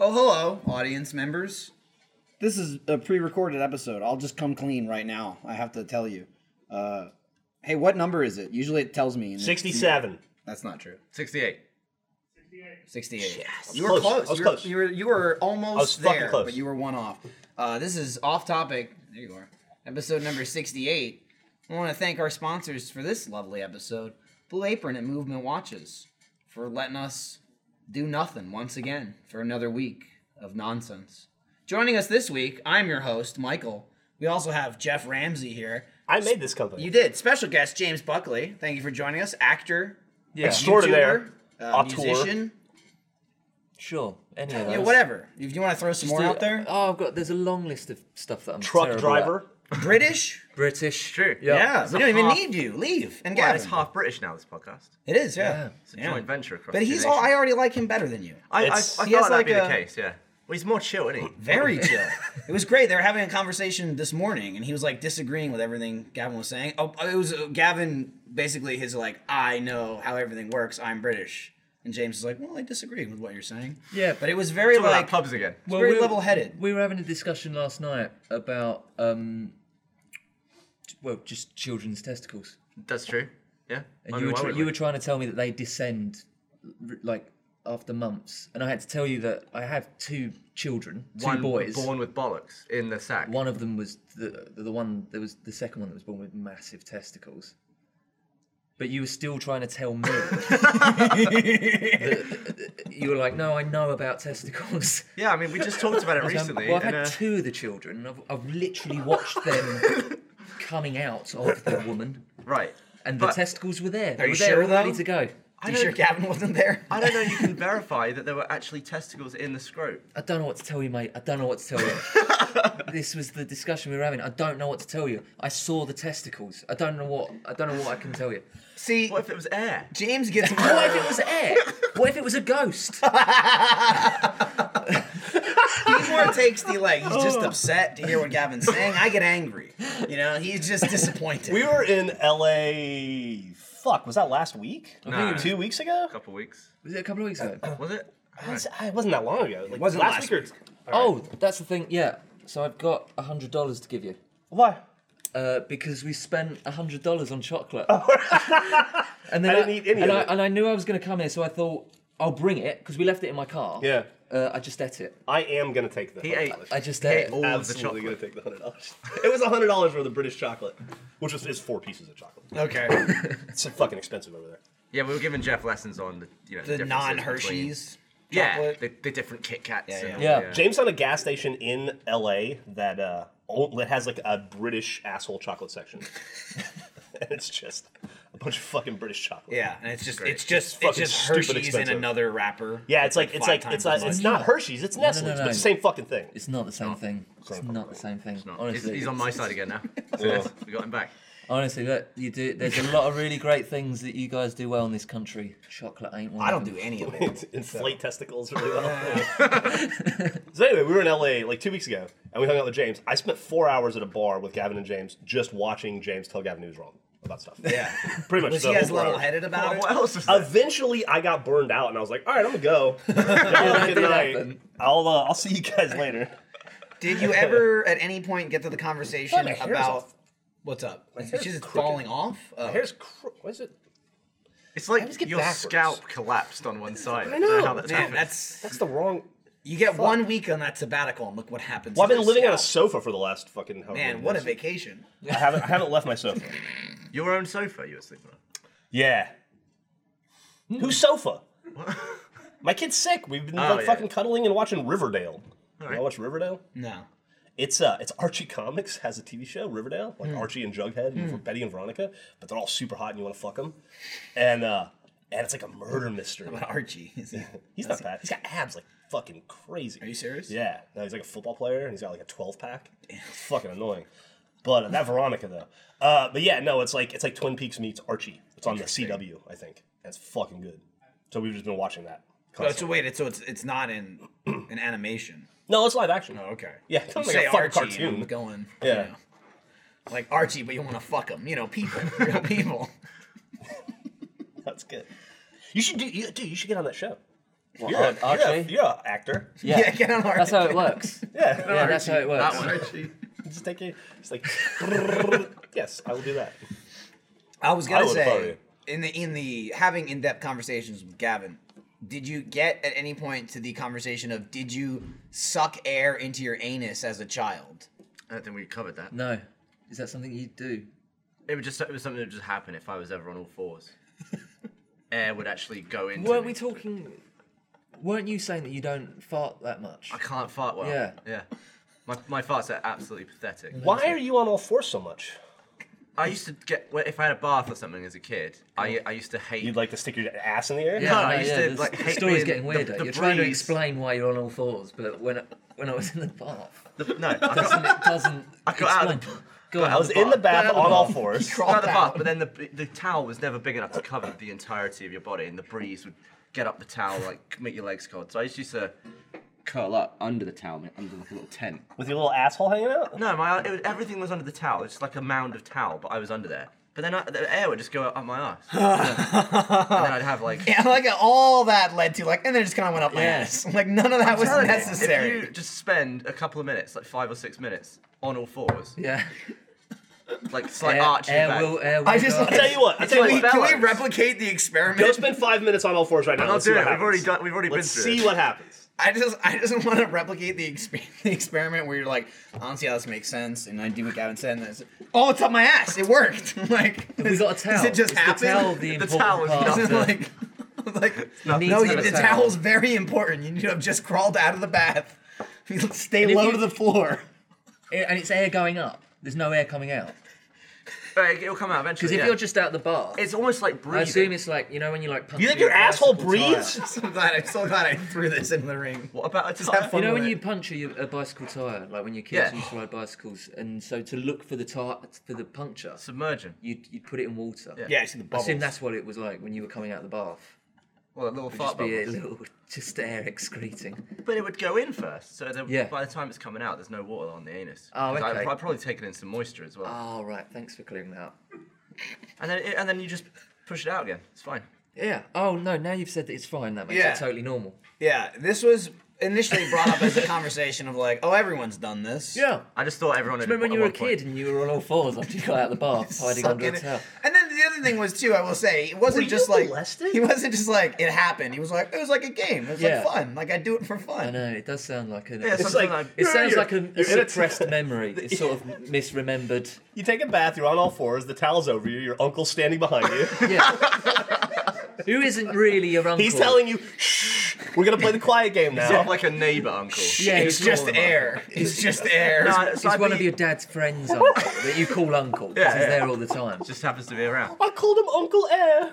Oh, hello, audience members. This is a pre-recorded episode. I'll just come clean right now. I have to tell you. Uh, hey, what number is it? Usually it tells me. and it- 67. That's not true. 68. 68. Yes. You were close. I was you, were, close. you were you were almost was fucking there, close. but But you were one off. Uh, this is off topic. There you are. Episode number 68. I want to thank our sponsors for this lovely episode Blue Apron and Movement Watches for letting us do nothing once again for another week of nonsense. Joining us this week, I'm your host, Michael. We also have Jeff Ramsey here. I made this company. You did. Special guest, James Buckley. Thank you for joining us. Actor, Yeah. Extraordinaire. uh, Auteur. musician, Sure. Any of those. yeah, whatever. If you want to throw some more Dude, out there, Oh, I've got. There's a long list of stuff that I'm. Truck terrible driver. British. at. British. True. Yeah, we don't even half- need you. Leave and Yeah, Gavin. it's half British now. This podcast. It is, yeah. It's a joint venture across. But two he's nations. all, I already like him better than you. I, I, I It's- thought he has that'd like be the a- case. Yeah. Well, he's more chill, isn't he? Very chill. It was great. They were having a conversation this morning, and he was like disagreeing with everything Gavin was saying. Oh, it was uh, Gavin basically his like, I know how everything works. I'm British, and James is like, Well, I disagree with what you're saying. Yeah, but it was very Talking like about pubs again. Well, very we- level-headed. We were having a discussion last night about, um, t- well, just children's testicles, That's true. Yeah. and I you mean, were why tr- wouldn't you we? were trying to tell me that they descend, r- like after months, and I had to tell you that I have two children, two One boys. born with bollocks in the sack. One of them was the, the the one that was the second one that was born with massive testicles. But you were still trying to tell me. that- you were like, no, I know about testicles. Yeah, I mean, we just talked about it Um, recently. well, I've had and, uh, two of the children. I've, I've literally watched them coming out of the woman, Right. and the But- testicles were there. They Are were you there, sure, all ready though? to go. Are you don't- sure Gavin wasn't there? I don't know. You can verify that there were actually testicles in the scrote. I don't know what to tell you, mate. I don't know what to tell you. this was the discussion we were having. I don't know what to tell you. I saw the testicles. I don't know what. I don't know what I can tell you. See, What if it was air? James gets What if it was air? What if it was a ghost? he more takes the like he's Oh. just upset to hear what Gavin's saying. I get angry. You know, he's just disappointed. We were in LA. Fuck, was that last week? No. it was- Two weeks ago? A couple weeks. Was it a couple of weeks ago? Was it? That's- ah, It wasn't that long ago. Like, wasn't last week. Or... Oh, that's the thing. Yeah. So I've got a hundred dollars to give you. Why? Uh, because we spent a hundred dollars on chocolate. and then I didn't eat any and of I, it. And I knew I was going to come here, so I thought I'll bring it because we left it in my car. Yeah. Uh, I just ate it. I am gonna take the. He ate. I just he ate ate it. all of the Absolutely chocolate. gonna take the hundred dollars. It was hundred dollars worth of British chocolate, which was it's four pieces of chocolate. Okay. It's fucking expensive over there. Yeah, we were giving Jeff lessons on the you know The differences non between- Hershey's. Yeah, chocolate. the, the different Kit Kats. Yeah, and yeah. all, uh, Yeah. James found a gas station in LA that uh own- that has like a British asshole chocolate section, and it's just a bunch of fucking British chocolate. Yeah, and it's just Great. it's just it's, fucking just stupid Hershey's in expensive. another wrapper. Yeah, it's like it's like five it's times like, as it's much. not Hershey's, it's Nestle's, no, but no. it's the same fucking thing. It's not the same thing. It's not the same thing. No, he's, Honestly, he's on my side again now. So yes, we got him back. honestly, look, you do. There's a lot of really great things that you guys do well in this country. Chocolate ain't one. I of don't them. do any of it. inflate testicles really well. so anyway, we were in LA like two weeks ago, and we hung out with James. I spent four hours at a bar with Gavin and James, just watching James tell Gavin he was wrong about stuff. Yeah. pretty much. Was the he whole as four hours. level headed about Oh, it? what else is there? Eventually, I got burned out, and I was like, "All right, I'm gonna go. did Good night. happen. I'll uh, I'll see you guys later." Did you ever at any point get to the conversation My hair's about off. what's up? It's hair's just crooked. falling off? Oh. Here's cr- what is it? It's I like always get your backwards. scalp collapsed on one side. I know. don't how that's Man, happened. that's That's the wrong. you get one week on that sabbatical and look what happens. Well, I've to been your living on a scalp. sofa for the last fucking. However man. many What a days. vacation! I haven't I haven't left my sofa. Your own sofa you were sleeping on. Yeah. Whose sofa? My kid's sick. We've been Hmm. Oh, like yeah. fucking cuddling and watching Riverdale. You right. I watch Riverdale. No, It's uh, it's Archie Comics has a TV show Riverdale, Hmm. like Archie and Jughead and Betty and Veronica, but they're all super hot and you want to fuck them, and uh, and it's like a murder mystery. What about Archie. Is he- He's not bad. He's got abs like fucking crazy. Are you serious? Yeah. No, he's like a football player and he's got like a 12 pack. It's fucking annoying. But uh, that Veronica though. Uh, but yeah, no, it's like it's like Twin Peaks meets Archie. It's on the CW, I think. That's fucking good. So we've just been watching that. Oh, so constantly. wait, it's, so it's it's not in an animation. no, it's live action. Oh, okay. Yeah, it's You not like say a fucking Archie, and I'm cartoon. going. Yeah. you know, like Archie, but you want to fuck him. You know, people, real people. That's good. You should do, you, dude. You should get on that show. What, You're, a, Ar- you're, a, archery? you're a actor. Yeah, uh, Yeah, get on our. that's how it works. Yeah. Yeah, that's how it works. That one, Archie. just take it. It's like, yes, I will do that. I was I gonna would've thought say it. in the in the having in depth conversations with Gavin, did you get at any point to the conversation of did you suck air into your anus as a child? I don't think we covered that. No, is that something you do? It was just it was something that would just happen if I was ever on all fours. Air would actually go into. Weren't we me. talking? Weren't you saying that you don't fart that much? I can't fart well. Yeah. Yeah. My, my farts are absolutely pathetic. Why are you on all fours so much? I used to get well, if I had a bath or something as a kid. I, I used to hate. You'd like to stick your ass in the air? Yeah, No, I I know, used yeah, to, the, like, the hate story's being- getting the- weirder. the You're trying to breeze. explain why you're on all fours, but when I, when I was in the bath, The, no, I got, doesn't it doesn't I got out of the- explain? got Go I on. was in the bath Got out of on the all bath. fours. got out of the bath, but then the the towel was never big enough to cover the entirety of your body, and the breeze would get up the towel, like make your legs cold. So I just used to curl up under the towel, under like a little tent. With your little asshole hanging out? No, my it was, everything was under the towel. It's like a mound of towel, but I was under there. But then I, the air would just go up my ass. and then I'd have like. Yeah, like all that led to like, and then it just kind of went up my Yeah. ass. Like none of that was Telling you, necessary. If you just spend a couple of minutes, like five or six minutes, on all fours, Yeah. like slight air, arching air back. will, air will. I just go. like- Tell you what, I tell Can you we, what. can we balance. replicate the Go experiment? spend five minutes on all fours right now. I'll Let's see do what it. We've happens. already done. We've already Let's been see through. it. what happens. I just I just want to replicate the, exper- the experiment where you're like, I don't see how this makes sense, and I do what Gavin said, and it's oh, it's up my ass. It worked. like We got a towel. Does it just Is happen? The towel, the The important towel is part not of the- like, like No, needs no, to you, have the a towel. towel's very important. You need to have just crawled out of the bath. Stay if low you- to the floor. Air- and it's air going up. There's no air coming out. Like, it'll come out eventually. Because if yeah. you're just out the bath, it's almost like breathing. I assume it's like you know when you like. You punch think your your asshole bicycle tire. breathes? I'm so glad I so glad I threw this in the ring. what about a Just have tire? fun. You know with when it. you punch a, a bicycle tire, like when your kids Yeah. used to ride bicycles, and so to look for the tire for the puncture, Submerging. you'd you'd put it in water. Yeah. Yeah, I see the I bubbles. assume that's what it was like when you were coming out of the bath. Well, a little It'd fart just be a bubble. little, just air excreting. But it would go in first, so there, Yeah. by the time it's coming out, there's no water on the anus. Oh, 'Cause I'd, okay. prob- probably taken in some moisture as well. Oh right, thanks for clearing that up. And then it, and then you just push it out again. It's fine. Yeah. Oh no, now you've said that it's fine. That makes Yeah. it totally normal. Yeah, this was initially brought up as a conversation of like, oh, everyone's done this. Yeah. I just thought everyone. had Remember when at you were a one point- kid and you were on all fours after you got out of the bath, hiding under a Sucking it. towel? And then the other thing was too, I will say, it wasn't Were just you like molested? he wasn't just like it happened. He was like it was like a game. It was Yeah. like fun. Like I do it for I fun. know it does sound like an. Yeah, It's something like- like- it You're- sounds you're- like a, you're in a a suppressed towel. memory. It's sort of misremembered. You take a bath, you're on all fours, the towel's over you, your uncle's standing behind you. Yeah. Who isn't really your uncle? He's telling you, shh, we're gonna play the quiet game now. Sort of like a neighbour uncle. Yeah, it's he's just normal. air. It's just air. No, He's so I'd one be- of your dad's friends uncle that you call uncle because Yeah, he's yeah. there all the time. Just happens to be around. I called him Uncle Air.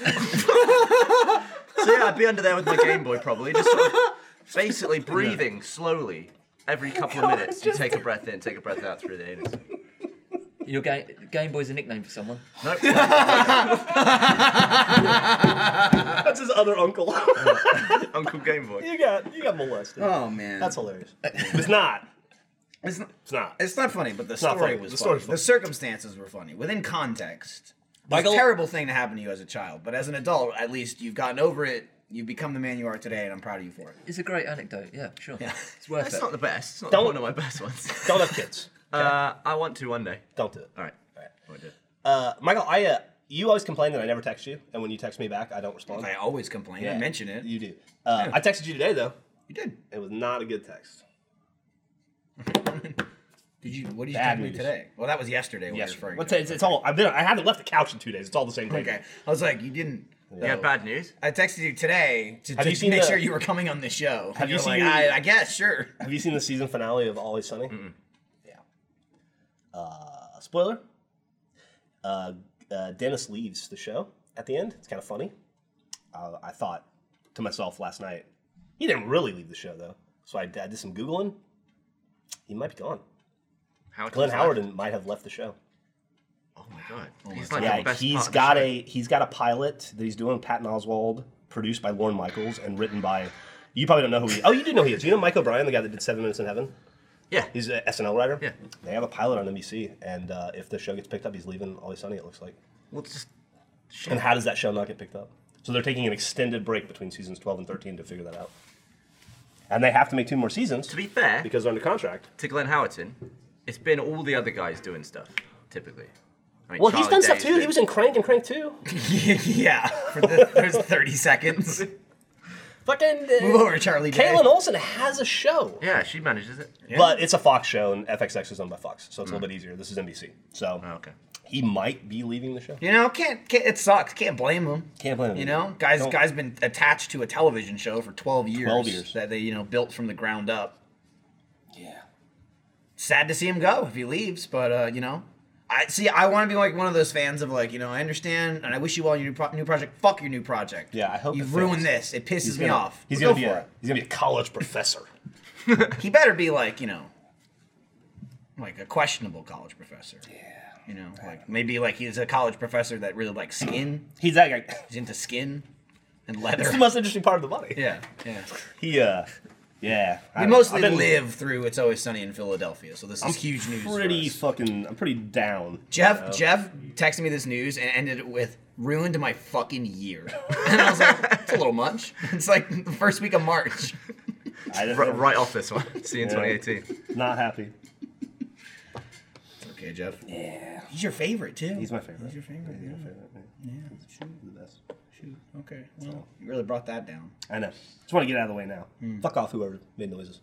So yeah, I'd be under there with my Game Boy probably, just sort of basically breathing slowly every couple of minutes. You take a breath in, take a breath out through the anus. Your ga- Game Boy's a nickname for someone. Nope. That's his other uncle. Uncle Game Boy. you got you got molested. Oh man, That's hilarious. It's not. it's not, It's not. it's not funny, but the not story funny. was The funny. story's The funny. circumstances were funny within context. It's Michael- a terrible thing to happen to you as a child, but as an adult, at least you've gotten over it. You've become the man you are today, and I'm proud of you for it. It's a great anecdote. Yeah, sure. Yeah. It's worth It's it. not the best. It's not Don't- one of my best ones. Don't have kids. Uh, I want to one day. Don't do it. All right. Uh, Michael, I uh, you always complain that I never text you, and when you text me back, I don't respond. I always complain. I mention it. You do. Uh, I texted you today though. You did. It was not a good text. Did you? What did you Bad text me news. today? Well, that was yesterday. What you're referring What's to. it- it's, it's all. I've been. I haven't left the couch in two days. It's all the same thing. Okay. I was like, you didn't. Yeah, bad news. I texted you today to, to you seen make the- sure you were coming on the show. Have You're you like, seen- I, I guess, sure. Have you seen the season finale of Always Sunny? Yeah. Uh, spoiler. Uh, uh, Dennis leaves the show at the end. It's kind of funny. Uh, I thought to myself last night, he didn't really leave the show though. So I, I did some googling. He might be gone. Howard Glenn was Howard might have left the show. like- Oh my god. he's like the Yeah, best he's part of the got show. a he's got a pilot that he's doing with Patton Oswald, produced by Lorne Michaels and written by. You probably don't know who he. Oh, you do know who he is. You know Mike O'Brien, the guy that did Seven Minutes in Heaven. Yeah. He's an SNL writer. Yeah. They have a pilot on NBC, and uh, if the show gets picked up, he's leaving Always Sunny. It looks like. Well, just And how does that show not get picked up? So they're taking an extended break between seasons 12 and 13 to figure that out. And they have to make two more seasons To be fair, because they're under contract. to Glenn Howerton, it's been all the other guys doing stuff, typically. I mean, Well, he's Charlie done stuff Day's too. been- He was in Crank and Crank too. yeah. For the, there's 30 seconds. Fucking Move uh, over, Charlie. Day. Kaylin Olsen has a show. Yeah, she manages it. But it's a Fox show, and FXX is owned by Fox, so it's a little bit easier. This is NBC, so Oh, okay. he might be leaving the show. You know, can't, can't it sucks. Can't blame them. Can't blame him. You know, guys, Don't- guys been attached to a television show for 12 years, 12 years. that they you know built from the ground up. Yeah. Sad to see him go if he leaves, but uh, you know, I see. I want to be like one of those fans of like you know I understand and I wish you well on your new, pro- new project. Fuck your new project. Yeah, I hope you've it ruined fails. this. It pisses He's me gonna- off. He's But gonna be go a, he's gonna be a college professor. for it. He better be like you know, like a questionable college professor. Yeah. You know, like maybe like he's a college professor that really likes skin. He's that guy. He's into skin and leather. It's the most interesting part of the body. Yeah, yeah. He uh, yeah. I We don't know. mostly I've been live through "It's Always Sunny in Philadelphia," so this is huge news. for Pretty us. fucking. I'm pretty down. Jeff you know? Jeff texted me this news and ended it with "ruined my fucking year," and I was like, "It's a little much." It's like the first week of March. I just, Right, right off this one. See you in Yeah. 2018. Not happy. Okay, Jeff. Yeah, he's your favorite too. He's my favorite. your favorite. Yeah. Yeah. The best. Shoot. Okay. Well, you really brought that down. I know. Just want to get out of the way now. Fuck off, whoever made noises.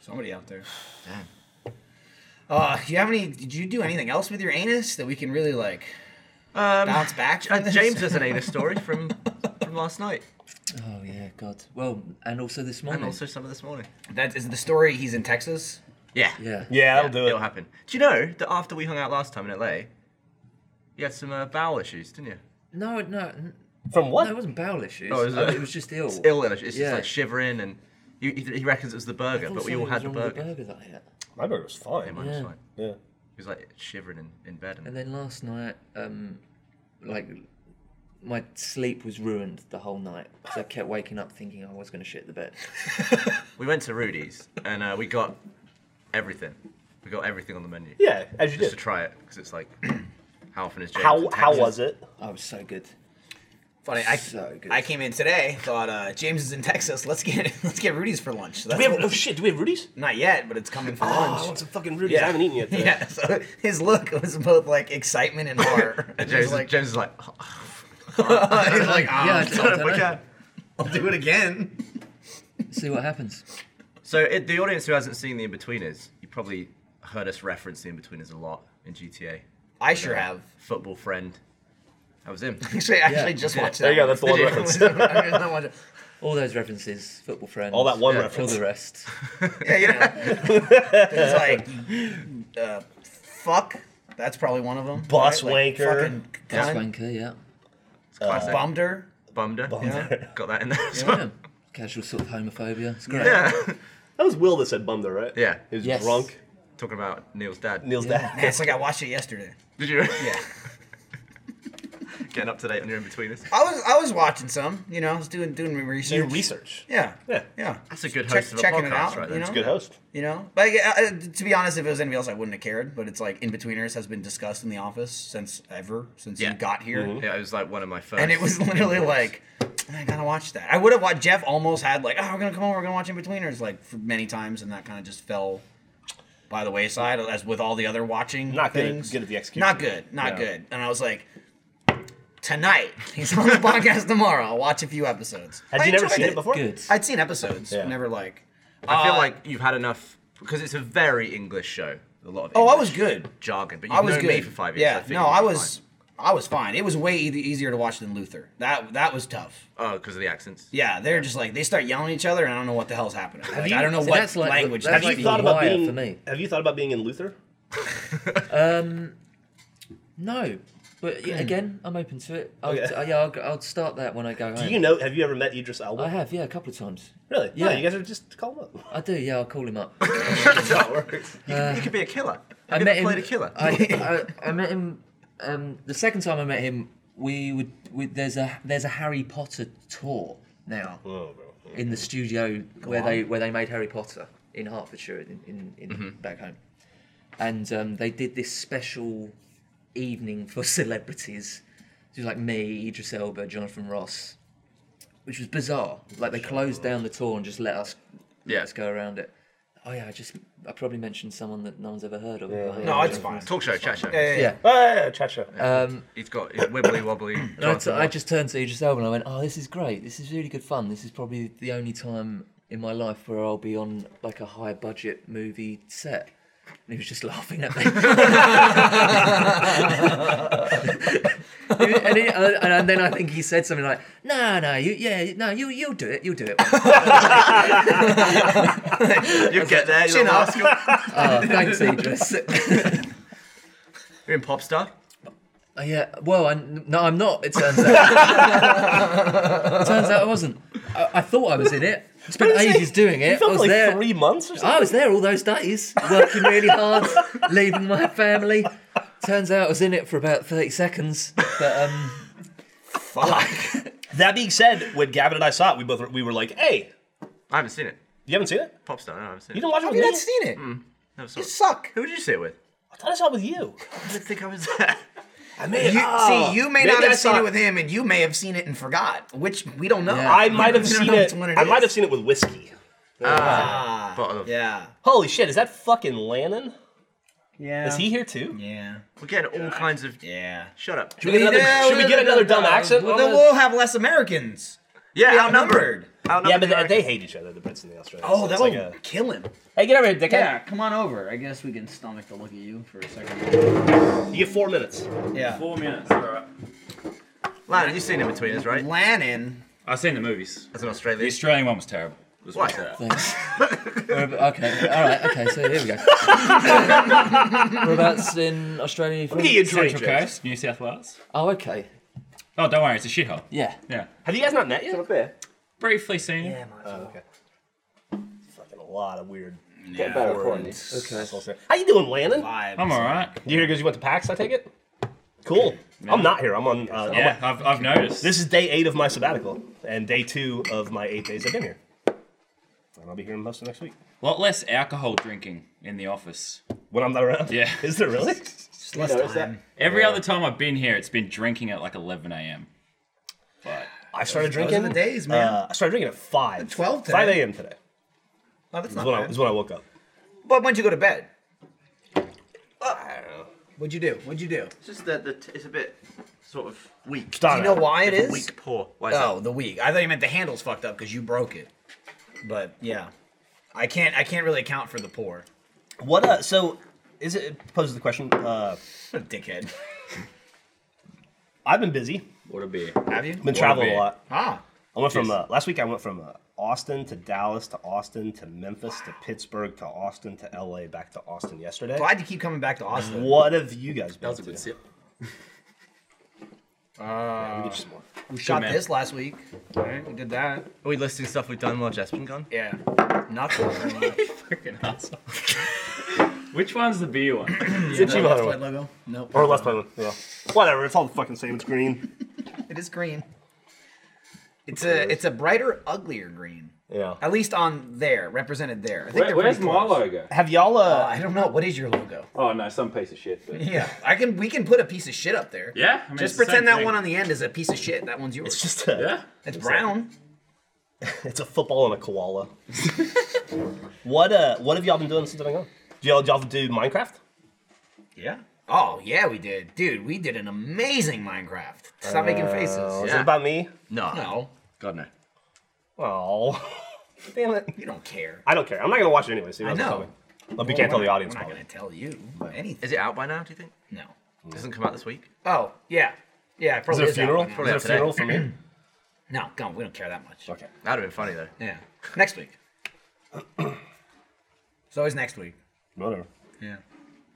Somebody out there. Damn. Uh, do you have any? Did you do anything else with your anus that we can really like Um, bounce back? uh, from this? James has an anus story from from last night Oh yeah, God. Well, and also this morning. and also some of this morning. That is the story. He's in Texas. Yeah. yeah. Yeah, that'll do it. It'll happen. Do you know that after we hung out last time in LA, you had some uh, bowel issues, didn't you? No, no, n- From no. It what? wasn't bowel issues. Oh, is Uh, it? it was just ill. It's ill. It's just Yeah. like shivering and. He, he he reckons it was the burger, but we all had the burger. burger that I had. My burger was Yeah, fine. mine was Yeah. fine. Yeah. He was like shivering in, in bed. And, And then last night, um, like my sleep was ruined the whole night because I kept waking up thinking I was going to shit the bed. we went to Rudy's and uh, we got everything. We got everything on the menu. Yeah, as you Just to did. try it, because it's like, how often is James? How how was it? I was so good. Funny, I, So good. I came in today. Thought uh, James is in Texas. Let's get let's get Rudy's for lunch. So that's what- shit. Do we have Rudy's? not yet, but it's coming for Oh, I lunch. want some fucking Rudy's. Yeah. I haven't eaten yet. Today. Yeah, so his look was both like excitement and horror. And And James, he's like, James is like, "Oh, he's like, "Oh, "Ah, yeah, I don't- I don't know. I'll do it again. See what happens. So it, the audience who hasn't seen the Inbetweeners, you probably heard us reference the Inbetweeners a lot in GTA. I sure have. Football friend, that was him. Actually, I actually just watched that. There you go. That's the one reference. go. All those references, football friends. All that one Yeah, Kill reference. the rest. yeah, you know. It's like, uh, fuck. That's probably one of them. Bus Like, wanker. Fucking That's cunt. wanker, yeah. Classic. Bummed her. Bumder. Bumder. Got that in there as yeah. well. Casual sort of homophobia. It's great. Yeah. That was Will that said bummed, right? Yeah. He was Yes. drunk. Talking about Neil's dad. Neil's Yeah. dad. It's like I watched it yesterday. Did you? Yeah. Getting up to date on your Inbetweeners. I was I was watching some, you know, I was doing doing my research. Do research. Yeah. Yeah. Yeah. That's a good Check- host of a checking podcast, it out, right you there. know? Good host. You know, but yeah, uh, to be honest, if it was anybody else, I wouldn't have cared. But it's like in betweeners has been discussed in the office since ever since Yeah. Mm-hmm. you got here, Yeah, it was like one of my first. and it was literally like, I gotta watch that. I would have watched. Jeff almost had like, oh, we're gonna come over, we're gonna watch in betweeners like for many times, and that kind of just fell by the wayside, as with all the other watching Not good at- things. good at the execution. Not good. Not No. good. And I was like. Tonight, he's on the podcast tomorrow. I'll watch a few episodes. Had I you never enjoyed seen it before? Good. I'd seen episodes, Yeah. never like. I feel Uh, like you've had enough because it's a very English show. A lot of Oh, I English was good. jargon, but you've I was known good me for five years. Yeah, so I no, I was, I was fine. It was way e- easier to watch than Luther. That that was tough. Oh, because of the accents. Yeah, they're just like they start yelling at each other, and I don't know what the hell's happening. Like, you- I don't know so what that's like- language. that's that Have like the you is. thought about wire being? for me. Have you thought about being in Luther? No, but yeah, again, I'm open to it. I'll, Okay. uh, yeah, I'll, I'll start that when I go home. Do you know? Have you ever met Idris Elba? I have, yeah, a couple of times. Really? Yeah. you guys are just call him up. I do, yeah. I'll call him up. you, could, you could be a killer. Uh, I Have you met ever him. played a killer? I, I, I met him. Um, the second time I met him, we would. We, there's a there's a Harry Potter tour now Oh, bro. in the studio where they where they made Harry Potter in Hertfordshire in, in, in Mm-hmm. back home, and um, they did this special evening for celebrities. Just like me, Idris Elba, Jonathan Ross, which was bizarre. Like they closed down the tour and just let us Yeah. let us go around it. Oh yeah, I just I probably mentioned someone that no one's ever heard of. Yeah, No, it's fine. Talk show, chat show. Yeah, yeah, yeah. Ah, Chacha. Um, He's got his wibbly wobbly. and I, t- I just turned to Idris Elba and I went, "Oh, this is great. This is really good fun. This is probably the only time in my life where I'll be on like a high budget movie set." And he was just laughing at me. and, he- and and then I think he said something like, "No, no, you, yeah, no, you, you'll do it. You'll do it." you get there, you're Chin up. rascal. oh, thanks, Idris. You're in pop star. Oh, yeah, well, I, no, I'm not. It turns out. it turns out I wasn't. I, I thought I was in it. Spent ages doing You it. I filmed was like there. three months or I something. was there all those days, working really hard, leaving my family. Turns out I was in it for about thirty seconds, but um, That being said, when Gavin and I saw it, we both were, we were like, "Hey, I haven't seen it. you haven't seen it? Pop star. No, I haven't seen You it. didn't watch it Have with you me? not seen it? Mm. Never saw You it. suck. Who did you see it with? I thought I saw it with you. I didn't think I was there. I mean, You, ah, see, you may Oh. maybe not I have seen saw it with him, and you may have seen it and forgot, which we don't know. I might have We don't seen know it. which one I might is. have seen it with whiskey. Bottle of- Yeah. Holy shit! Is that fucking Lannon? Yeah. Is he here too? Yeah. We're getting all kinds of. Yeah. Shut up. Should we get another, should we get another dumb accent? Well, then we'll have less Americans. Yeah, We'll be outnumbered. Outnumbered Yeah, but they, Americans. they hate each other, the Brits and the Australians. Oh, So that it's would like a- kill him. Hey, get over here, dickhead. Yeah, come on over. I guess we can stomach the look at you for a second. You get four minutes. Yeah. Four minutes. All right. Lana, you've seen in between us, right? Lannon. I've seen the movies. As an The Australian. Australian one was terrible. Let's Why? watch that. Thanks. We're about, okay, all right, okay. So here we go. Whereabouts in Australia? you from? What are you doing, Central James? Coast, New South Wales. Oh, okay. Oh, don't worry, it's a shithole. Yeah. Yeah. Have you guys not met yet? Briefly seen it. okay. Fucking a lot of weird. Okay. How you doing, Landon? I'm alright. You here because you went to PAX, I take it? Cool. I'm not here. I'm on. Oh, Uh, I'm Yeah, on- I've, I've noticed. this is day eight of my sabbatical and day two of my eight days I've been here. And I'll be here most of next week. a lot less alcohol drinking in the office. When I'm not around? Yeah. Is there really? Just less time. Every other time I've been here, it's been drinking at like 11 a.m. But I started Those drinking. are the days, man. Uh, I started drinking at 5. 12 today. 5 a.m. today. oh, that's Is not when, I, bad. is when I woke up. But when'd you go to bed? I don't know. What'd you do? What'd you do? It's just that the t- it's a bit sort of weak. Stop Do you know it. why it is? Weak poor. Why is Oh, the week. I thought you meant the handle's fucked up because you broke it. But yeah, I can't. I can't really account for the poor. What, uh, so, is it, it poses the question, uh, What a dickhead. I've been busy. what a beer. Have you? I've been traveling a beer. lot. Ah, I went from Yes. uh, last week. I went from uh, Austin to Dallas to Austin to Memphis to Pittsburgh to Austin to LA back to Austin yesterday. glad you keep coming back to Austin. What have you guys been? That was a to? good sip. Uh, Let me get you some more. We shot man. this last week. All right, we did that. Are we listing stuff we've done while Jeff's been gone? Yeah, nothing. Fucking asshole. Which one's the beer one? Is it Chimo Highway? logo? Nope. Or left one? Yeah. Whatever. It's all the fucking same. It's green. It is green. It's a it's a brighter, uglier green. Yeah. At least on there, represented there. I think Where- they're where's pretty my close. logo? Have y'all? Uh, Uh, I don't know. What is your logo? Oh no, some piece of shit. But Yeah, I can. We can put a piece of shit up there. Yeah, I mean, it's Just the same pretend that thing. one on the end is a piece of shit. That one's yours. it's just uh, a. Yeah. It's brown. It's a football and a koala. what uh? What have y'all been doing since I've been gone? Do y'all, do y'all do Minecraft? Yeah. Oh yeah, we did, dude. We did an amazing Minecraft. Stop making faces. Oh, Is Yeah. it about me? No. No, God no. Oh. Damn it. you don't care. I don't care. I'm not gonna watch it anyway. So you I might as well know. tell me. Well, you can't tell the audience. We're not probably. gonna tell you anything. Is it out by now? Do you think? No. It doesn't come out this week. Oh yeah, yeah. it Is Probably there a that funeral? one. Is Probably there a out today. funeral for me? No, no, we don't care that much. Okay. That'd have been funny though. Yeah. Next week. it's always next week. Whatever. Yeah.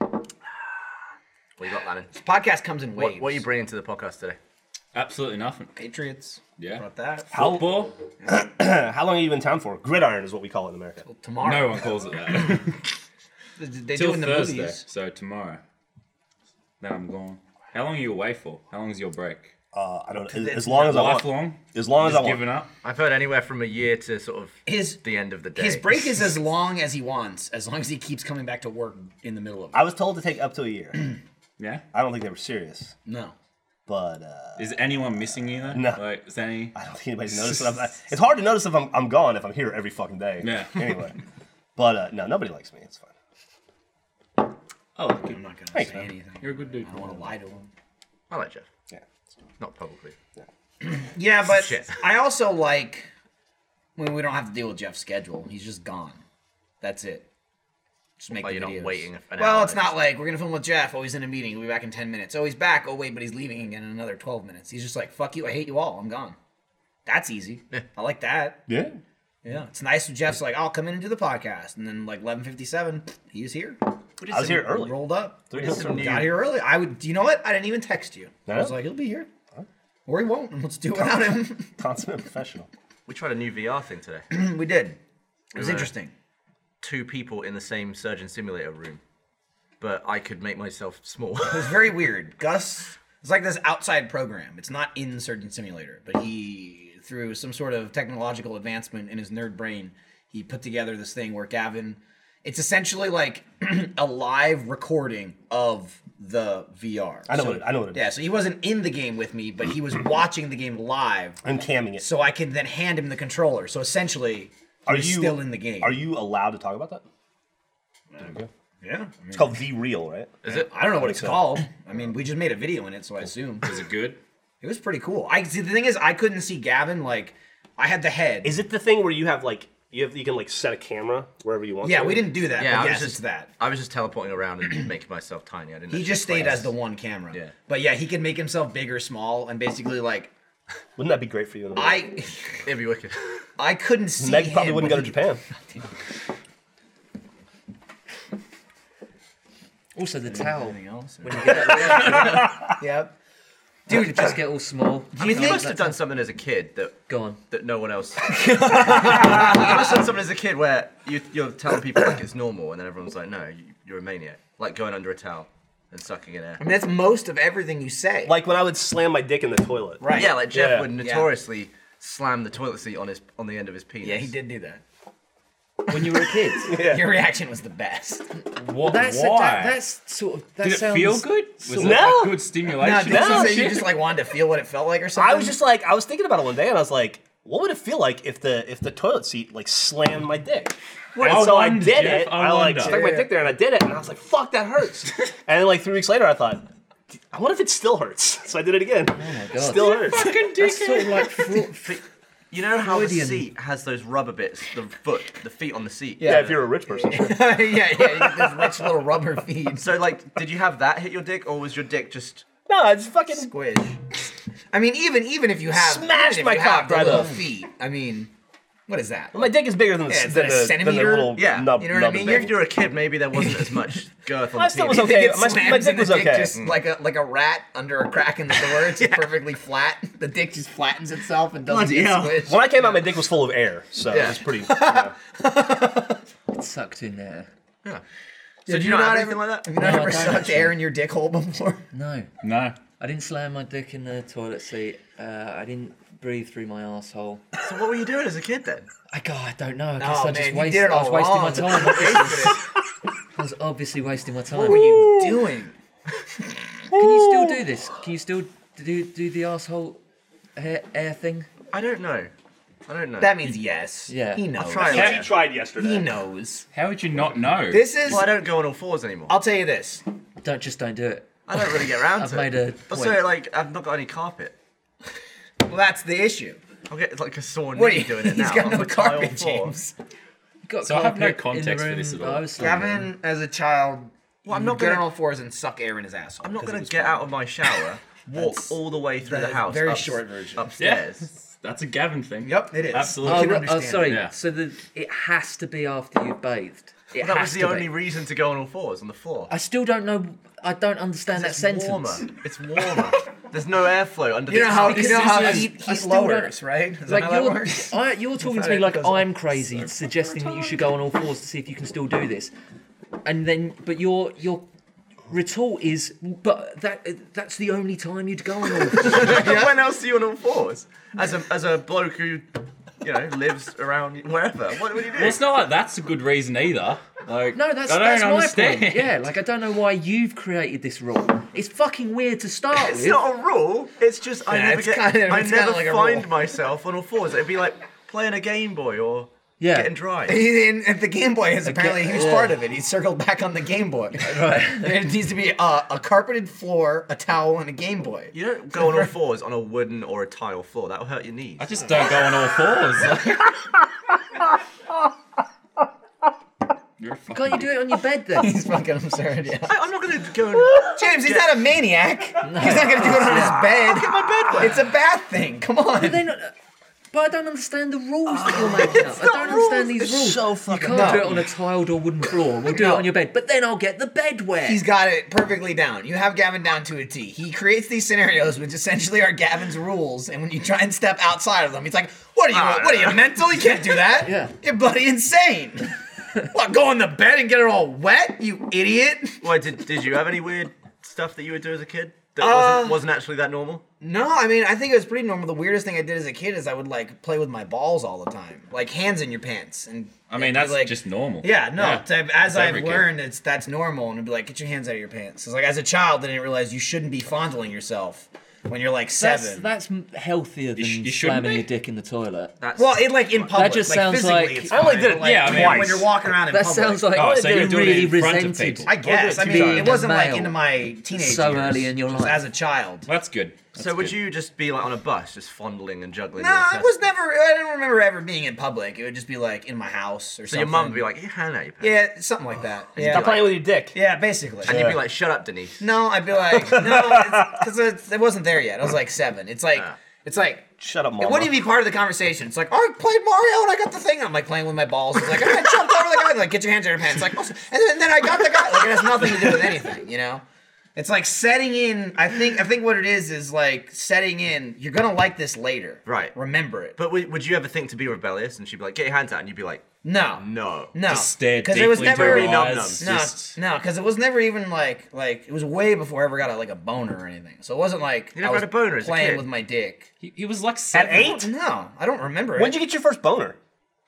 What you got, Lannan? This podcast comes in waves. What, what are you bringing to the podcast today? Absolutely nothing. Patriots. Yeah. Brought that. Football? Uh, How long are you in town for? Gridiron is what we call it in America. Tomorrow. No one calls it that. They- They do Till in the Thursday, movies. so tomorrow. Then I'm gone. How long are you away for? How long's your break? Uh, I don't. As, as long as I want. Lifelong? As long as I Just want. giving up? I've heard anywhere from a year to sort of His the end of the day. his break is as long as he wants, as long as he keeps coming back to work in the middle of it. I was told to take up to a year. Yeah? I don't think they were serious. No. But uh, Is anyone missing you though? No. Like, is any? I don't think anybody's noticed. that I'm, it's hard to notice if I'm, I'm gone if I'm here every fucking day. Yeah. Anyway, but uh, no, nobody likes me. It's fine. Oh, look, I'm not gonna Thanks, say man. anything. you're a good dude. I don't want to lie to him. I like Jeff. Yeah. Not publicly. Yeah, but Shit. I also like when we don't have to deal with Jeff's schedule. He's just gone. That's it. Just make Like, the you're not videos. waiting an well, hour it's not just- like we're gonna film with Jeff. Oh, he's in a meeting. He'll be back in ten minutes. Oh, he's back. Oh, wait, but he's leaving again in another twelve minutes. He's just like, fuck you. I hate you all. I'm gone. That's easy. I like that. Yeah. Yeah, it's nice when Jeff's like, I'll come in and do the podcast, and then like eleven fifty seven, he's here. I was here early. Rolled up. Three minutes some early. Got here early. I would. Do you know what? I didn't even text you. I No? was like, he'll be here, or he won't. and Let's do it without him. Consummate professional. We tried a new VR thing today. We did. It was Right. interesting. Two people in the same surgeon simulator room, but I could make myself small. It was very weird. Gus, it's like this outside program. It's not in Surgeon Simulator, but he, through some sort of technological advancement in his nerd brain, he put together this thing where Gavin, it's essentially like a live recording of the VR. I know what it- I know what it Yeah, is. so he wasn't in the game with me, but he was watching the game live. I'm camming it. So I can then hand him the controller. So essentially, Are he's you still in the game. Are you allowed to talk about that? Yeah. I, mean, It's called The Real, right? Is it? I don't know what it's so. called. I mean, we just made a video in it, so I assume. Is it good? It was pretty cool. I see. The thing is, I couldn't see Gavin. Like, I had the head. Is it the thing where you have like you have you can like set a camera wherever you want? yeah, to? we didn't do that. Yeah, Yeah, I but yes, was just- it's that. I was just teleporting around and making myself tiny. I didn't. He actually just stayed play. as the one camera. Yeah. But yeah, he could make himself big or small, and basically, like, Wouldn't that be great for you? In the world? I, It'd be wicked. I couldn't see. Meg probably him wouldn't go to when Japan. Also, the towel. he- Else. When you get that, Yep. dude, just get all small. I mean, you must have done something as a kid that Go on. that no one else. you must have done something as a kid where you, you're telling people like it's normal, and then everyone's like, "No, you, you're a maniac." Like going under a towel and sucking in air. I mean, that's most of everything you say. Like when I would slam my dick in the toilet. right? Yeah, like Jeff Yeah. would notoriously slam the toilet seat on his on the end of his penis. yeah, he did do that. When you were a kid. Your reaction was the best. What? That's a- why? that, that's sort of. That Did it sounds, feel good? Was No. that a good stimulation? no, No, no, you shit. just like wanted to feel what it felt like or something. I was just like I was thinking about it one day, and I was like, what would it feel like if the if the toilet seat like slammed my dick? and I so I wonder, did it. Jeff, I I, like wonder. stuck my dick there, and I did it, and I was like, fuck, that hurts. and then like three weeks later, I thought. I wonder if it still hurts. So I did it again. Oh my god. Still hurts. that's sort of like. Fraud, You know how the Freudian. seat has those rubber bits, the foot, the feet on the seat. Yeah, if you're a rich person. yeah, yeah. You get those rich little rubber feet. So like, did you have that hit your dick, or was your dick just? no, it's fucking Squish. I mean, even even if you have Smash even if my you cock have the right little up. feet, I mean, what is that? My dick is bigger than, the, Yeah, is that a than, the, than the centimeter? little Yeah, nub. you know what I nub mean? thing. If you were a kid, maybe there wasn't as much girth on I the still If was penis. it okay. gets My, slammed my and dick the was okay. Just like a like a rat under a crack in the door. It's perfectly flat. The dick just flattens itself and doesn't Bloody get hell. squished. When I came out, my dick was full of air, so it Yeah. was pretty. yeah. sucked in there. So do Have you you not have not anything ever- like that? Have you not No, I ever don't sucked actually. air in your dick hole before? No, No. I didn't slam my dick in the toilet seat. Uh, I didn't breathe through my asshole. So what were you doing as a kid then? I God, I don't know. I guess Oh, I just man, you wasted. did it I was all wasting my wrong. time. obviously. I was obviously wasting my time. What were you doing? Can you still do this? Can you still do do the asshole hair, air thing? I don't know. I don't know. That means yes. Yeah. He I'll knows. try Have you later. tried He yesterday? knows. How would you not know? This is. Well, I don't go on all fours anymore. I'll tell you this. Don't just don't do it. I don't really get around I've to made it. a Also, point. like, I've not got any carpet. Well, that's the issue. I'll get like a sore knee What are you doing it now. He's got on no the tile carpet, floor. James. Got So I have no carpet in the context for room this at that all. I was sleeping in. Gavin, as a child, Well, I'm I'm not not going gonna. on all fours and suck air in his asshole. I'm not 'cause it gonna was get fun. out of my shower, walk all the way through the that house. very short version. Upstairs. That's a Gavin thing. Yep, it is. Absolutely. Oh, can ri- oh, understand sorry. it. Yeah. So the, it has to be after you've bathed. It That was has the to only be. reason to go on all fours on the floor. I still don't know. I don't understand that it's sentence. warmer. It's warmer. There's no airflow under You the know how towel. you know how Because heat, I heat still don't- lowers, right? Is that Like how that you're, works? I, you're talking to that me it like doesn't- I'm crazy, suggesting that you should go on all fours to see if you can still do this, and then but your your retort is but that that's the only time you'd go on all fours. When else are you on all fours? As a as a bloke who, you know, lives around wherever. What would you do? Well, it's not like that's a good reason either. Like, Uh, No, that's I don't that's understand. my point. Yeah, like I don't know why you've created this rule. It's fucking weird to start It's with. not a rule. It's just I Yeah, never it's get. kind of- I it's kind never of like a find rule. myself on all fours. It'd be like playing a Game Boy or Yeah. getting dry. And, and the Game Boy is apparently a huge yeah. part of it. He's circled back on the Game Boy. right. There needs to be a, a carpeted floor, a towel, and a Game Boy. You don't go on all fours on a wooden or a tile floor. That'll hurt your knees. I just don't go on all fours. You're a Can't fucking you do it on your bed then? He's fucking absurd. Yeah. I, am not gonna go. And, James, he's not a maniac. He's not gonna do it on his bed. Get my bed It's a bad thing. Come on. They not- uh, But I don't understand the rules that Oh, you're making up. I don't understand these rules. so you fucking can't dumb. do it on a tiled or wooden floor. We'll do it on your bed. But then I'll get the bed wet. He's got it perfectly down. You have Gavin down to a T. He creates these scenarios, which essentially are Gavin's rules. And when you try and step outside of them, he's like, "What are you? what are you mental? You can't do that. Yeah. You're bloody insane. what? Go on the bed and get it all wet? You idiot." why did did you have any weird stuff that you would do as a kid that Uh, wasn't, wasn't actually that normal? No, I mean, I think it was pretty normal. The weirdest thing I did as a kid is I would like play with my balls all the time, like hands in your pants, and I mean, it'd be that's like, just normal. Yeah, no. to- as I've every kid. learned, it's that's normal, and it'd be like, get your hands out of your pants. 'Cause, like as a child, I didn't realize you shouldn't be fondling yourself when you're like that's, seven. that's m- healthier than sh- you shouldn't slamming be. your dick in the toilet. That's well, it like in public, just like, sounds physically, like- it's I only fine, did it- but, like, yeah, I mean, when you're twice. walking around in That public. sounds like Oh, so they you're doing it really in front of resented. people. I guess. I mean, it wasn't like into my. my teenage So years, early in your just life. as a child. That's good. That's so would good. you just be like on a bus, just fondling and juggling? No, your I test- was never. I don't remember ever being in public. It would just be like in my house or So something. your mum would be like, "Get your hand out your pants," yeah, something like that. Yeah, Stop playing with your dick. yeah, basically. and you'd be like, "Shut up, Denise." No, I'd be like, no, because it wasn't there yet. I was like seven. It's like, Ah. it's like, Shut up, mom. it wouldn't even be part of the conversation. It's like, oh, I played Mario and I got the thing. I'm like playing with my balls. It's like, I jumped over the guy. Like, get your hands out of your pants. Like, oh, and then, then I got the guy. Like, it has nothing to do with anything, you know. It's like setting in. I think. I think what it is is like setting in. You're gonna like this later. Right. Remember it. But But w- would you ever think to be rebellious? And she'd be like, "Get your hands out," and you'd be like, no. "No." No. Just stare Because deeply it was into never. her Numb, eyes, No, just- no, because it was never even like like it was way before I ever got a, like a boner or anything. So it wasn't like You never I was had a boner as a playing kid? with my dick. He, he was like At seven. eight? No, I don't remember it. When'd you get your first boner?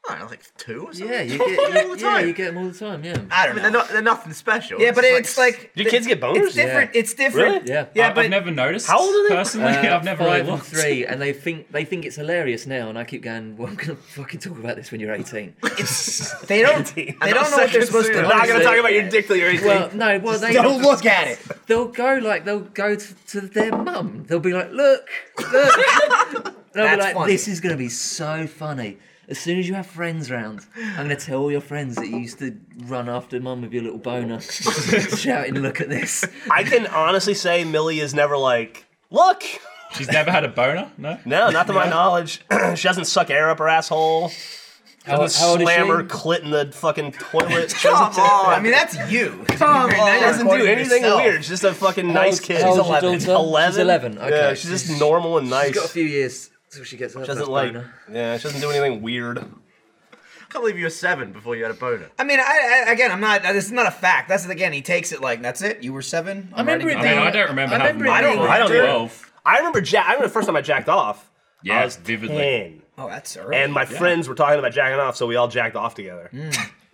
I don't know, like two or something. Yeah, you Fucking get all the Yeah, time. you get them all the time. Yeah. Ah. I I don't know. mean, they're not. They're nothing special. yeah, but it's like Do kids get boners? it's different. Yeah. It's different. Really? Yeah. Yeah, I- but I've never noticed. How old are they? Personally, Uh, I've never five really or looked. three, and they think they think it's hilarious now, and I keep going. Well, I'm gonna fucking talk about this when you're 18. they don't. They And don't know what they're second supposed to. soon. do. Not I'm gonna talk about your dick till you're 18. well, no, well they Don't look at it. they'll go like they'll go to, to their mum. They'll be like, look, look. they'll be That's like, funny. this is gonna be so funny. As soon as you have friends round, I'm gonna tell all your friends that you used to run after mum with your little boner, shouting, "Look at this!" I can honestly say Millie is never like, look. She's never had a boner. No. No, not to my knowledge. she doesn't suck air up her asshole. How, Doesn't slam her clit in the fucking toilet. She doesn't Come on. I mean, that's you. Come on. doesn't do anything weird. She's just a fucking nice kid. How old's 11. your daughter? Eleven. She's 11. Okay. Yeah, she's just normal and nice. She's got a few years till she gets her doesn't first like. boner. Yeah, she doesn't do anything weird. I can't believe you were seven before you had a boner. I mean, I, I again, I'm not. This is not a fact. That's again. He takes it like that's it. You were seven. I'm remember writing it I mean, Yeah. I don't remember I having. remember it one being when I don't was either. Twelve. I remember Jack. I remember the first time I jacked off. I Yeah, was vividly. 10, Oh, that's all right. and my friends were talking about jacking off, so we all jacked off together.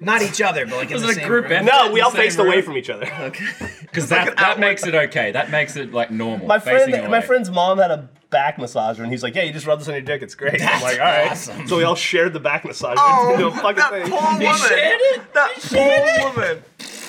Not each other, but like in Was the it a same group room. effort? No, In we the all same faced room? away from each other. Because that, that makes it okay. That makes it like normal. My friend, facing my away. friend's mom had a back massager, and he's like, "Yeah, you just rub this on your dick. It's great." I'm like, "All right." So we all shared the back massager. Oh, into a fucking that thing. poor woman. shared it? That poor woman.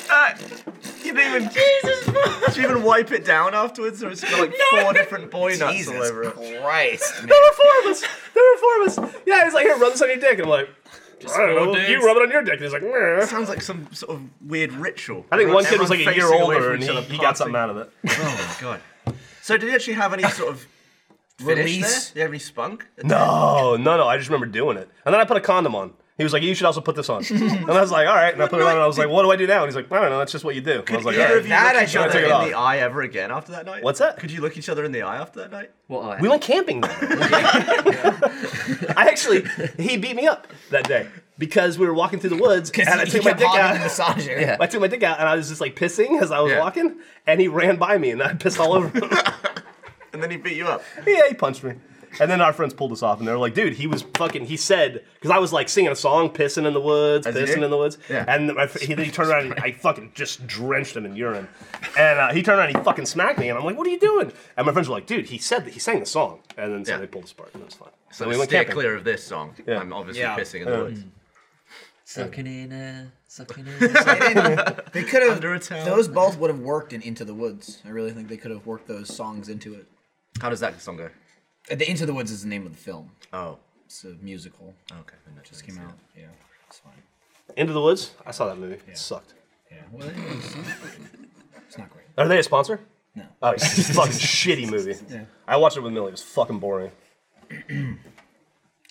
That, Uh, you didn't even. Jesus. Did you even wipe it down afterwards, or it's got like four different boy nuts all Jesus over it? Christ. There were four of us. There were four of us. Yeah, he's like, "Here, rub this on your dick." And I'm like, "I four don't know. dudes. You rub it on your dick." And he's like, "Nah." Sounds like some sort of weird ritual. I think one kid was like a Everyone year facing away older, from and each he, other, he got partying. something out of it. Oh my god. So did he actually have any sort of finish Release. There? Did he have any spunk? No, no, no. I just remember doing it, and then I put a condom on. He was like, "You should also put this on," and I was like, "All right." And I put it on, and I was like, "What do I do now?" And he's like, "I don't know. That's just what you do." And I was like, "All Either right." of you That look I each should other take it in off. the eye ever again after that night? What's that? Could you look each other in the eye after that night? What I We went camping. that day. I actually, he beat me up that day because we were walking through the woods and I Because he took my kept dick hogging the out. massager. Yeah. I took my dick out and I was just like pissing as I was Yeah. walking, and he ran by me and I pissed all over him. And then he beat you up. yeah, he punched me. And then our friends pulled us off, and they were like, "Dude, he was fucking." He said, "Because I was like singing a song, pissing in the woods, As he pissing did? in the woods." Yeah. And my, fr- he, then he turned around, and I fucking just drenched him in urine. And uh, he turned around, and he fucking smacked me, and I'm like, "What are you doing?" And my friends were like, "Dude, he said that he sang the song," and then so Yeah. they pulled us apart, and it was fine. So Then we we went steer camping. clear of this song. Yeah. I'm obviously Yeah. pissing in the woods. Sucking in air, sucking in air. They, didn't- they could have. Under a towel. Those both would have worked in Into the Woods. I really think they could have worked those songs into it. How does that song go? Uh, The Into the Woods is the name of the film. Oh, It's a musical. okay. I know Just what you came mean. out. Yeah, it's fine. Into the woods. I saw that movie. It sucked. Yeah. Well, it's not- it's not great. Are they a sponsor? No. Oh, it's a fucking shitty movie. I watched it with Millie. It was fucking boring.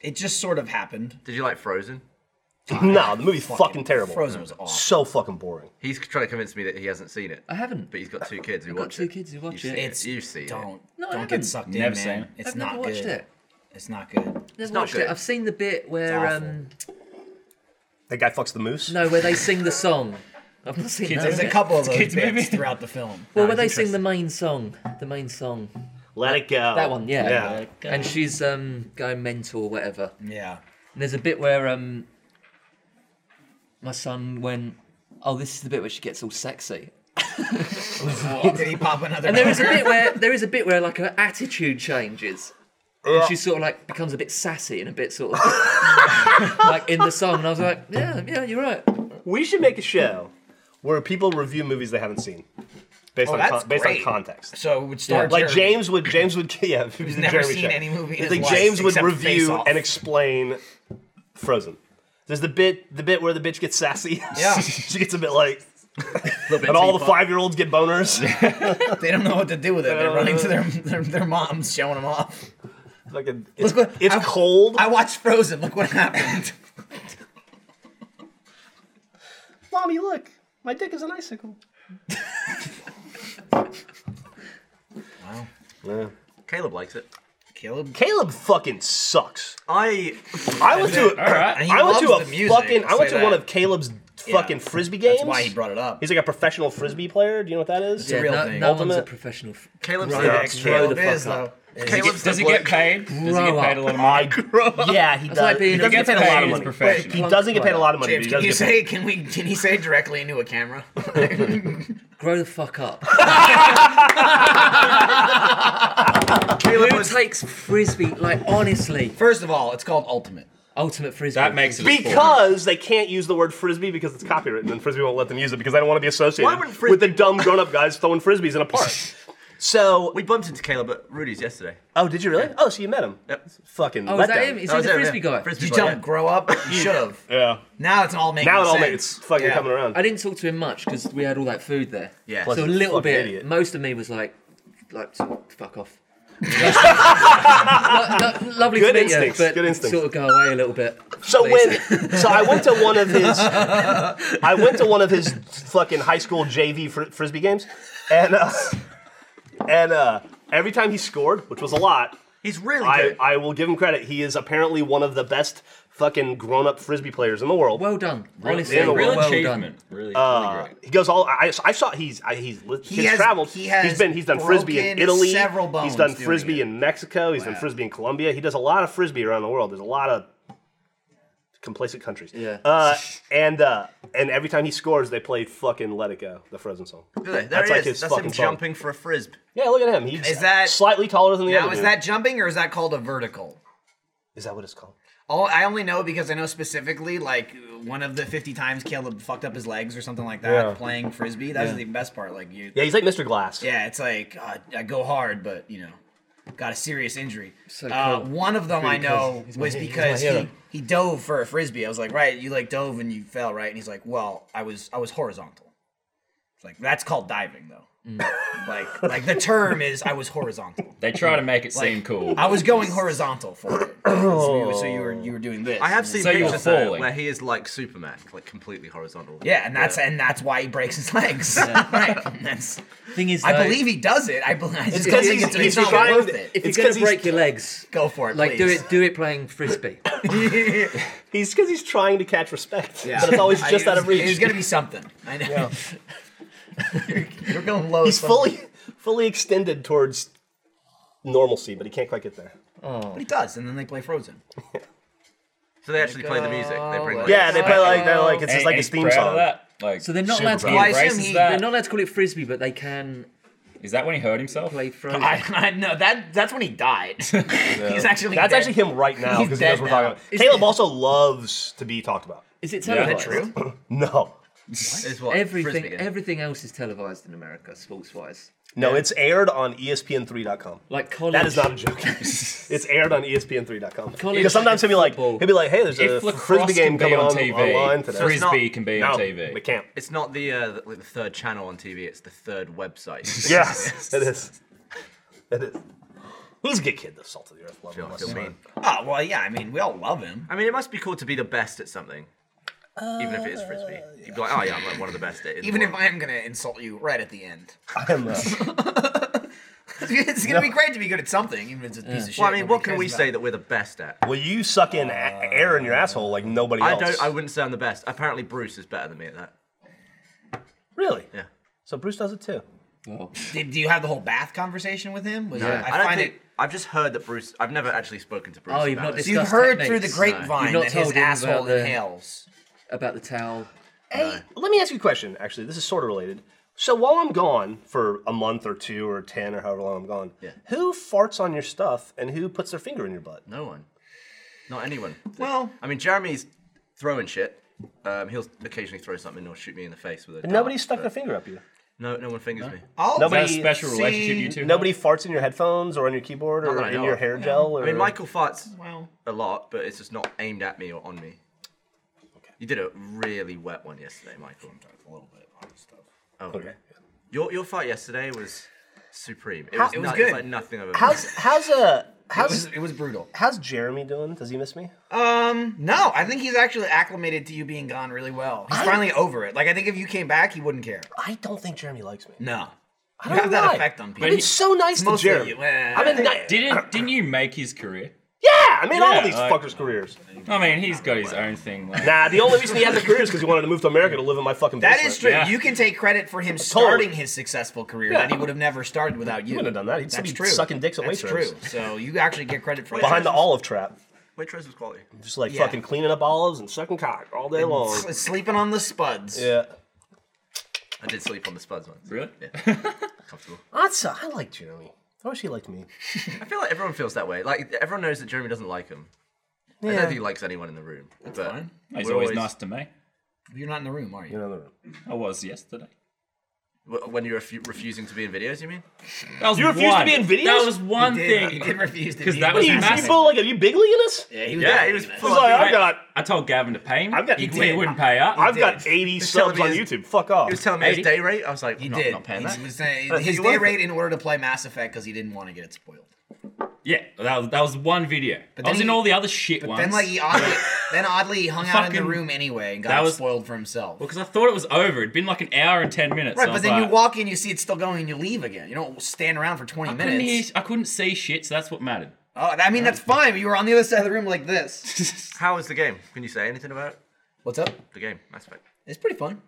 It just sort of happened. Did you like Frozen? no, the movie's fucking, terrible. Frozen was awful. So fucking boring. He's trying to convince me that he hasn't seen it, I haven't. but he's got two kids who I've got watch two it. kids who watch You've it. seen It's You've seen it. Don't No, don't I haven't. get sucked Never in, seen man. it. It's I've not never watched good. it. It's not good. Never not watched good. it. I've seen the bit where awful. um That guy fucks the moose. no, where they sing the song. I've not seen that. There's a couple of those bits throughout the film. Well, where they sing the main song, the main song, Let it go. that one, yeah. Oh, Yeah. And she's um going mental, or whatever. Yeah. And there's a bit where um my son went, oh, this is the bit where she gets all sexy. Did he pop another? And there is a bit where there is a bit where like her attitude changes. And she sort of like becomes a bit sassy and a bit sort of like in the song. And I was like, yeah, yeah, you're right. We should make a show where people review movies they haven't seen based Oh, on that's con- based great. on context. So it would start Like Jeremy. James would James would yeah. Who's never seen any movie in his Like life James would except Face review Off. and explain Frozen. There's the bit the bit where the bitch gets sassy. Yeah. she gets a bit like. and all the five year olds get boners. They don't know what to do with it. They're running to their their, their moms, showing them off. Fucking- it's Look what- it's I- cold. I watched Frozen. Look what happened. Mommy, look, my dick is an icicle. Wow. Caleb likes it. Caleb. Caleb fucking sucks. I I went to And he I went to a loves the music, fucking I'll I went say to one that. of Caleb's fucking frisbee games. That's why he brought it up. He's like a professional frisbee player. Do you know what that is? Yeah, real no, thing. no one's a Ultimate- professional. f- Caleb's grow the up, next grow the It is fuck up. though. Caleb's Does the he get bloke- paid? Does he Grow get paid a up. lot of money? Yeah, he does. like being he a doesn't get paid a lot of professional. money. Professional. He doesn't get paid a lot of money. James, but can he does you get say? Can we? Can he say directly into a camera? Grow the fuck up. Caleb Who was takes frisbee like honestly? First of all, it's called Ultimate. Ultimate frisbee. That makes it a paid. sport. Because they can't use the word frisbee because it's copyrighted, and frisbee won't let them use it because they don't want to be Why associated wouldn't with the frisbee- dumb grown-up guys throwing frisbees in a park. So, we bumped into Caleb at Rudy's yesterday. oh, did you really? Oh, so you met him? Yep. Fucking. Oh, is letdown. that him? Is That he was the it, frisbee yeah. guy? Frisbee Did you guy, tell yeah. him grow up? You should have. Yeah. Now it's all making Now it all sense. makes it's fucking Yeah. coming around. I didn't talk to him much because we had all that food there. Yeah. So a he's a little fucking bit. idiot. Most of me was like, like, sort of, fuck off. Lo- lo- lovely Good to meet instincts, you, but good instincts. sort of go away a little bit. So please. when so I went to one of his I went to one of his fucking high school JV fr- frisbee games, and uh, and uh, every time he scored, which was a lot, He's really I, good. I will give him credit. He is apparently one of the best fucking grown up frisbee players in the world. well done, honestly, yeah, well, real Ah. done. achievement. Really, really great. he goes all. I, I saw he's I, he's he's has- traveled. he has he's been he's done frisbee in broken Italy. several bones he's done doing frisbee it. in Mexico. He's done frisbee in Colombia. He does a lot of frisbee around the world. There's a lot of complacent countries. Yeah. Uh, and uh, and every time he scores, they play fucking "Let It Go," the Frozen song. Look at that. There That's he like is. his That's him fucking song. jumping for a frisbee. Yeah, look at him. He's Is that- slightly taller than the Now other. is dude. that jumping or is that called a vertical? is that what it's called? All I only know because I know specifically like one of the fifty times Caleb fucked up his legs or something like that Yeah. playing frisbee. That was the best part. Like you, Yeah, he's like Mr. Glass. yeah, it's like uh, I go hard, but you know, got a serious injury. So uh, cool. one of them I know was because hero. he, he dove for a frisbee. I was like, right, you like dove and you fell, right? And he's like, well, I was I was horizontal. It's like that's called diving though. like like the term is I was horizontal. They try to make it seem cool. I was going horizontal for it. So you, so you were you were doing this. I have seen So you're pictures though, falling. where he is like Superman, like completely horizontal. Yeah, and that's and that's why he breaks his legs. right. That's, Thing is, I though, believe he does it. I believe it's 'cause he's- it's, he's not trying worth to- it. if it's you're gonna 'cause he's- break your legs, Go for it, like do please. it, do it playing frisbee. He's because he's trying to catch respect, but it's always just I- out of It was reach. gonna be something. I know. You're going low. He's somewhere. fully fully extended towards normalcy, but he can't quite get there. Oh. But he does, and then they play Frozen. So they actually play the music. They bring like, Yeah, they play like they're like it's just like his theme proud of song. that. Like, So they're not super allowed to proud. call Well, I it He assume embraces he- that. They're not allowed to call it frisbee, but they can Is that when he hurt himself? play frozen. I, I know that that's when he died. He's actually That's dead. actually him right now He's because dead that's what we're now. talking about. Caleb also loves to be talked about. Is it Yeah. televised? Is that No, It's what Everything, Frisbee game. everything else is televised in America, sports-wise. no, it's aired on E ESPN3.com. Like college. That is not a joke. it's aired on E ESPN3.com. College Because sometimes he'll be like, football. he'll be like, hey, there's If a lacrosse frisbee game can be coming on on TV, online today. it's not- frisbee can be on TV. we can't. It's not the uh, the, like, the third channel on TV. It's the third website. Yes, it is. It is. He's a good kid, though. Salt of the earth. Love You him. know what I mean? Oh well, yeah. I mean, we all love him. I mean, it must be cool to be the best at something, even if it is frisbee. You'd be like, oh yeah, I'm like one of the best at it. in the Uh, Even if world." I am gonna insult you right at the end, I am, uh, it's gonna be great to be good at something, even if it's a piece of shit. Well, I mean, what nobody can we cares say about. that we're the best at? Well, you suck in a- air in your asshole like nobody I else. don't. I wouldn't say I'm the best. Apparently, Bruce is better than me at that. really. Yeah. So Bruce does it too. Well, Did, do you have the whole bath conversation with him? Was it- I I, I don't find think. it. I've just heard that Bruce. I've never actually spoken to Bruce. Oh, you've about not it. dis- So you've Discuss heard techniques. through the No. grapevine You've not that his told him asshole about the- inhales. about the towel. Hey, let me ask you a question. Actually, this is sort of related. So while I'm gone for a month or two or ten or however long I'm gone, Yeah. who farts on your stuff and who puts their finger in your butt? No one. Not anyone. Well- I mean, Jeremy's throwing shit. Um, he'll occasionally throw something or shoot me in the face with a. And dart, nobody stuck but- their finger up you. No, no one fingers me. I'll Nobody- Is that a special relationship you two? have? Nobody farts in your headphones or on your keyboard Not or that I in know your of. hair gel. Or... I mean, Michael farts Well, a lot, but it's just not aimed at me or on me. You did a really wet one yesterday, Michael. a little bit on stuff. Oh, okay. Your your fight yesterday was supreme. It How- was, it was no- good. like nothing I've ever. How's how's uh It was, how's it was brutal. how's Jeremy doing? Does he miss me? Um, no, I think he's actually acclimated to you being gone really well. He's finally over it. Like I think if you came back, he wouldn't care. I don't think Jeremy likes me. No, you I don't have know that why. effect on people. I've been so nice to mostly Jeremy. you. Eh. I've been ni- Didn't didn't you make his career? Yeah, I mean all Yeah, these I- fuckers' careers. I mean, he's got his own thing. Like, Nah, the only reason he had the career is because he wanted to move to America to live in my fucking That basement. is true. Yeah. You can take credit for him Totally. starting his successful career that he Yeah. would have never started without you. wouldn't have done that. He'd still That's be true. sucking dicks at That's Waitrose. true. So you actually get credit for Behind the that. olive trap. Waitrose was quality. Just like Yeah. fucking cleaning up olives and sucking cock all day long. S- Sleeping on the spuds. Yeah. I did sleep on the spuds once. really? Comfortable. That's, uh, I like Jeremy. I wish he liked me. I feel like everyone feels that way. Like everyone knows that Jeremy doesn't like him. I don't Yeah. think he likes anyone in the room. but fine. He's we're always nice to me. You're not in the room, are you? You know, the- I was yesterday. w- When you're refu- refusing to be in videos, you mean? That was You refused to one- be in videos? That was one He did- thing. He did refuse to 'Cause be that in was the You- room. you feel like, are you big leaguing us? Yeah, he was Yeah, definitely he was in it. full It's like, of- I've got, I told Gavin to pay him. I've got- he, he did. did. wouldn't pay up. I've got did. 80 telling subs me on his- YouTube. Fuck off. He was telling me his Maybe. day rate. I was like, He no, I'm did. not paying he that. was saying think his he day was. rate in order to play Mass Effect because he didn't want to get it spoiled. yeah, that was, that was one video. I then was in he- all the other shit ones. Then like he oddly, then oddly he hung out in Fucking- the room anyway and that got it was- spoiled for himself. because I thought it was over. It'd been like an hour and ten minutes. right, so but I was then like, you walk in, you see it's still going, and you leave again. You don't stand around for twenty I couldn't, minutes. hear, I couldn't see shit, so that's what mattered. Oh, I mean that's fine. But you were on the other side of the room like this. How was the game? Can you say anything about it? What's up? the game Mass Effect? It's pretty fun.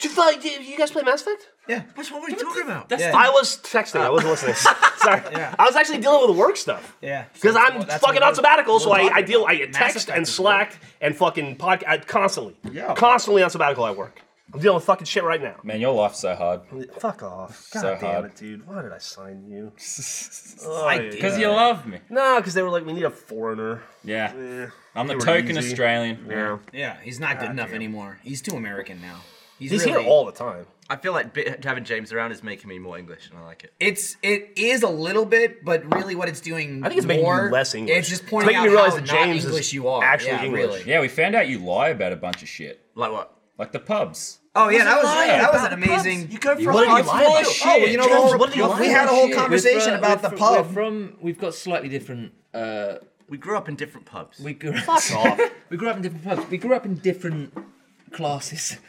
Do you, like, do you guys play Mass Effect? Yeah. What's what were you talking about? That's Yeah. the- I was texting. I wasn't listening. Sorry. I was actually dealing with work stuff. Yeah. Because That's- I'm well, that's fucking what on we're- sabbatical, so we're I, I talking deal. about. I Mass text Effect and is great. Slack and fucking podcast I, constantly. Yeah. Constantly on sabbatical at work. I'm dealing with fucking shit right now. Man, your life's so hard. Fuck off. God So damn hard. it, dude. Why did I sign you? I did. Because you love me. No, because they were like, we need a foreigner. Yeah. I'm the were token easy. Australian. Yeah. Yeah, he's not good enough anymore. He's too American now. He's, He's really, here all the time. I feel like bit, having James around is making me more English, and I like it. It's it is a little bit, but really what it's doing. I think it's making more, you less English. It's just It's pointing making out me realize how that not James is English you are. actually yeah, English. Really. Yeah, we found out you lie about a bunch of shit. Like what? Like the pubs. Oh yeah, that was that was an You amazing. What go for a did you hard lie about? Oh, well, you know, the James, whole- what do you we like? had a whole Shit. conversation We're fro- about we're the fro- we're pub. from, we've got slightly different. Uh, We grew up in different pubs. we grew up. Fuck off. We grew up in different pubs. We grew up in different classes.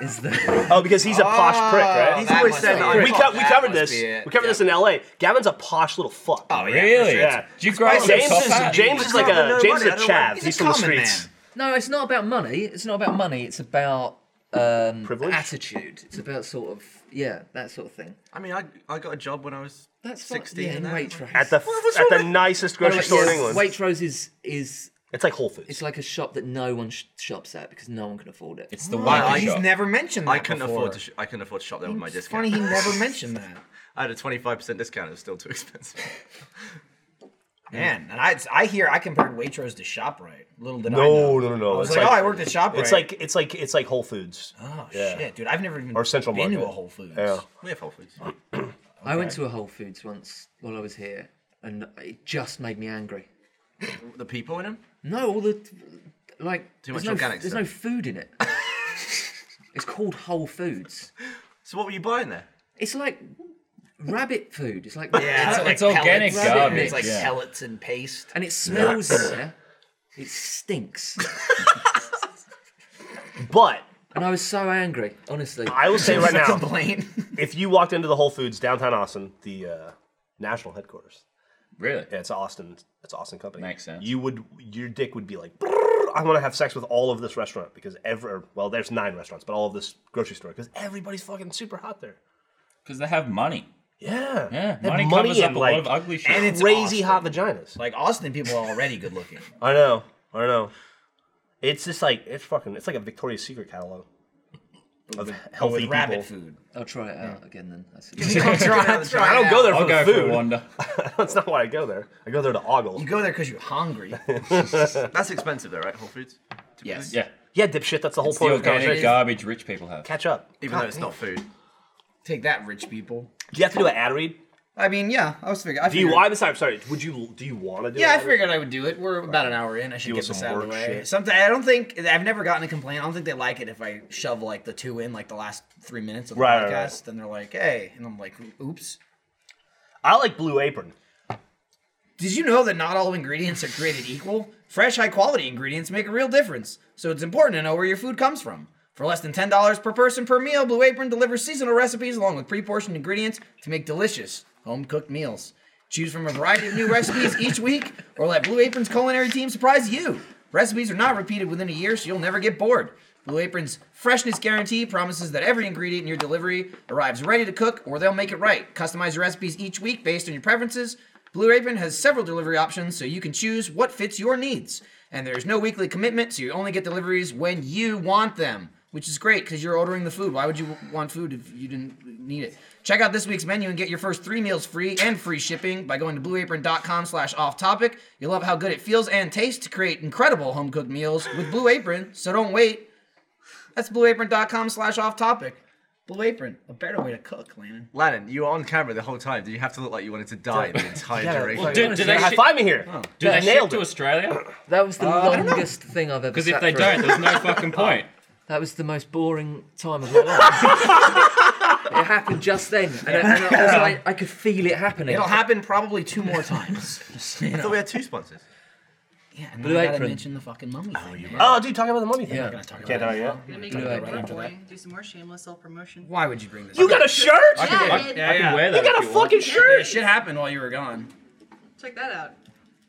Is the Oh, because he's a posh prick, right? He's that always must said be that. it. we, prick. co- we That covered must this. be it. We covered this in L.A. Gavin's a posh little fuck. Oh, yeah, really? for sure. Yeah. Did you grow Oh, up James with is James is like I don't a know James is money, a I don't know. chav. He's He's, a from the common streets. man. no, it's not about money. It's not about money. It's about um, Privilege? attitude. It's about sort of yeah, that sort of thing. I mean, I I got a job when I was That's fine. 16 Yeah, and in that- Waitrose. At the what's at wrong the nicest By grocery the way, store in yeah, England. Waitrose is is It's like Whole Foods. it's like a shop that no one sh- shops at because no one can afford it. It's the I- one He's shop. never mentioned that I couldn't before. afford to. Sh- I couldn't afford to shop there with my It's discount. funny he never mentioned that. I had a twenty five percent discount. It was still too expensive. Man, and I, I hear I compared Waitrose to Shoprite. Little did I no, know. no, no, no. I was it's like, oh, I worked at Shoprite. It's like it's like it's like Whole Foods. oh yeah. shit, dude, I've never even Or Central been to Market. a Whole Foods. Yeah. We have Whole Foods. I went to a Whole Foods once while I was here, and it just made me angry. The people in them. No, all the like Too there's much no, organic There's stuff. no food in it. it's called Whole Foods. So what were you buying there? It's like rabbit food. It's like Yeah, It's organic pellets and garbage, It's like yeah. pellets and paste. and it smells in there. It stinks. But and I was so angry, honestly. I will say right now, Complaint. if you walked into the Whole Foods downtown Austin, the uh, national headquarters, Really? yeah, it's Austin, it's Austin company. Makes sense. You would, your dick would be like, "Brrr, I want to have sex with all of this restaurant because every, or, well, there's nine restaurants, but all of this grocery store because everybody's fucking super hot there. Because they have money. Yeah, Yeah, They have money, covers up and, a like, lot of ugly shit. and it's crazy Austin. hot vaginas. Like Austin people are already good looking. I know, I know. It's just like it's fucking. It's like a Victoria's Secret catalog of healthy With people. rabbit food. I'll try it out again then. That's I don't go there for I'll the go for food. a wander. That's not why I go there. I go there to ogle. You go there because you're hungry. That's expensive though, right? Whole Foods. Typically? Yes. Yeah. Yeah, dipshit. That's the whole It's the point of the organic conversation. garbage rich people have. Catch up. Even though it's not food. Take that, rich people. Do you have to do an ad read? I mean, yeah, I was figuring. I Do you? figured- I'm sorry. I'm sorry. Would you? Do you want to do? Yeah, I an ad read? figured I would do it. We're about an hour in. I should Deal get with this some out of the work way. shit. Something I don't think I've never gotten a complaint. I don't think they like it if I shove like the two in like the last three minutes of the Right, podcast. right, right. Then they're like, "Hey," and I'm like, "Oops." I like Blue Apron. Did you know that not all ingredients are created equal? Fresh, high quality ingredients make a real difference, so it's important to know where your food comes from. For less than $10 per person per meal, Blue Apron delivers seasonal recipes along with pre portioned ingredients to make delicious home cooked meals. Choose from a variety of new recipes each week, or let Blue Apron's culinary team surprise you. Recipes are not repeated within a year, so you'll never get bored. Blue Apron's freshness guarantee promises that every ingredient in your delivery arrives ready to cook, or they'll make it right. Customize your recipes each week based on your preferences. Blue Apron has several delivery options, so you can choose what fits your needs. And there's no weekly commitment, so you only get deliveries when you want them, which is great because you're ordering the food. Why would you w- want food if you didn't need it? Check out this week's menu and get your first three meals free and free shipping by going to blueapron.com slash off topic. You'll love how good it feels and tastes to create incredible home cooked meals with Blue Apron, so don't wait. That's blueapron.com slash off topic. Blue Apron, a better way to cook, Landon. Lannon, you were on camera the whole time. Did you have to look like you wanted to die the entire duration? Do, do they High ship, five me here. do they ship nailed to it. Australia? That was the longest thing I've ever. Because if sat they through. don't, there's no fucking point. that was the most boring time of my life. it happened just then, and, I, and I, was like, I could feel it happening. It'll happen probably two more times. Just, you I know. thought we had two sponsors. Yeah, and Blue then I gotta Apron. mention the fucking mummy thing. man. Oh, dude, talk about the money thing. Yeah. Talk about Can't that. do it yet. Gonna make Blue it apron. right away. Do some more shameless self promotion. Why would you bring this? You up? got a shirt? I can, I, Yeah, I yeah. can wear that. You got if a you fucking Yeah, shirt? shit happened while you were gone. Check that out.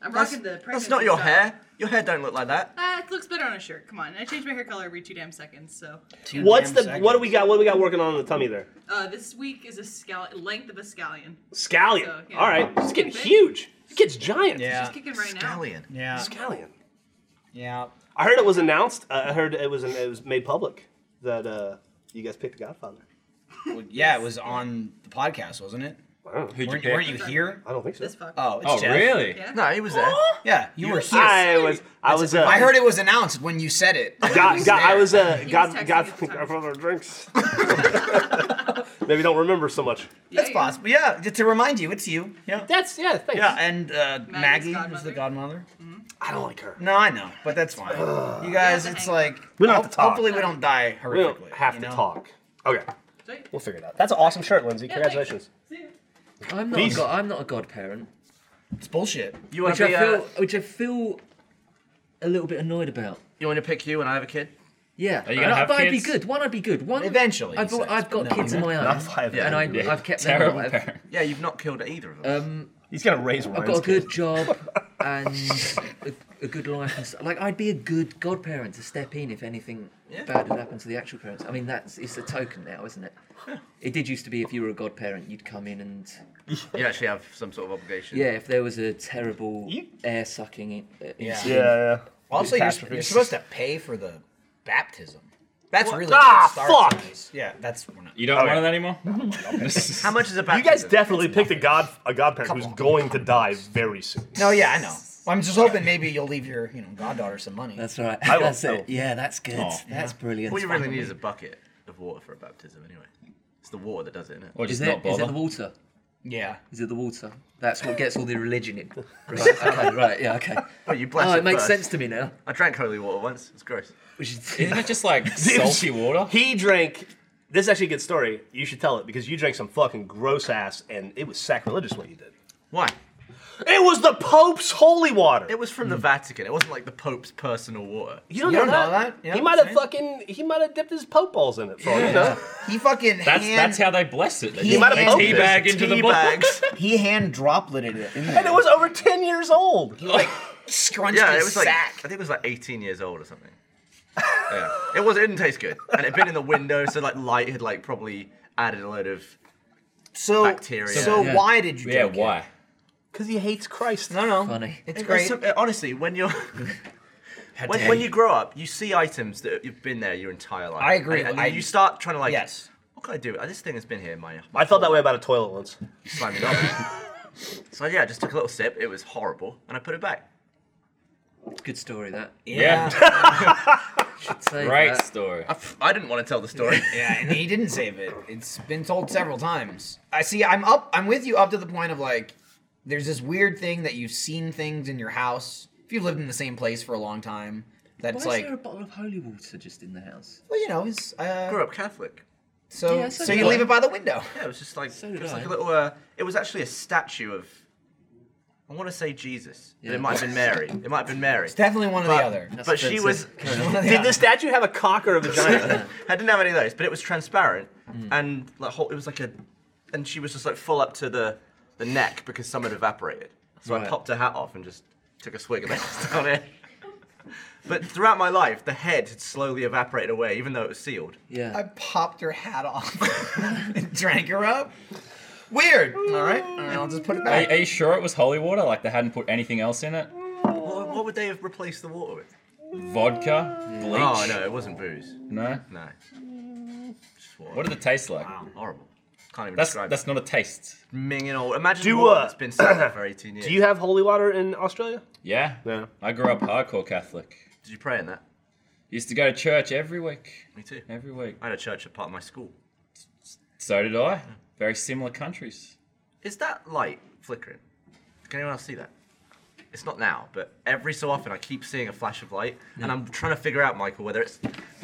I'm That's, rocking the. that's pregnancy not your stuff. hair. Your hair don't look like that. Ah, it looks better on a shirt. Come on. I change my hair color every two damn seconds. So, Two What's damn the? seconds. What do we got? What do we got working on in the tummy there? uh, this week is a scal- length of a scallion. Scallion. So, yeah. All right, it's getting Big. huge. This kid's giant. Yeah, Kicking right now. Scallion. yeah, Scallion. yeah. I heard it was announced. Uh, I heard it was it was made public that uh, you guys picked the Godfather. Well, yeah, it was on the podcast, wasn't it? Who'd you Weren't, pick? weren't you here? I don't think so. This fuck. Oh, it's Oh, Jeff. really? Yeah. No, he was there. Yeah, you were here. I, I was. I was. Uh, heard it was announced when you said it. God, God, I was. Uh, texting God, at God, the time. Godfather drinks. Maybe don't remember so much. Yeah, That's yeah. possible. Yeah, just to remind you, it's you. Yeah. That's yeah. Thanks. Yeah, and uh, Maggie Maggie's was the godmother. I don't like her. No, I know, but that's fine. You guys, it's like We don't have to talk. Hopefully, we don't die horrifically. We don't have you to know? talk. Okay, Sweet. we'll figure it out. That's an awesome shirt, Lindsay. Yeah, Congratulations. See ya. I'm not. A Peace. god, I'm not a godparent, It's bullshit. You want which to I be? feel, Uh, which I feel a little bit annoyed about. you want to pick you and I have a kid? Yeah, you And gonna I- have but I'd be kids? good. One, I'd be good. One Eventually, he I've, says, I've got but no, kids of my Not own, five. Yeah. and I, Yeah, I've kept them terrible alive. parent. Yeah, you've not killed either of us. Um, He's gonna raise. I've got a good job and a a good life and stuff. Like I'd be a good godparent to step in if anything bad had happened to the actual parents. I mean, that's it's a token now, isn't it? It did used to be if you were a godparent, you'd come in and You actually have some sort of obligation. yeah, if there was a terrible air sucking uh, incident. Yeah, yeah. Also, you're, Catastrophe. you're supposed to pay for the baptism. That's really Ah, what starts fuck! this. Yeah, that's we're not. You don't want it anymore? How much is a You guys baptism? definitely picked a god a godparent who's on. going to die very soon. No, yeah, I know. Well, I'm just hoping maybe you'll leave your you know goddaughter some money. That's right. I will- that's I it. will. Yeah, that's good. That's brilliant. What you really need is a bucket of water for a baptism, anyway. It's the water that does it, isn't it? Or Is just it, not is it bother? the water? yeah. Is it the water? That's what gets all the religion in. Right, okay, right, yeah, okay. Oh, you bless Oh, it, it makes first. sense to me now. I drank holy water once. It's gross. Which is, Isn't it just like salty water? He drank. This is actually a good story. You should tell it because you drank some fucking gross ass, and it was sacrilegious what you did. Why? It was the Pope's holy water. It was from Hmm. the Vatican. It wasn't like the Pope's personal water. you don't, You know, don't know that. that? You he know might what have I'm fucking. He might have dipped his Pope balls in it. For all you know. He fucking That's hand that's how they bless it. They He just might put have a tea opened bag into the tea bowl. bags. he hand dropleted it in there. And it was over ten years old. like scrunched yeah, his it was like sack. I think it was like 18 years old or something. yeah, it was. It didn't taste good, and it'd been in the window, so like light had like probably added a load of. so bacteria. So Yeah. why did you? Yeah, drink it? why? Because he hates Christ. No, no. Funny. It's It was great. some- honestly, when you're when, when you grow up, you see items that you've been there your entire life. I agree. and, and I- you start trying to like. Yes. What can I do? This thing has been here my. my I felt that way about a toilet once. Slimy knob. so yeah, I just took a little sip. It was horrible, and I put it back. good story that. Yeah. Save Great that. story. I, f- I didn't want to tell the story. Yeah, and he didn't save it. It's been told several times. I see. I'm up. I'm with you up to the point of like, there's this weird thing that you've seen things in your house if you've lived in the same place for a long time. Why That's is like, there a bottle of holy water just in the house? well, you know, it's, I uh, grew up Catholic. so Yeah, so so you did I. leave it by the window. Yeah, it was just like So it did was like I. a little. Uh, it was actually a statue of. I want to say Jesus, but Yeah. it might have been Mary. It might have been Mary. Definitely one or the But- other. That's but she was. offensive. One or the Did other. the statue have a cock or a vagina? I didn't have any of those, but it was transparent Mm. and like whole, it was like a, and she was just like full up to the the neck because some had evaporated. So I Right. popped her hat off and just took a swig of it down it. But throughout my life, the head had slowly evaporated away, even though it was sealed. Yeah. I popped her hat off and drank her up. Weird. All right. All right, I'll just put it Are, back. are you sure it was holy water? Like they hadn't put anything else in it? What, what would they have replaced the water with? Vodka? Bleach? Oh no, it wasn't booze. No? No. Just water. What did it taste like? Wow, horrible. Can't even That's describe. that's not a taste. minging all. Imagine Do, water uh, that's been sat there for 18 years. Do you have holy water in Australia? Yeah? Yeah. I grew up hardcore Catholic. Did you pray in that? Used to go to church every week. Me too. Every week. I had a church at part of my school. So did I. Very similar countries. Is that light flickering? Can anyone else see that? It's not now, but every so often I keep seeing a flash of light, and I'm trying to figure out, Michael, whether it's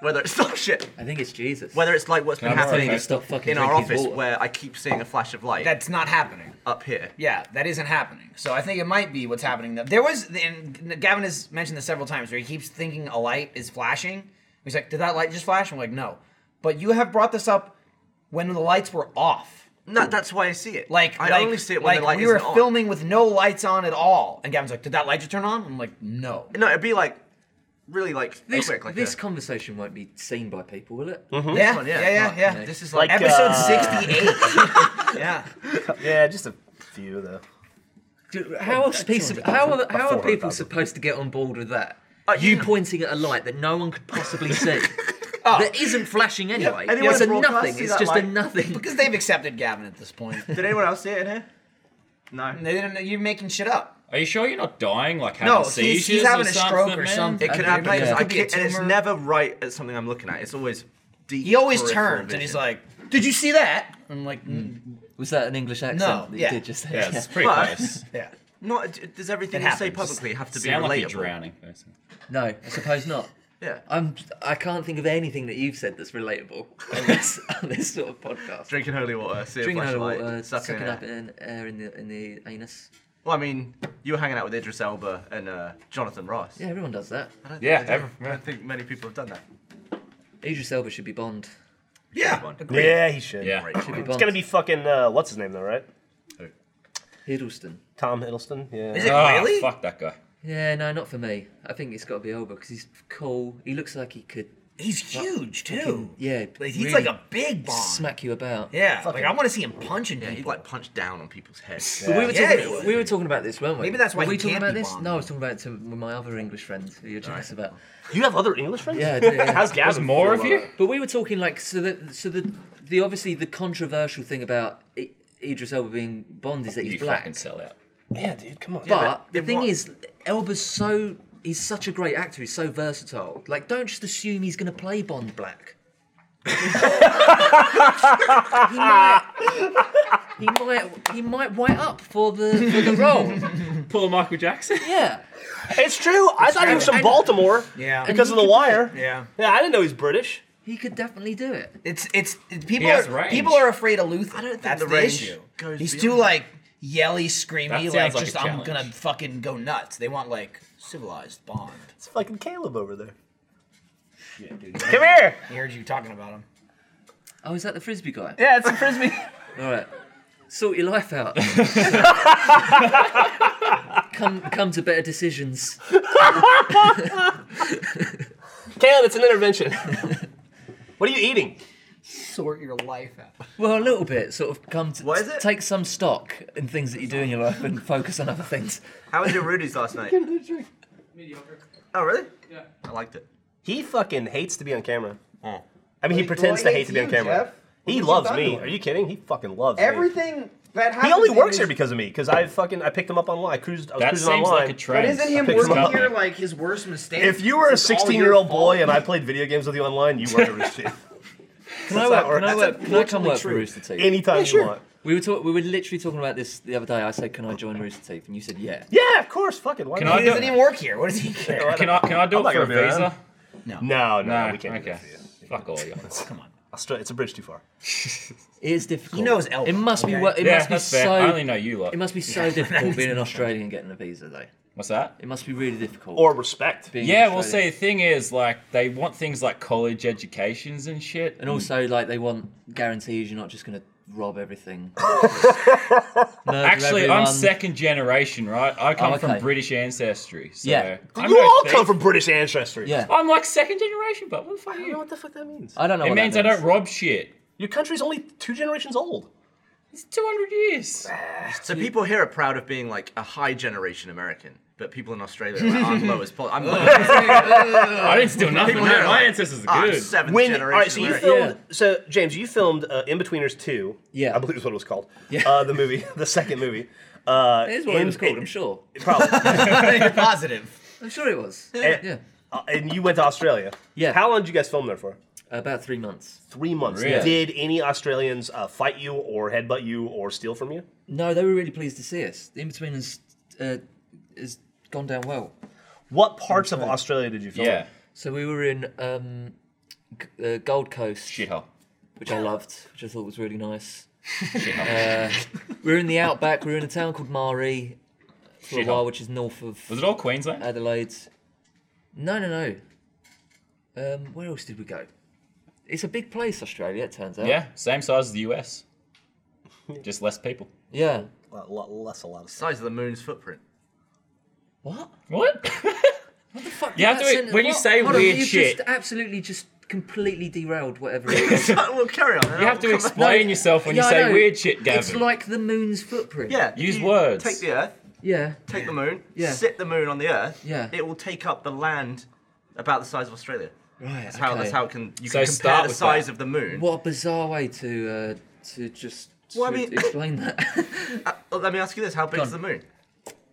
whether it's not shit, I think it's Jesus. whether it's like what's been I borrow happening that? in Stop fucking our drinking office, water. where I keep seeing a flash of light That's not happening. up here. Yeah, that isn't happening. So I think it might be what's happening. Though. There was, and Gavin has mentioned this several times, where he keeps thinking a light is flashing. He's like, "Did that light just flash?" I'm like, "No," but you have brought this up when the lights were off. No, that's why I see it. Like, I like- only see it when like the light we were isn't on. filming with no lights on at all, and Gavin's like, "Did that light just turn on?" I'm like, "No." No, it'd be like really like this quick, like this a- conversation won't be seen by people, will it? yeah, one, yeah, yeah, yeah, yeah, fuck, This is Like, like, Episode Uh, 68. yeah. Yeah, just a few though. Do- How are, piece of, how are, how are 400,000. people supposed to get on board with that? Uh, you yeah. Ah. pointing at a light that no one could possibly see. That isn't flashing anyway. anyone it's a broadcast nothing. see It's that just a light? nothing. Because they've accepted Gavin at this point. Did anyone else see it in here? No. They didn't, you're making shit up. Are you sure you're not dying? Like having No, he's, seizures he's having or a stroke something, or man? something. It could It happen might- because yeah. I Could be a can't, and it's tumor. never right at something I'm looking at. It's always deep. He always peripheral turns and he's vision. Hmm. like, "Did you see that?" I'm like, "Mm, Was that an English accent that you yeah. did just say? Yeah, it's pretty But- close. "Yeah." "Not does everything It you say happens. publicly have to be Sound like relatable?" you're drowning. basically. No, I suppose not. Yeah, I'm. I can't think of anything that you've said that's relatable on this, on this sort of podcast. drinking holy water, see Drinking a out of flashlight, water, sucking, sucking air. up in air in the in the anus. Well, I mean, you were hanging out with Idris Elba and uh, Jonathan Ross. Yeah, everyone does that. I don't, Yeah, I don't, every- I don't think many people have done that. Idris Elba should be Bond. Yeah. Yeah, he should. Yeah. Great. Should be Bond. It's gonna be fucking uh, what's his name though, right? Hiddleston. Tom Hiddleston. Yeah. Is it Ah, really? Fuck that guy. Yeah, no, not for me. I think it's got to be Elba because he's cool. He looks like he could, He's huge too. yeah, Like, he's really like a big bomb. smack you about. Yeah, like I want to see him punching He'd people. like punch down on people's heads. But we were, Yeah, talking, he would. we were talking about this, weren't we? Maybe that's why were we he talking can't about be this? bombed. No, I was talking about it to my other English friends who you're jealous about. You have other English friends? Yeah, I do, yeah. How's Gavin? There's more feel of you? about But we were talking like so that so the the obviously the controversial thing about I- Idris Elba being Bond is that he's You black. fucking sell out. it? Yeah, dude, come on. But the then thing what- is, Elba's so he's such a great actor. He's so versatile. Like, don't just assume he's going to play Bond black. he might. He might. He might white up for the for the role. Pull a Michael Jackson. Yeah. It's true. I thought he was from And- Baltimore. Yeah. Because of the And- wire. Yeah. Yeah, I didn't know he's British. He could definitely do it. It's it's it- people He has are, range. people are afraid of Luther. I don't think That's the the, range issue. goes He's beyond too that. like yelly, That screamy, sounds like like a just I'm challenge. gonna fucking go nuts. They want like civilized Bond. It's fucking Caleb over there. Come here. I heard you talking about him. Oh, is that the frisbee guy? Yeah, it's a frisbee. All right. Sort your life out. come come to better decisions. Caleb, it's an intervention. what are you eating? sort your life out. Well, a little bit, sort of come to What is it? take some stock in things that you do in your life and focus on other things. How was your Rudy's last night? Mediocre. Oh really? Yeah. I liked it. He fucking hates to be on camera. Oh. I mean, he pretends to hate to be on you, camera. Jeff? He loves me. Are you kidding? He fucking loves me. Everything that happens. He only works in here this- because of me. Because I fucking I picked him up online. I cruised. I was That cruising seems online. like a But trend. isn't him I picked him working up. here like his worst mistake? If you were a It's all your 16 year old fault. boy and I played video games with you online, you were Rooster Teeth. Can I not work? work- Can I, that's work, can I come unfortunately work for true. Rooster Teeth? Anytime you want. we were talk, we were literally talking about this the other day. I said, "Can I join Rooster Teeth?" And you said, "Yeah." Yeah, of course. Fucking. Why Can not? I He do doesn't even work here. What does he care? Can I, can I do I'm it not for gonna a be around. visa? No, no, Nah, we can't. do okay. that for you. Fuck all you. Come on. Austra- It's a bridge too far. It is difficult. He knows Elba, It must be. okay? wo- It Yeah, must be that's fair. I only so. know you lot. It must be so difficult being an Australian and getting a visa, though. What's that? It must be really difficult. Or respect. being Yeah, well, see, Australian. the thing is, like, they want things like college educations and shit. And also, like, they want guarantees you're not just going to rob everything. Murder Actually, I'm everyone. second generation, right? I come okay. from British ancestry. So Yeah. I'm you no all thief. come from British ancestry. Yeah. I'm like second generation, but what the fuck are You know you? what the fuck that means? I don't know. It what means I that don't rob shit. Your country's only two generations old. It's 200 years. So people here are proud of being like a high generation American, but people in Australia are like, I'm low as possible. I'm low. I didn't steal nothing. People here man. are My like, ancestors are "Ah, I'm good. seventh When all generation. right, so you American." filmed. So James, you filmed uh, In Betweeners two. Yeah. I believe is what it was called. Uh, the movie, the second movie. Uh, It is what in- it was called. I'm sure. Probably. You're positive. I'm sure it was. and, Yeah. uh, and you went to Australia. Yeah. How long did you guys film there for? About three months. Three months. Really? Did any Australians uh, fight you or headbutt you or steal from you? No, they were really pleased to see us. The in between has uh, has gone down well. What parts of Australia did you film? Yeah. So we were in um, G- uh, Gold Coast, Shithole. which I loved, which I thought was really nice. Shithole. We were in the outback. We were in a town called Marie for a Shithole. while, which is north of Was it all Queensland? Adelaide. No, no, no. Um, where else did we go? It's a big place, Australia. It turns out. yeah, same size as the US. Just less people. Yeah. A lot, less a lot of stuff. size of the moon's footprint. What? What? The fuck did You have that to- sentence- when you what? say Hold on, weird you've shit- just absolutely just completely derailed whatever. It was. well, carry on. You have to explain yourself when Yeah, you I say know. weird shit, Gavin. It's like the moon's footprint. Yeah. Use you words. Take the Earth. Yeah. Take the moon. Yeah. Sit the moon on the Earth. Yeah. It will take up the land about the size of Australia. Right. That's how. That's okay. how it can you So can start compare the with size that. of the moon. What a bizarre way to uh, to just to Well, I mean- explain that. Uh, let me ask you this: How big is the moon?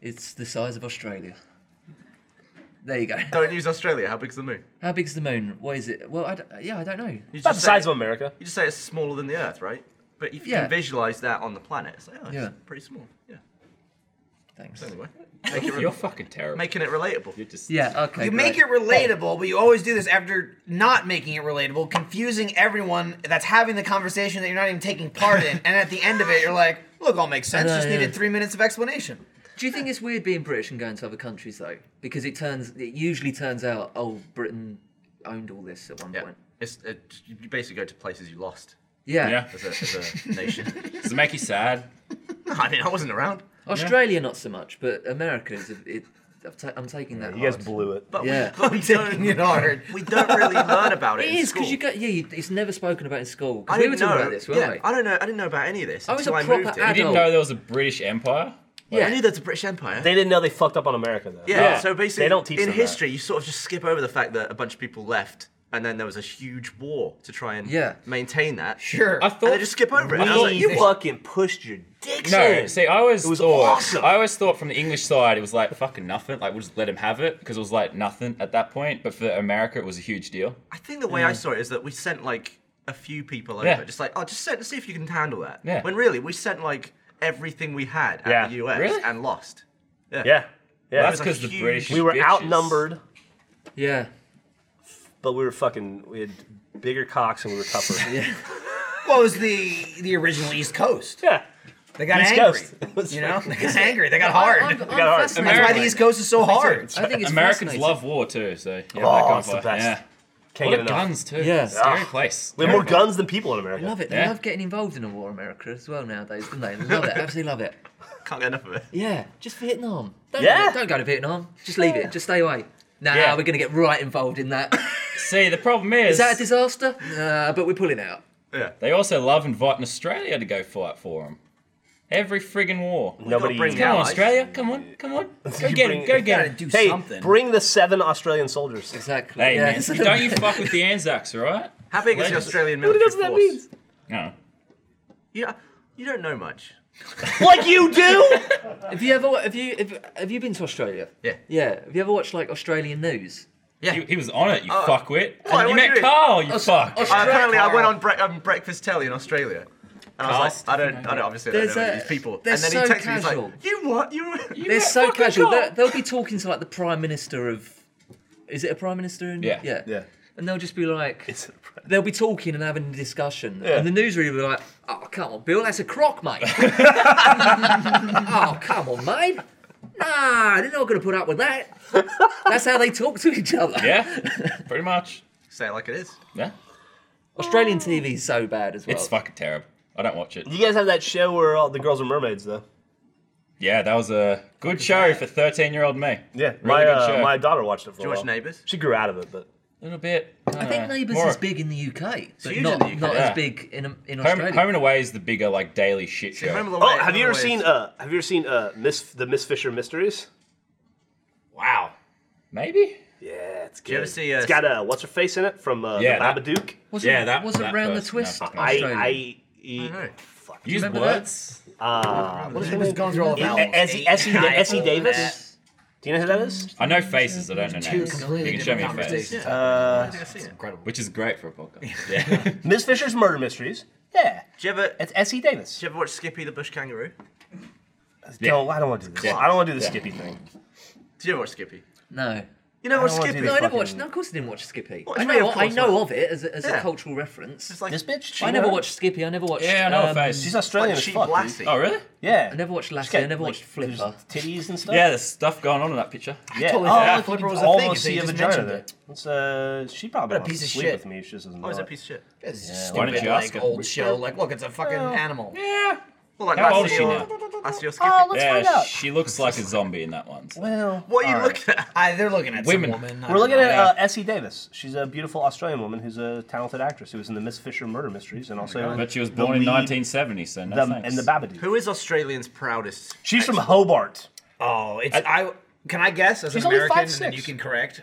it's the size of Australia. There you go. Don't use Australia. How big is the moon? How big's the moon? What is it? Well, I d yeah, I don't know. You About the say- size of America. You just say it's smaller than the Earth, right? But if you Yeah. can visualize that on the planet, it's like, oh, it's Yeah. pretty small. Yeah. Thanks. So anyway, make it re- You're fucking terrible. making it relatable. You're just Yeah. Okay. You make it great. relatable, but you always do this after not making it relatable, confusing everyone that's having the conversation that you're not even taking part in. And at the end of it, you're like, look, all makes sense. I know, Just yeah. needed three minutes of explanation. Do you think it's weird being British and going to other countries though? Because it turns it usually turns out oh Britain owned all this at one Yeah. point. It's it, you basically go to places you lost Yeah. Yeah. as a, as a nation. Does it make you sad? I mean, I wasn't around. Australia not so much, but America is a, it, I've ta- I'm taking that. You guys hard. blew it. But Yeah. we, but we don't. it hard. We don't really learn about it. It in is because school. you go. Yeah, you, it's never spoken about in school. 'cause I we didn't were know. talking about this, weren't yeah, we? I don't know. I didn't know about any of this I Oh, was until a I proper moved You here. ad- didn't Adult. know there was a British Empire? I yeah. knew there's a British Empire. They didn't know they fucked up on America though. yeah, Yeah. So basically, They don't teach in them that. history. You sort of just skip over the fact that a bunch of people left, and then there was a huge war to try and Yeah. maintain that. Sure. I thought And they just skip over it. And I was like, you you what? fucking pushed your dicks No, in. see, I always It was thought awesome. I always thought from the English side it was like fucking nothing. Like we'll just let him have it because it was like nothing at that point. But for America, it was a huge deal. I think the way I saw it is that we sent like a few people over, Yeah. just like, oh, just send, see if you can handle that. Yeah. When really, we sent like everything we had at Yeah. the US Really? and lost. Yeah, yeah. That's like because the huge- British. we were bitches. outnumbered, Yeah. but we were fucking. We had bigger cocks and we were tougher. yeah, What was the the original East Coast? They got East angry. Coast. You know, they got angry. They got hard. I'm, I'm hard. fascinated That's why by the East it. Coast is so hard. I think it's Americans fascinating. love war too, so yeah, Oh, that it's the combo. best. Yeah. Can't What get a enough. guns too. Yeah. Scary place. We have more Terrifying. guns than people in America. I love it. They Yeah. love getting involved in a war in America as well nowadays, don't they? They love it. Absolutely love it. Can't get enough of it. Yeah. Just Vietnam. Don't, Yeah. Don't go to Vietnam. Just leave it. Just stay away. Nah, Yeah. we're going to get right involved in that. See, the problem is, Is that a disaster? Nah, but we're pulling out. Yeah. they also love inviting Australia to go fight for them. Every friggin' war. Nobody. bring Come on, allies. Australia. Come on. Come on. Go You get bring- him. Go you get gotta him. do Hey, something. bring the seven Australian soldiers. Exactly. Hey, yeah. man. Don't you fuck with the Anzacs, all right? How big is the Legends. Australian Who military knows force? what that means? No. You, you don't know much. like you do. Have you ever have you have, have you been to Australia? Yeah. Yeah. Have you ever watched like Australian news? Yeah. He, he was on it, you Uh, fuckwit. what are you met you- Carl, you fuck. Aus- Uh, apparently, I went Carl. on bre- um, breakfast telly in Australia. And I was Cast. like, I don't, I don't obviously I don't There's know any a- of these people. they're And then so he texted me, casual. he's like, you what? You, you They're met so fucking casual. Carl. They'll, they'll be talking to like the prime minister of, is it a prime minister? In, Yeah. yeah. Yeah. And they'll just be like, It's a- they'll be talking and having a discussion, and the newsreader will be like, "Oh, come on, Bill, that's a crock, mate. oh, come on, mate. Nah, they're not going to put up with that. That's how they talk to each other. yeah, pretty much. say it like it is. Yeah. Australian TV is so bad as well. It's fucking terrible. I don't watch it. You guys have that show where all the girls are mermaids, though. Yeah, that was a good show for 13 year old me. Yeah, really my good uh, show. my daughter watched it for Do you a while. watch Neighbours? She grew out of it, but A little bit. uh, I think Neighbours more- is big in the UK, but huge not, in the UK. not Yeah. as big in, in Home, Australia. Home and Away is the bigger, like, daily shit See, Home show. and oh, Away- Home have and you ever Away seen is- uh Have you ever seen uh Miss the Miss Fisher Mysteries? Wow. Maybe? Yeah, it's good. you ever see, uh, it's got uh, what's her face in it from uh, Yeah, the that- Babadook? Wasn't, Yeah, that- wasn't that round the person, twist. that person. I Australia. I I E. don't know. Fuck. Use remember that? words. Uh, what is her It was name? going through all of E- Essie Essie Essie Davis. Do you know who that is? I know faces, I don't know Two names. You completely can show me a different face. conversations. Uh, I think I've seen it. Incredible. Which is great for a podcast. Yeah. Miss Fisher's Murder Mysteries. Yeah, Do you ever, do it's E Essie Davis. you ever watch Skippy the Bush Kangaroo? No, I don't want to do this. Yeah. I don't want to do the Skippy thing. Did you ever watch Skippy? No. You never watch don't wanna Skippy? do No, that. I never It's fucking- watched. No, of course I didn't watch Skippy. Well, I it's me, know, of I course know not. of it as a, as a Yeah. cultural reference. just like This bitch. I never watched Skippy. I never watched. yeah, I know a um, face. She's like Australian as Sheep fuck. dude. Lassie. oh, really? Yeah. I never watched Lassie. I never watched there's Flipper. Titties and stuff. Yeah, there's stuff going on in that picture. yeah. totally oh, forgot I Flipper can was a almost thing until see you a just vagina mentioned there. it. It's, uh, she probably What a wants piece to of sleep shit. with me if she doesn't know. Oh, is that a it. piece of shit? It's just why didn't stupid, you ask like her? old show. Like, look, it's a fucking animal. Yeah. Well, like How Lassie old is she or, now? Lassie or Skippy. Oh, let's find Yeah, out. she looks like a zombie in that one. Well, what are you all right. looking at? I, they're looking at Women. some woman. I We're don't looking know. at uh, Essie Davis. She's a beautiful Australian woman who's a talented actress who was in the Miss Fisher murder mysteries and also. in But she was the born in lead, 1970, so no the- thanks. and the Babadook. Who is Australian's proudest? She's from Hobart. Oh, it's I. Can I guess as an She's only American, five, and then you six. can correct?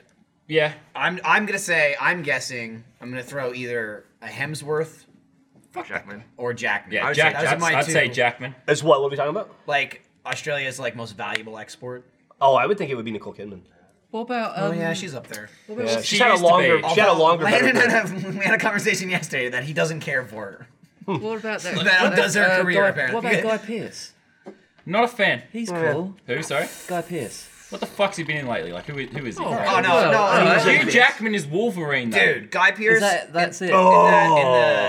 yeah. I'm. I'm gonna say. I'm guessing. I'm gonna throw either a Hemsworth Jackman. or Jackman. Yeah, would Jack, say- those are I'd, my I'd two. say Jackman. Is what? What are we talking about? Like Australia's like most valuable export. Oh, I would think it would be Nicole Kidman. What about? Oh Um, yeah, she's up there. What about She's She had a used to longer. be. She had a longer. better Landon career. had a, we had a conversation yesterday that he doesn't care for. what about that? That does her uh, career, Guy, apparently. What about Guy Pearce? Not a fan. He's cool. Who? Sorry. Guy Pearce. What the fuck's he been in lately? Like, who? i- Who is he? Oh no, Well, no, uh, no, Hugh Jackman is Wolverine, though. dude, Guy Pearce. Is that, that's it. Oh.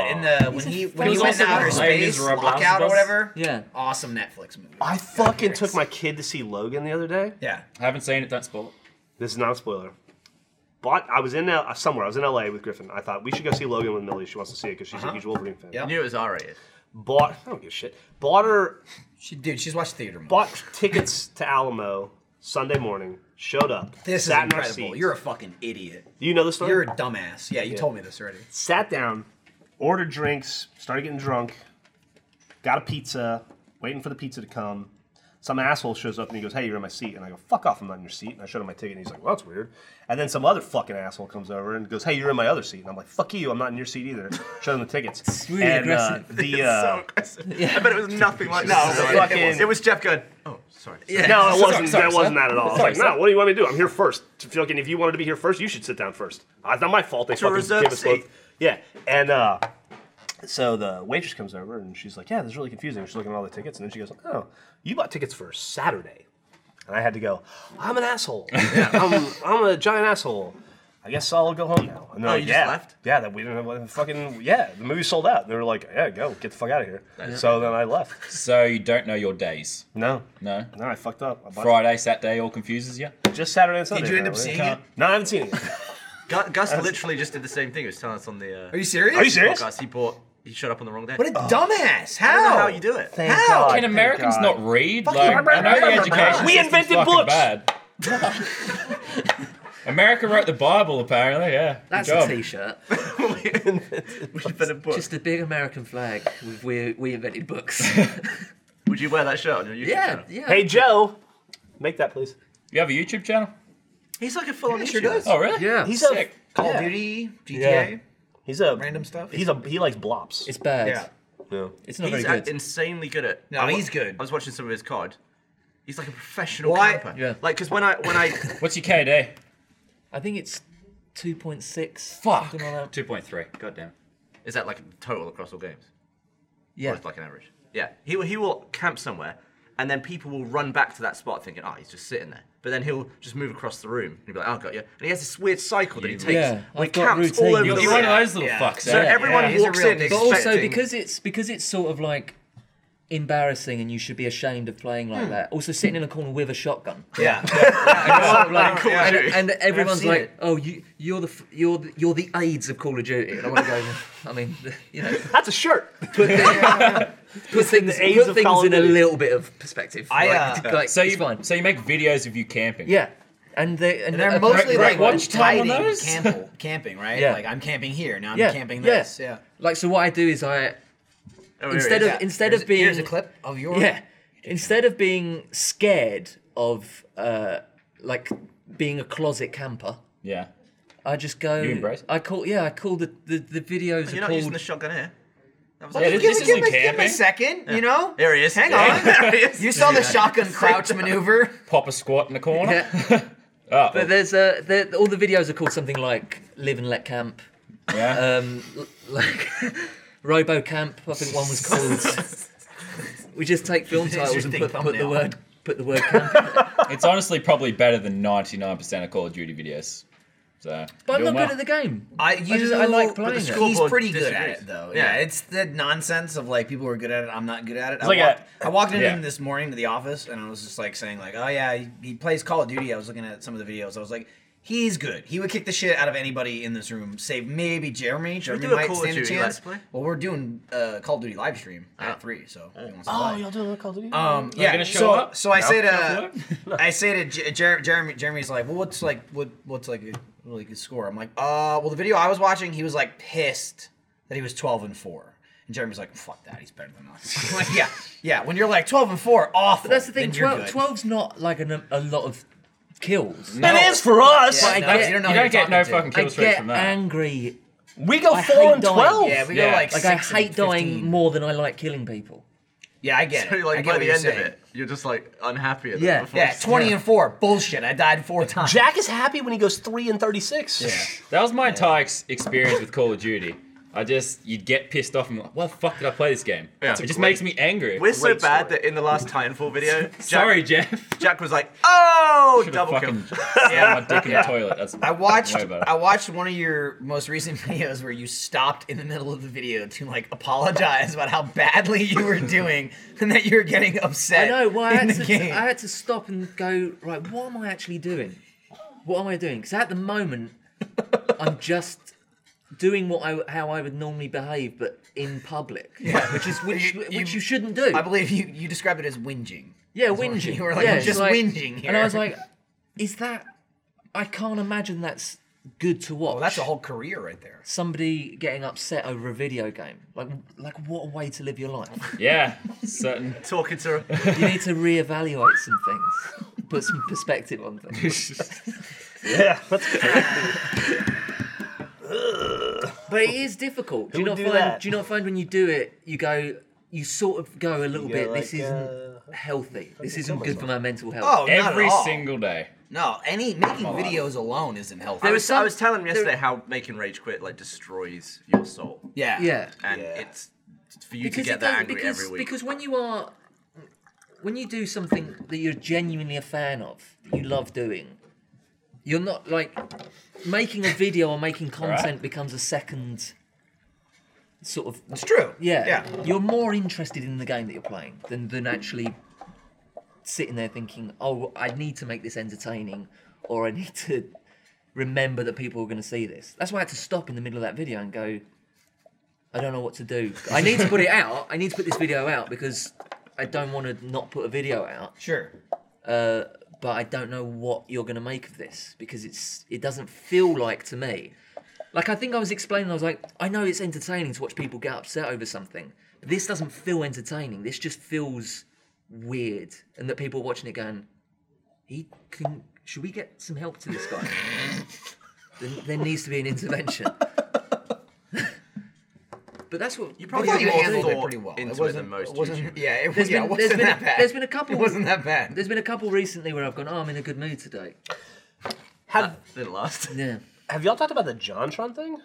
in the in the, in the when a he when he fucking went to awesome outer guy. space, Ladies are above lockout or us. whatever. Yeah. Awesome Netflix movie. I fucking took my kid to see Logan the other day. Yeah. I haven't seen it. Don't spoil it. This is not a spoiler. But I was in L- uh, somewhere. I was in LA with Griffin. I thought we should go see Logan with Millie. She wants to see it because she's a huge Wolverine fan. Uh-huh. Yeah. I knew it was R-rated. Bought. I don't give a shit. Bought her. She dude, she's watched theater. Movies. Bought tickets to Alamo Sunday morning. showed up. This is sat in our incredible. seats. You're a fucking idiot. Do you know the story? You're a dumbass. Yeah, you told me this already. sat down, ordered drinks, started getting drunk, got a pizza, waiting for the pizza to come. Some asshole shows up and he goes, "Hey, you're in my seat," and I go, "Fuck off, I'm not in your seat." And I showed him my ticket, and he's like, "Well, that's weird." And then some other fucking asshole comes over and goes, "Hey, you're in my other seat," and I'm like, "Fuck you, I'm not in your seat either." Showed him the tickets. really and uh, aggressive. the uh, I bet it was nothing like No, that. it was fucking- It was Jeff going, oh, sorry. Yeah. no, it wasn't. Sorry, that sir. wasn't that at all. I was Sorry, like, sir. no, what do you want me to do? I'm here first. Fucking, if you wanted to be here first, you should sit down first. Uh, It's not my fault. They a fucking reserved gave us seat. both. Yeah, and uh, so the waitress comes over and she's like, "Yeah, this is really confusing." She's looking at all the tickets, and then she goes, "Oh, you bought tickets for Saturday," and I had to go, "I'm an asshole. Yeah, I'm, I'm a giant asshole." I guess I'll go home now. And they're Oh, like, you just yeah, left? Yeah, that we didn't have what- fucking yeah. The movie sold out. They were like, yeah, go get the fuck out of here. So then I left. So you don't know your days. No, No. no, I fucked up. I bought- Friday, Saturday, all confuses you. just Saturday and Sunday. you end up apparently. seeing it? No, I haven't seen it. Gu- Gus literally just did the same thing. He was telling us on the uh, Are you serious? Are you serious? podcast. He bought, he showed up on the wrong day. What a dumbass! How? I don't know how you do it. How? Can Americans not read? Like, I know the education We system's invented fucking books. Bad. America wrote the Bible, apparently. Yeah. Good That's a job. t-shirt. We've been a book. Just a big American flag with we we invented books. Would you wear that shirt on your YouTube yeah, channel? yeah. Hey Joe, make that please. You have a YouTube channel? He's like a full-on YouTuber. Oh, really? yeah. He's Sick. a Call of yeah. Duty, GTA, Yeah. He's a random stuff. He's a he likes blops. It's bad. Yeah. Yeah. It's not He's very act- good. insanely good at. No, I wa- he's good. I was watching some of his COD. He's like a professional Why- camper. Yeah. Like, cause when I when I What's your KD? I think it's 2.6. Fuck. Something like that. 2.3. God damn. is that like total across all games. Yeah. Or it's like an average. Yeah. He will, he will camp somewhere, and then people will run back to that spot thinking, oh, he's just sitting there. But then he'll just move across the room and he'll be like, oh, got you. And he has this weird cycle that he takes. Yeah, where he I've got camps routine. all over You're the You're one of room. those little fucks, So eh? everyone he's a walks real in dick. But also expecting- because it's because it's sort of like embarrassing and you should be ashamed of playing like that. Also sitting in a corner with a shotgun. Oh, yeah. And sort of like- Call of and, Duty. and everyone's seen like, it. "Oh, you you're the f- you're the, you're the aides of Call of Duty." And I want to go. I mean, you know, That's a shirt. put, thi- put things aides put of Call of things in a Duty. little bit of perspective. I, Like, uh, like, So it's you fine. so you make videos of you camping. Yeah, and they and They're uh, mostly like Great watch time on tiding, those? camp- camping, right? Yeah. Like I'm camping here now. I'm yeah, camping yeah. this. Yeah. Like so, what I do is I Oh, here instead he of is. instead here's, of being here's a clip of your yeah instead of being scared of uh like being a closet camper Yeah. i just go You embrace? i call yeah i call the the, the videos You're are not called using the shotgun here. That was Yeah, actually- this- this Give, give, isn't me- give me a camping. second, you know? There he is. Hang Yeah. on. there he is. You saw the shotgun crouch maneuver. Pop a squat in the corner. yeah. Oh, but there's a there, all the videos are called something like live and let camp yeah. um l- like robo camp i think one was called we just take film titles Interesting and put, put the thumbnail. word put the word camp it's honestly probably better than 99% of Call of Duty videos. So, but i'm doing not well. good at the game I, you, just- I like playing it. He's scoreboard pretty good at disagrees. it, though. Yeah. Yeah. it's the nonsense of like people who are good at it. I'm not good at it. I, like walked, a- I walked in yeah. him this morning to the office, and I was just like saying like, oh yeah, he, he plays Call of Duty. I was looking at some of the videos. I was like. He's good. He would kick the shit out of anybody in this room, save maybe Jeremy. we Jeremy do a might Call of stand a Duty chance. Let's Play? Well, we're doing uh, Call of Duty live stream Oh. at three, so. if he wants to Oh, play. y'all doing a Call of Duty? Um, yeah. gonna show so, up? so I No. say No to, I say to J- Jer- Jeremy, Jeremy's like, well, what's like, what, what's like a really good score? I'm like, uh, well, the video I was watching, he was like pissed that he was 12 and four. And Jeremy's like, fuck that, he's better than us. I'm like, yeah, yeah. When you're like 12 and four, awful. That's the thing. then you're 12, good. 12's not like an, a lot of kills. That is for us. Yeah, I no, get- you don't know You who don't you're get no talking to. fucking I kill streaks get from that. angry. We go I four hate and dying. twelve. Yeah, we Yeah. go like, Like I six and hate dying 15. more than I like killing people. Yeah, I get So, it. I like get by what the you're end saying. of it, you're just like unhappy. At Yeah. Them before Yeah, it's- 20 and four, bullshit. I died four times. Jack is happy when he goes three and thirty-six. Yeah. That was my entire ex- experience with Call of Duty. I just, you'd get pissed off and like, why the fuck did I play this game? Yeah. it just makes me angry. We're so Great story. bad that in the last Titanfall video, Jack, Sorry, Jeff. Jack was like, "Oh, Should've double kill." fucking slammed my dick in the toilet. That's I watched way better. I watched one of your most recent videos where you stopped in the middle of the video to like apologize about how badly you were doing and that you were getting I upset. know. Well, I in had, the to, game. I had to stop and go. Right, what am I actually doing? What am I doing? Because at the moment, I'm just doing what I how I would normally behave, but in public, which is which You- which you- you shouldn't do. I believe you you described it as whinging. Yeah, whinging. you were like, yeah, "I'm it's just whinging And I was here. like, is that? I can't imagine that's good to watch. Well, that's a whole career right there. somebody getting upset over a video game. Like, like what a way to live your life. Yeah, certain. Talking to her. you need to reevaluate some things, put some perspective on things. Yeah, that's good. But it is difficult. Do you would not do find? that? Do you not find when you do it, you go, you sort of go a little go bit. this like, uh, isn't healthy. This isn't good for my mental health. Oh, not Every at all. single day. No, any making videos alone isn't healthy. I was, some- I was telling him there- yesterday how making rage quit like destroys your soul, yeah. yeah. and Yeah. it's for Oh. you Because to it get that does angry because every week. because when you are when you do something that you're genuinely a fan of, that you love doing, you're not like making a video or making content becomes a second sort of It's true. yeah, Yeah. You're more interested in the game that you're playing than than actually sitting there thinking, "Oh, I need to make this entertaining," or "I need to remember that people are going to see this." That's why I had to stop in the middle of that video and go, "I don't know what to do. I need to put it out. I need to put this video out because I don't want to not put a video out, Sure. uh, but I don't know what you're going to make of this because it's it doesn't feel like to me." Like I think I was explaining, I was like, I know it's entertaining to watch people get upset over something, but this doesn't feel entertaining. This just feels weird, and that people are watching it going, he can. Should we get some help to this guy? there, there needs to be an intervention. but that's what You I probably thought you more handled it thought pretty well. into It it wasn't than most it wasn't, YouTubers. Yeah, it, There's yeah, been- it there's wasn't been- that bad. there's been a couple- It wasn't that bad. There's been a couple recently where I've gone, oh, I'm in a good mood today. Have, Didn't last. Yeah. have y'all talked about the JonTron thing?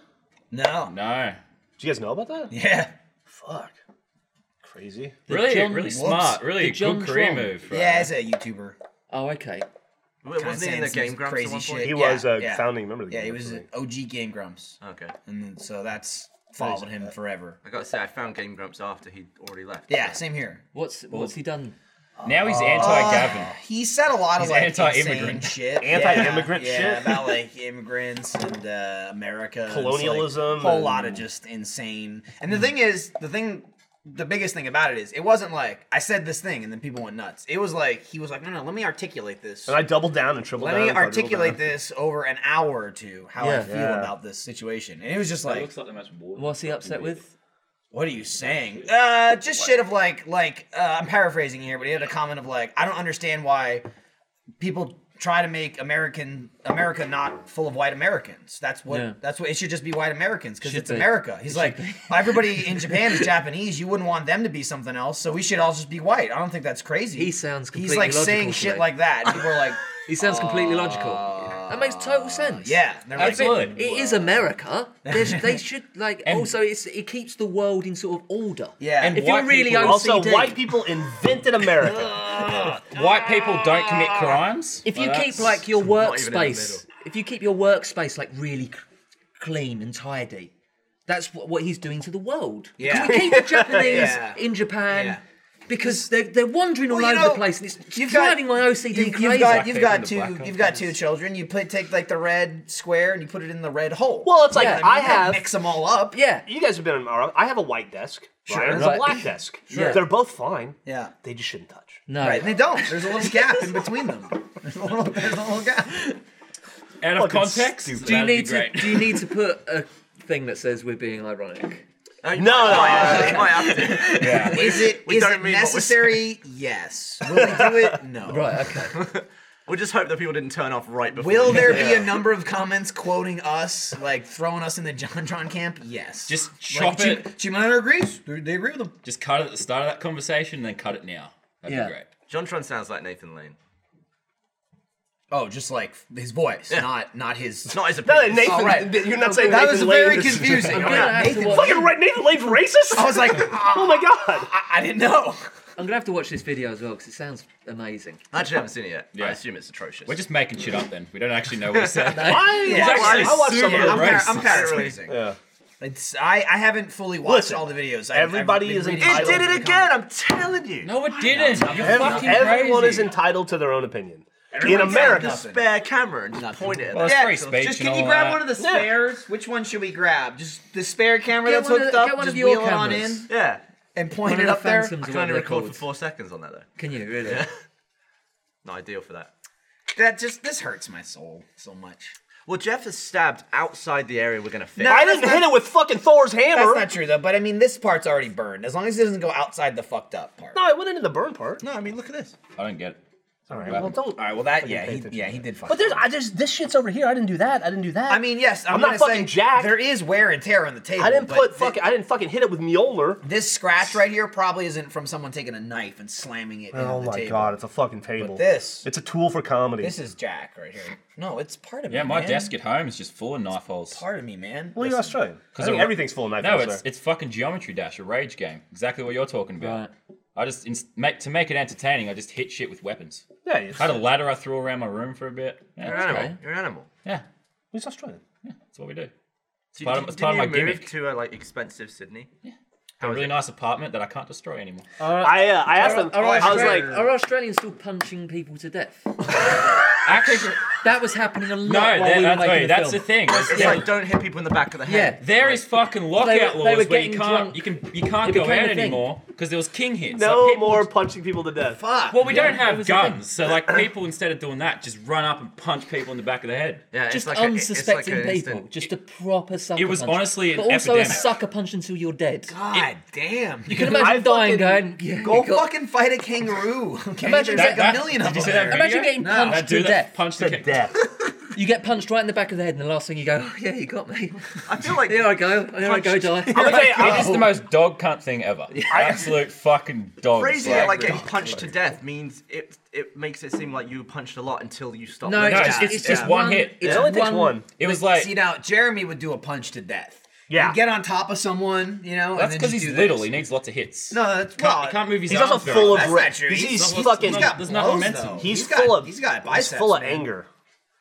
No. No. Do you guys know about that? Yeah. Fuck. Crazy. really, John- really whoops. smart. Really The John good career Tron. move. Right? Yeah, as a YouTuber. Oh, okay. Well, Kinda Wasn't he in saying the some Game Grumps at crazy one shit. point? He Yeah, was a yeah. founding member of the Yeah, Game he Grumps, was I an think. OG Game Grumps. Okay. And then, Mm, so that's followed him forever. I gotta say, I found Game Grumps after he'd already left. Yeah, same here. Uh, What's what's he done? Now he's anti-Gavin. He said a lot of He's like anti-immigrant. insane shit, Anti-immigrant yeah, shit? yeah, about like immigrants and uh, America, and it's, like, Colonialism whole lot of and- Hmm. just insane. And the thing is, the thing, the biggest thing about it is, it wasn't like I said this thing and then people went nuts. It was like he was like, no, no, let me articulate this. And I doubled down and tripled Let down. me and quadrupled articulate down. this over an hour or two how I Yeah. feel Yeah. about this situation. And it was just like, like the most What's he upset with? what are you saying? Uh, just shit of like, like uh, I'm paraphrasing here, but he had a comment of like, I don't understand why people try to make American America not full of white Americans. That's what Yeah. that's what it should just be white Americans because Should it's be. America. He's like, everybody in Japan is Japanese. You wouldn't want them to be something else, so we should all just be white. I don't think that's crazy. He sounds He's completely like saying logical to shit me. like that. And people are like, He sounds completely logical. That makes total sense. yeah, and they're like, Absolutely. It is America. There's, they should like. And- also, it's it keeps the world in sort of order. Yeah. And And if you're white really people- OCD, Also, white people invented America. White people don't commit crimes. Ah. if you Well, keep that's- like your not even in the workspace, if you keep your workspace like really c- clean and tidy, that's what, what he's doing to the world. Yeah. Can we keep the Japanese Yeah. in Japan? Yeah. Because they're, they're wandering all Well, you over know, the place, and it's you've got- driving my OCD you've, crazy. you've got you've got Black two people and the you've black got two children. You put take like the red square and you put it in the red hole. well, it's like Yeah, I mean, I You can't have. mix them all up. yeah, You guys have been in our. I have a white desk. Sure. Ryan has Right. a black desk. Sure. They're both fine. Yeah. They just shouldn't touch. no, Right, and they don't. There's a little gap in between them. There's a little, there's a little gap. out of Fucking context, stupid. Do you that'd be need to? great. Do you need to put a thing that says we're being ironic? No, Oh, you No, might- no, you might have to. Yeah. Is it we is don't it mean what we're necessary? Yes. Will we do it? No. Right. Okay. We'll just hope that people didn't turn off right before. Will we- there be a number of comments quoting us, like throwing us in the JonTron camp? Yes. Just chop Chi- it. Chimano agrees. They they agree with him. Just cut it at the start of that conversation and then cut it now. That'd Yeah. be great. John Tron sounds like Nathan Lane. Oh, just like his voice, not not his. It's not his No, opinion. Nathan, All right. you're not saying That Nathan was Lane very is- confusing. I'm gonna have to Nathan, watch. Fucking right, Nathan Lane's racist. I was like, "Ah, oh my god. I, I didn't know. I'm gonna have to watch this video as well because it sounds amazing. I actually haven't seen it yet. Yeah. I assume it's atrocious. We're just making shit up then. We don't actually know what we said. I, watched, actually I watched some super of the I'm, par- I'm racist. paraphrasing. Yeah. It's, I, I haven't fully watched Listen, all the videos. I've- everybody I've been reading is entitled- it all did the it again. I'm telling you. No, it didn't. You're Ev- fucking everyone crazy. is entitled to their own opinion. Everyone In has America, a spare camera and just point it. at Well, that. it's free so speech Just and can you all grab that. one of the spares? Which one should we grab? Just the spare camera Get that's one hooked of the- up. get one of just your wheel it on cameras. in Yeah. and point One of it the up there. Phantoms I or can whatever only they're record for called. four seconds on that though. Can you really? Yeah. Not ideal for that. that just this hurts my soul so much. Well, Jeff is stabbed outside the area we're gonna fix. No, I that's didn't not- hit it with fucking Thor's hammer. That's not true though. But I mean, this part's already burned. As long as it doesn't go outside the fucked up part. no, it went into the burn part. No, I mean, look at this. I don't get it. All right, well, don't. All right. Well, that yeah, he, yeah, he did fuck. But there's, I, there's this shit's over here. I didn't do that. I didn't do that. I mean, yes, I'm, I'm not gonna fucking say jacked. There is wear and tear on the table. I didn't but put thi- fucking. I didn't fucking hit it with Mjolnir. this scratch right here probably isn't from someone taking a knife and slamming it. into Oh the my table. god, it's a fucking table. this- it's a tool for comedy. This is Jack right here. No, it's part of Yeah, me. my man. desk at home is just full of knife holes. Part of me, man. well, you're Australian. I it think wa- everything's full of knife. No, holes it's there. it's fucking Geometry Dash, a rage game. Exactly what you're talking about. I just in, make, to make it entertaining. I just hit shit with weapons. yeah, it's, I had a ladder I threw around my room for a bit. Yeah, You're that's an animal. great. You're an animal. Yeah, he's Australian. yeah, that's what we do. It's Did- part of, did- it's part of my didn't you move gimmick. to a like expensive Sydney. a really nice apartment that I can't destroy anymore. I uh, I asked him. all right, I was straight. like, Are Australians still punching people to death? Actually, That was happening a lot no, while that- we were that's, making wait, the that's the film. thing. There's- It's yeah, like don't hit people in the back of the head. Yeah. there is fucking lockout they were laws where you getting can't drunk. you can you can't It go out became a thing. anymore because there was king hits. Like, no people- more punching people to death. Fuck. Well, we Yeah, don't it have was a thing. guns, so like people instead of doing that, just run up and punch people in the back of the head. Yeah, it's Just like a- it's like unsuspecting an people. instant- Just a proper sucker. it was punch. honestly an but also epidemic. a sucker punch until you're dead. God damn. You can imagine I fucking- dying, going. Yeah, Go you got- fucking fight a kangaroo. Okay, Imagine there's that- like that- a million of Did you them. see that there. Imagine video? getting No. punched That to dude that death. punched the king. You get punched right in the back of the head, and the last thing you go, oh, yeah, you got me. I feel like Here I go. Here I go, die. I'm gonna tell you, It I- is the most dog cunt thing ever. Absolute fucking dog. crazy slag. like getting punched to death means it it makes it seem like you were punched a lot until you stop. No, moving. it's, it's just, just- it's it's just yeah. one hit. It's It only takes one. it was like See now, Jeremy would do a punch to death. Yeah. He'd get on top of someone, you know. and that's then because just he's do little. this. He needs lots of hits. No, that's can't, well, he can't move his He's arms. also very full much. of That's rage. not true. He's, He's he's not- fucking. he's He's got There's not blows, momentum. though. He's, got- full of. He's got He's biceps. full of man. anger.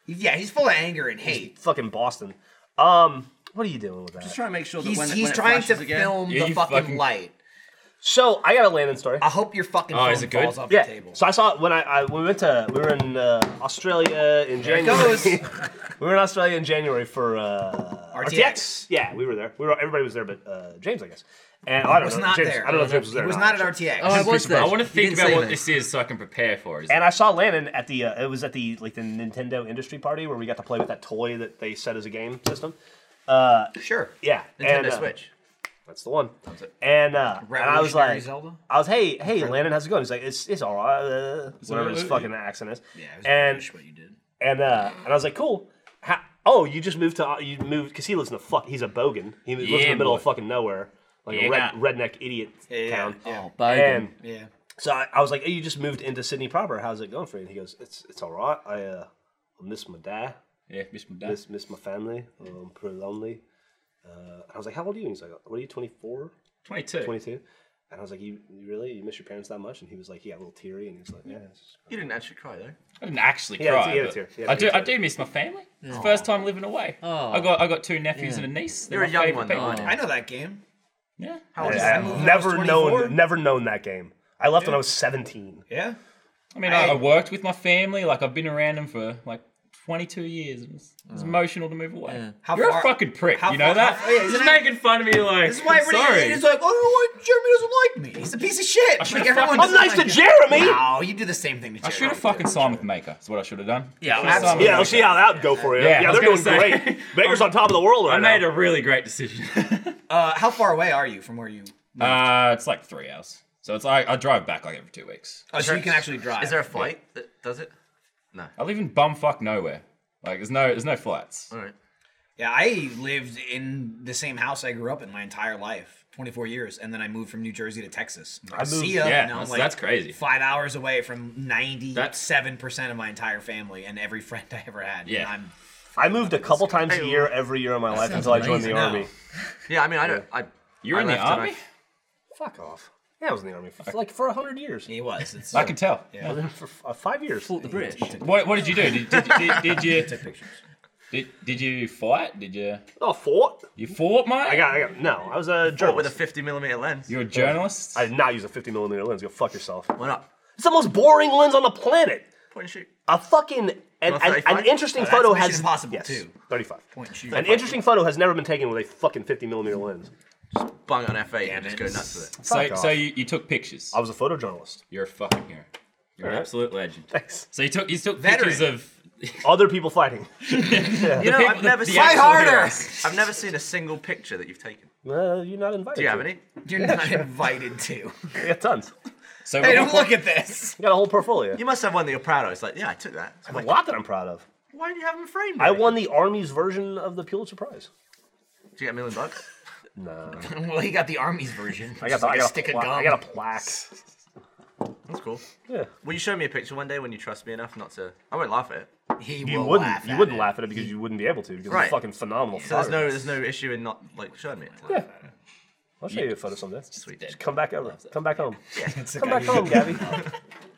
Yeah, he's full of anger and hate. Fucking Boston. Um, what are you doing with Just that? trying to make sure that He's, when, it- he's when it trying to flashes again, film Yeah, the you fucking, fucking- light. So I got a Landon story. I hope your fucking Oh, phone is it good? falls off Yeah. the table. So I saw it when I, I we went to we were in uh, Australia in it January. goes. we were in Australia in January for uh, RTX. Yeah, we were there. We were everybody was there, but uh, James, I guess. And I don't was know. not James, there. I don't know if James was there. It or was not. not at RTX. Oh, I was there. I want to You think didn't about say what that. this is so I can prepare for it. And I saw Landon at the uh, it was at the like the Nintendo industry party where we got to play with that toy that they set as a game system. Uh, Sure. Yeah, Nintendo and, uh, Switch. That's the one. And uh, and I was Revolutionary like, Zelda? I was, hey, hey, Landon, how's it going? He's like, it's it's all right, uh, whatever his fucking accent is. Yeah, it was and British what you did. and uh, and I was like, cool. How, oh, you just moved to you moved because he lives in the fuck. He's a bogan. He lives in Yeah, the middle boy. of fucking nowhere, like a Yeah. red, redneck idiot town. Oh, Bogan. And yeah. so I, I was like, hey, you just moved into Sydney proper. How's it going for you? And he goes, it's it's all right. I uh, miss my dad yeah, Miss Madonna. miss miss my family. I'm pretty lonely. Uh, I was like, how old are you? And he's like, what are you, 24, 22. 22? And I was like, you, you really, you miss your parents that much? And he was like, he got a little teary, and he was like, yeah. it's just- You didn't actually cry though. I didn't actually Yeah, cry. it's- yeah, but it's here. Yeah, I do. it's I here. do miss my family. It's the first time living away. I got. I got two nephews and a niece. They're You're a my young favourite one though, people. aren't you? I know that game. Yeah. Oh, Yeah, moved when I I've was never 24. known, never known that game. I left when I was 17. Yeah. I mean, I, I worked with my family. Like I've been around them for like 22 years. It was, it was emotional to move away. How You're far- a fucking prick. how You know far- that? how- oh, yeah, He's isn't that- making fun of me. Like This is why I'm sorry. everybody is like, I don't know why Jeremy doesn't like me. He's a piece of shit. should've Like everyone fucking- I'm doesn't nice to like him. Jeremy. No, you do the same thing to I Jeremy. should have fucking signed with Maker. Is what I should have done. Yeah, Should've signed with Yeah, I'll Maker. see how that would go for you. Yeah, Yeah, I was they're doing gonna say- great. Baker's on top of the world right I made now. a really great decision. Uh, how far away are you from where you? uh, it's like three hours. So it's like I drive back like every two weeks. Oh, so you can actually drive. Is there a flight that does it? I live in bumfuck nowhere. Like there's no there's no flights. All right. Yeah, I lived in the same house I grew up in my entire life, 24 years, and then I moved from New Jersey to Texas. I moved- see ya, yeah, and I'm that's- that's crazy. Five hours away from 97 percent of my entire family and every friend I ever had. Yeah. and I'm, I moved a couple times a year, every year of my life until I joined the amazing. army. No. Yeah, I mean, I don't. I, You're I in the left and I- army. Fuck off. Yeah, I was in the army for like for hundred years. he was. It's, I can tell. I was in for uh, five years. Fought the British. What, what did you do? Did, did, did, did you Did, did you fight? Did you Oh, fort. you fought, mate? I got, I got. No, I was a But with a journalist. 50 millimeter lens. You're a journalist. I did not use a 50 millimeter lens. Go fuck yourself. Why not? It's the most boring lens on the planet. Point and shoot. A fucking an, Well, an, 35? an interesting Oh, that's photo Mission has Impossible yes, too. 35. Point shoot. An interesting photo has never been taken with a fucking 50 millimeter lens. Bung it on F8 and just go nuts with it. so fuck so off. you, you took pictures. I was a photojournalist. You're a fucking hero. You're an absolute legend. Thanks. So you took you took Veteran. pictures of Other people fighting. You know, people- I've never the seen. actual harder! heroes. I've never seen a single picture that you've taken. Well, you're not invited. Do you have to. any? You're not invited to. I got tons. So Hey, we're don't gonna- look at this. I got a whole portfolio. You must have one that you're proud of. It's like, yeah, I took that. It's I like, have a lot that I'm proud of. Why do you have them framed? I already? won the Army's version of the Pulitzer Prize. Did you get a million bucks? No. Well, he got the army's version. I got, the, like I, a got stick a of pla- gum. I got a plaque. That's cool. Yeah. Will you show me a picture one day when you trust me enough not to? I won't laugh at it. He You will wouldn't. laugh you at wouldn't it. laugh at it because you wouldn't be able to because Right. it's fucking phenomenal. So there's no photography. there's no issue in not like showing me it. I'll show you a photo someday. Sweet. Just come back over. Come back home. It's Come back okay. home, Gabby.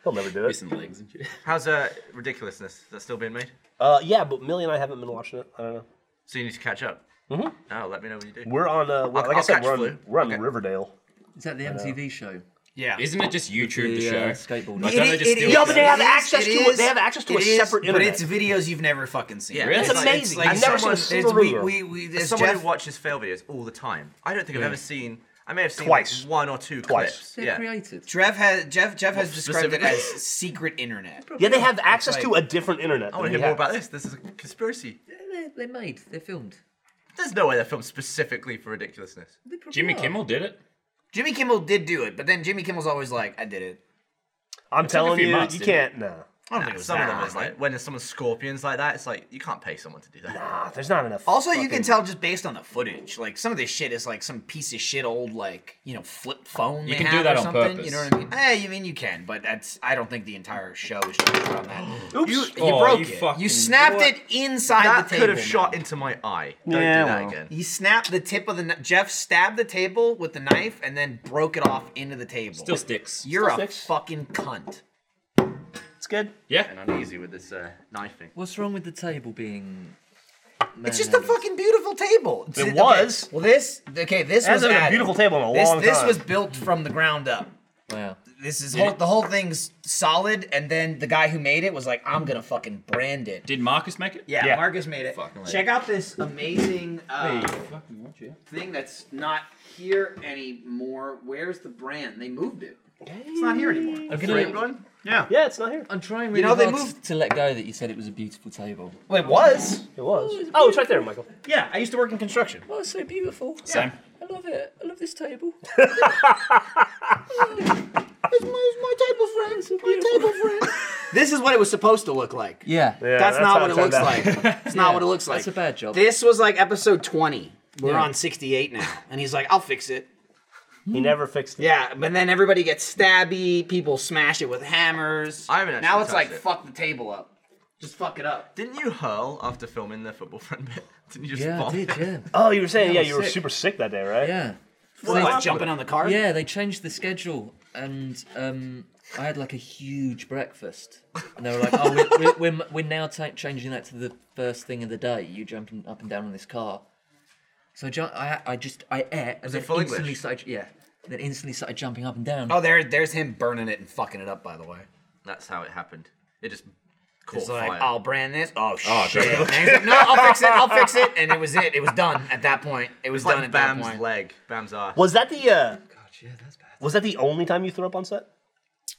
He'll never do it. Some legs and shit. How's uh ridiculousness? That's still being made. Uh, yeah, but Millie and I haven't been watching it. I don't know. So you need to catch up. Mm-hmm. Oh, let me know when you do. We're on. Uh, we're- like I'll- I I'll said, catch we're on, flu. we're on Okay. Riverdale. Is that the MTV show? Yeah. Isn't it just YouTube the The, show? uh, skateboarding. Like, don't they It- just it steal is- Yeah, but they it? have it is- access it to a- they is- have access to a it is, separate internet. But it's videos you've never fucking seen. Yeah, Really? it's That's It's like- It's amazing. like I've never someone, seen a it's- we, single we, we, As there's someone Jeff- who watches fail videos all the time, I don't think I've ever seen. I may have seen Twice. like one or two Twice. clips. They're yeah. created. Jeff has Jeff Jeff has described it specifically? as secret internet. Yeah, they have access like- to a different internet. I want to hear more about this. This is a conspiracy. They're, they're made. They're filmed. There's no way they're filmed specifically for ridiculousness. They probably Jimmy are. Kimmel did it. Jimmy Kimmel did do it, but then Jimmy Kimmel's always like, I did it. I'm telling few you, months, you didn't can't. No. I don't Nah, think it was some that of them hard, is like when there's someone's scorpions like that. It's like you can't pay someone to do that. Nah, there's not enough. Also, you fucking- can tell just based on the footage. Like some of this shit is like some piece of shit old like you know flip phone. You they can do have that or on something, You know purpose. what I mean? Eh, you mean you can, but that's I don't think the entire show is structured on that. Oops. You, you Oh, broke you it. fucking- you snapped what? it inside that the could table. have shot man. into my eye. Don't Yeah, do that well. again. He snapped the tip of the kn- Jeff stabbed the table with the knife and then broke it off into the table. Still sticks. You're still a sticks. fucking cunt. It's good. Yeah. And uneasy with this uh, knife thing. What's wrong with the table being? It's just a fucking beautiful table. It was. Well, this okay. This It was hasn't been a added. beautiful table in a This, long this time. was built from the ground up. Wow. This is whole, the whole thing's solid, and then the guy who made it was like, "I'm gonna fucking brand it." Did Marcus make it? Yeah, Yeah. Marcus made it. Fucking Check out this amazing uh, thing that's not here anymore. Where's the brand? They moved it. It's not here anymore. I'm, gonna, Framed one? Yeah, it's not here. I'm trying really You know, they hard moved- to let go that you said it was a beautiful table. Well, it was. It was. Oh, it's right there, Michael. Yeah, I used to work in construction. Oh, it's so beautiful. Same. I love it. I love this table. it's my, table, friends. My table, friends. This is what it was supposed to look like. Yeah. that's, not how what it looks turned out. like. It's not what it looks like. that's a bad job. This was like episode 20. We're Yeah. on 68 now. And he's like, I'll fix it. He never fixed it. Yeah, but then everybody gets stabby. People smash it with hammers. I haven't actually Now it's like, touched it. fuck the table up. Just fuck it up. Didn't you hurl after filming the football friend bit? Didn't you just Yeah, I bomb did. it? Yeah. Oh, you were saying, yeah, I was you were sick. super sick that day, right? Yeah. What, like jumping on the card? Yeah, they changed the schedule, and um, I had like a huge breakfast. And they were like, "Oh, we're, we're, we're, we're now ta changing that to the first thing of the day. You jumping up and down on this car." So I, ju- I, I just I ate, and then it full instantly English? started. Yeah, then instantly started jumping up and down. Oh, there, there's him burning it and fucking it up, by the way. That's how it happened. It just caught It's like, Oh, fire. I'll brand this. Oh, shit. great. And he's like, no, I'll fix it. I'll fix it. And it was it. It was done at that point. It was it's done like at Bam's that point. leg, Bam's arse. Was that the? uh God, yeah, that's bad. Was that the only time you threw up on set?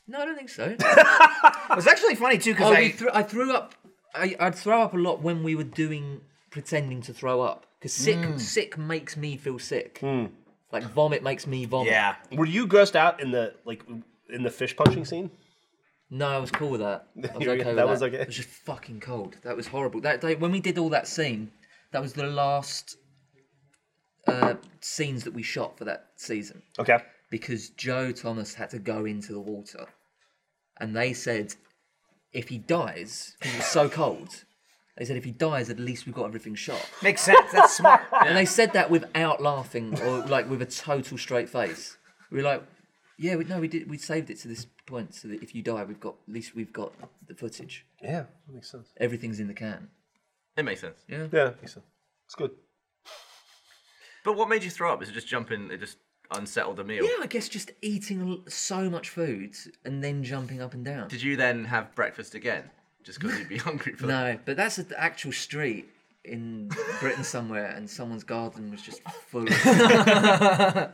No, I don't think so. It was actually funny, too, because oh, I. we threw, I threw up. I, I'd throw up a lot when we were doing pretending to throw up because sick, Mm. sick makes me feel sick. Hmm. Like vomit makes me vomit. yeah. Were you grossed out in the like in the fish punching scene? No, I was cool with that. I was okay You're- with that that. was okay. It was just fucking cold. That was horrible. That day when we did all that scene, that was the last uh, scenes that we shot for that season Okay. because Joe Thomas had to go into the water, and they said if he dies, because it was so cold, they said if he dies, at least we've got everything shot. Makes sense. That's smart. And they said that without laughing or like with a total straight face. We were like, yeah, we, no, we did. We saved it to this point so that if you die, we've got at least we've got the footage. Yeah, that makes sense. Everything's in the can. It makes sense. Yeah, that makes sense. It's good. But what made you throw up? Is it just jumping? It just unsettled the meal. Yeah, I guess just eating l- so much food and then jumping up and down. Did you then have breakfast again? Just because you'd be hungry for that? no, but that's an actual street in Britain somewhere, and someone's garden was just full. of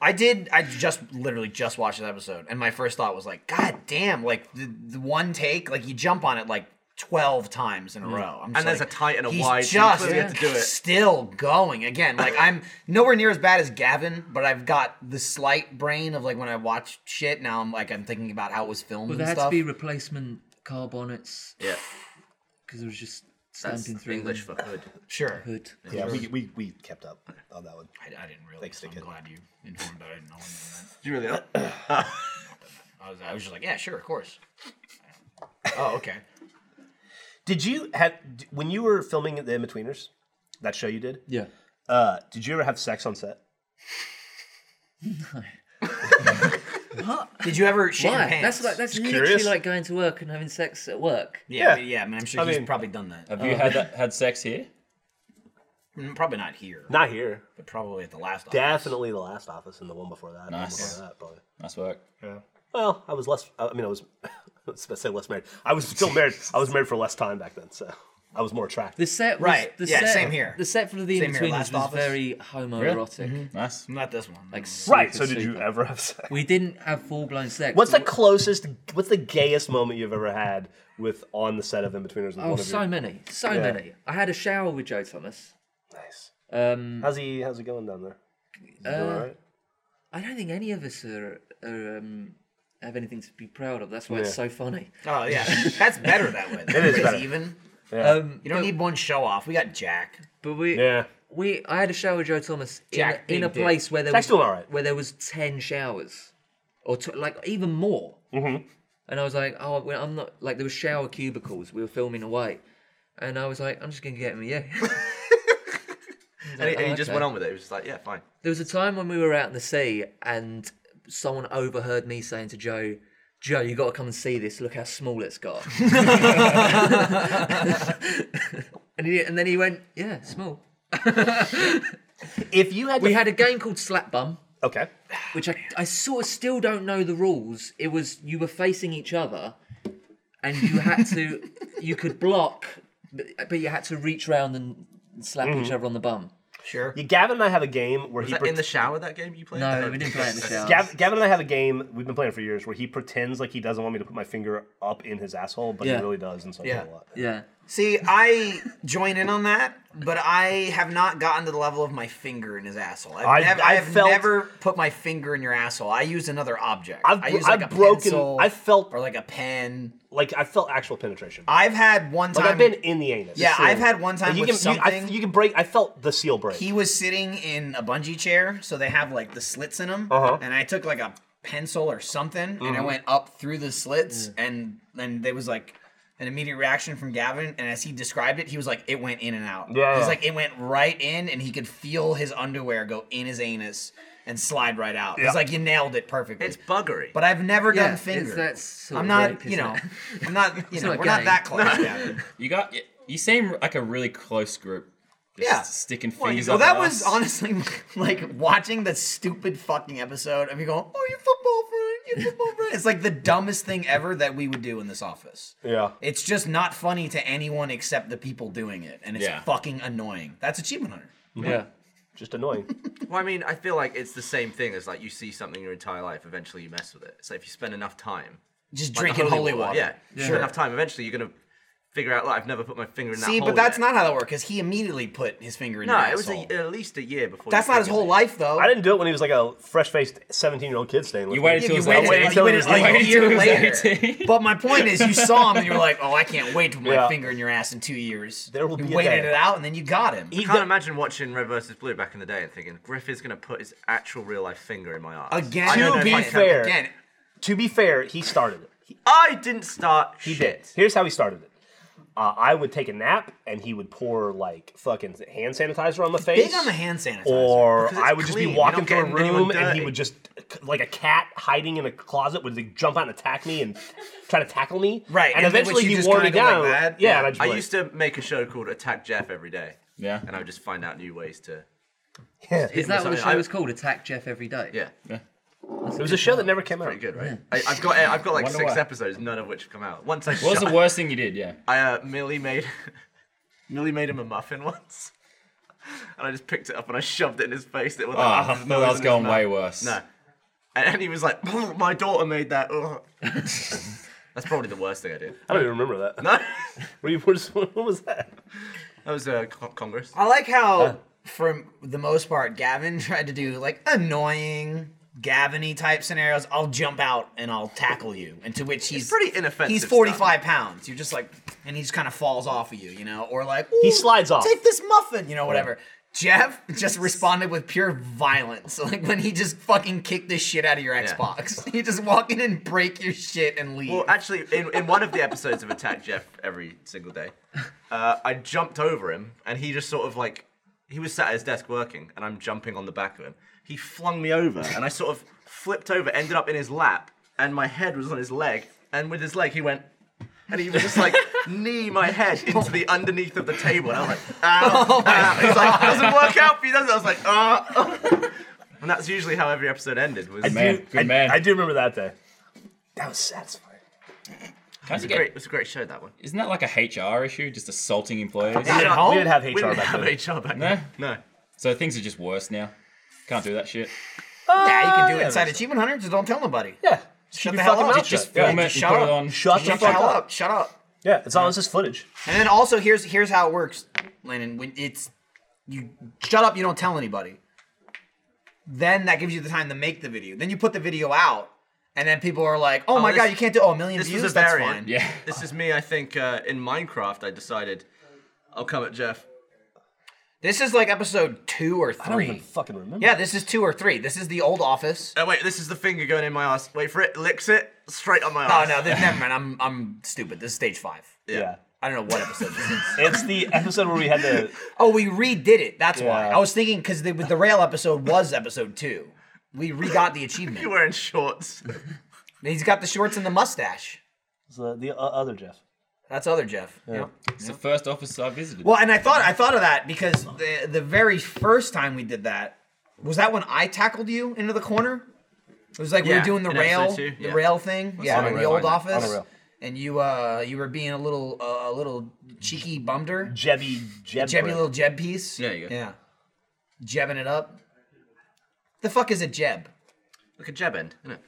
I did. I just literally just watched this episode, and my first thought was like, "God damn!" Like the, the one take, like you jump on it like twelve times in a row. I'm just Mm. And there's like, a tight and a he's wide, so you Just clearly had to do it. still going again. Like I'm nowhere near as bad as Gavin, but I've got the slight brain of like when I watch shit. Now I'm like I'm thinking about how it was filmed Well, there and had stuff. to be replacement car bonnets Yeah, because it was just that's stamping through English the for hood. sure. hood. Yeah, we, we, we kept up on that one. I, I didn't realize. Thanks, I'm Dickhead. glad you informed. I didn't know that. Do you really? I was, I was just like, yeah, sure, of course. oh, okay. Did you have d- when you were filming the In Betweeners, that show you did? Yeah. Uh, did you ever have sex on set? Did you ever shit your Why? pants? That's like that's curious. literally like going to work and having sex at work. Yeah, Yeah. but yeah. I mean, I'm sure I he's mean- probably done that. Have you had that, had sex here? Mm, Probably not here, Not here. but probably at the last. office. Definitely the last office and the one before that. and the one Nice. before that, probably. Nice work. Well, I was less. I mean, I was. I was about to say less married. I was still married. I was married for less time back then, so I was more attractive. The set, was, Right, The yeah, set, same here. The set for the Same in here, between Last was Office. very homoerotic. Nice. Not this one. Like right. super, So did you super. ever have sex? We didn't have full blown sex. What's the but closest? What's the gayest moment you've ever had with on the set of In Betweeners? we- Oh, so many, so Yeah. many. I had a shower with Joe Thomas. nice. Um, How's he? How's he going down there? Is he doing Uh, all right? I don't think any of us are, are um, have anything to be proud of. That's why it's Yeah. so funny. oh yeah, that's better that way. It is better. even. Yeah. Um, You don't need one show off. We got Jack. but we, yeah. we, I had a shower with Joe Thomas in, Jack in a Big Dick. place where there Jack's was doing all right. where there was ten showers, or t- like even more. Mm-hmm. And I was like, oh, well, I'm not like there were shower cubicles. We were filming away, and I was like, I'm just gonna get in yeah. And he, and he just okay. went on with it. He was just like, yeah, fine. There was a time when we were out in the sea and someone overheard me saying to Joe, Joe, you gotta come and see this, look how small it's got. and, he, and then he went, Yeah, small. If you had, We to- had a game called Slap Bum, okay. which I, I sort of still don't know the rules. It was you were facing each other and you had to, you could block, but, but you had to reach round and slap each other on the bum. Sure. Yeah, Gavin and I have a game where Was he that in the shower that game you played? No, we didn't play it in the shower. Gav- Gavin and I have a game we've been playing for years where he pretends like he doesn't want me to put my finger up in his asshole, but Yeah. he really does, and so I do Yeah. it a lot. Yeah. See, I join in on that, but I have not gotten to the level of my finger in his asshole. I've, I've- never, I've I've felt- never put my finger in your asshole. I used another object. I've, I bro- used like I've a broken. pencil I felt or like a pen. like I felt actual penetration. I've had one Uh, time. like I've been in the anus. Yeah, Sure. I've had one time Like, you with can, you- I- something- You, can break. I felt the seal break. he was sitting in a bungee chair, so they have like the slits in them. Uh-huh. Mm-hmm. And I took like a pencil or something, and I went up through the Mm. slits, and and there was like an immediate reaction from Gavin. And as he described it, he was like, "It went in and out." Yeah, He's yeah. like, "It went right in," and he could feel his underwear go in his anus and slide right out. Yeah. It's like you nailed it perfectly. It's buggery. but I've never Yeah, done it's- finger. that's sort I'm of not, rape, you isn't know, it? I'm not, you know, not we're not gay. that close, Gavin. You got. You seem like a really close group. Just Yeah. Sticking Well, fingers well, up. that our was ass. honestly like watching the stupid fucking episode of you going, "Oh, you football friend, you football friend." It's like the dumbest thing ever that we would do in this office. yeah. It's just not funny to anyone except the people doing it, and it's Yeah. fucking annoying. That's achievement hunter. Yeah. Just annoying. Well, I mean, I feel like it's the same thing as like you see something your entire life, eventually you mess with it. So if you spend enough time Just like drinking holy, water. yeah, sure. enough time, eventually you're gonna figure out. Like, I've never put my finger in that. See, hole but that's yet. not how that works. Because he immediately put his finger in. No, your it was asshole. a, at least a year before. That's your not his fingers whole in. life, though. I didn't do it when he was like a fresh-faced seventeen-year-old kid staying with You me. waited Yeah, till you his waited, waited like, till you it waited was like a waited till year it was later. 18. But my point is, you saw him and you were like, "Oh, I can't wait to put my Yeah. finger in your ass in two years." There will you be a waited day. it out, and then you got him. I can't imagine watching Red versus Blue back in the day and thinking Griff is gonna put his actual real life finger in my ass Again, I don't To know if be I can- fair- again, To be fair, he started it. He, I didn't start he did. shit. Here's how he started it. Uh, I would take a nap, and he would pour like fucking hand sanitizer on my face. big on the hand sanitizer. or Because it's I would just clean, be you're walking not through a getting anyone room and he dirty. would just like a cat hiding in a closet would like, jump out and attack me and try to tackle me. Right, and, and then eventually would you he just wore me kinda go like down. that? Yeah, Yeah. and I'd just I be like, used to make a show called Attack Jeff every day. Yeah. And I would just find out new ways to. Is that what the something. show I- was called? Attack Jeff every day. Yeah, it was a show that never came out. pretty good, right? I, I've got I've got like Wonder six why. episodes, none of which have come out. Once I What was shut- the worst thing you did? Yeah. I uh, Millie made Millie made him a muffin once. And I just picked it up and I shoved it in his face. It was Oh, like, I his nose thought that was and his going mouth. way worse. No. And, and he was like, "Oh, my daughter made that. ugh." That's probably the worst thing I did. I don't even remember that. No. What, you- what is- what was that? That was uh, co- Congress. I like how, for the most part, Gavin tried to do like annoying Gavin-y type scenarios. I'll jump out and I'll tackle you, and to which he's pretty inoffensive He's stuff. forty-five pounds. You're just like, and he just kind of falls off of you, you know, or like He "Ooh, slides off. Take this muffin, you know, whatever. Jeff just responded with pure violence, like when he just fucking kicked the shit out of your Xbox. You just walk in and break your shit and leave. Well, actually, in, in one of the episodes of Attack Jeff every single day, uh, I jumped over him and he just sort of like, he was sat at his desk working and I'm jumping on the back of him. He flung me over and I sort of flipped over, ended up in his lap, and my head was on his leg. And with his leg, he went, and he was just like, knee my head into the underneath of the table. And I was like, ow, ow. He's like, doesn't work out for you, does it? I was like, ah. And that's usually how every episode ended. Was Man, good I, man. I do remember that day. That was satisfying. Can I just It was a get- great, it was a great show that one. Isn't that like a HR issue? Just assaulting employees? We didn't, we didn't have HR We didn't back have then. HR back no? then. No. So things are just worse now. Can't do that shit. yeah, you can do yeah, it inside that's- Achievement Hunter, just don't tell nobody. Yeah. Shut your the hell fucking up. mouth Just shut. Yeah. film it and Shut up. put it on. Shut the Shut the fuck hell up. up! Shut up! Yeah, it's all it's just footage. And then also here's here's how it works, Landon. When it's you shut up, you don't tell anybody. Then that gives you the time to make the video. Then you put the video out, and then people are like, "Oh, my this- god, you can't do oh, a million This views." was a That's variant. fine. Yeah. This is me, I think, uh, in Minecraft, I decided I'll come at Jeff. This is like episode two or I don't even three. fucking remember. Yeah, this is two or three. This is the old office. Oh, wait, this is the finger going in my ass. Wait for it, licks it, straight on my Oh ass. no, this, never mind. I'm I'm stupid. This is stage five. Yeah. I don't know what episode this is. It's the episode where we had the. Oh, we redid it. That's why Yeah. I was thinking because the, the rail episode was episode two. We re got the achievement. You're wearing shorts. He's got the shorts and the mustache. the, the uh, other Jeff. That's other Jeff. Yep. It's the first office I visited. Well, and I thought I thought of that because the the very first time we did that was that when I tackled you into the corner. It was like we Yeah, were doing the in rail, episode two, the yeah. rail thing. on yeah, a in the rail, old on a- office. on a rail. And you uh you were being a little uh, a little cheeky bumder, Jebby Jeb. jebby little jeb piece. There you go. Yeah, jebbing it up. The fuck is a jeb? Look at Jeb End, isn't it?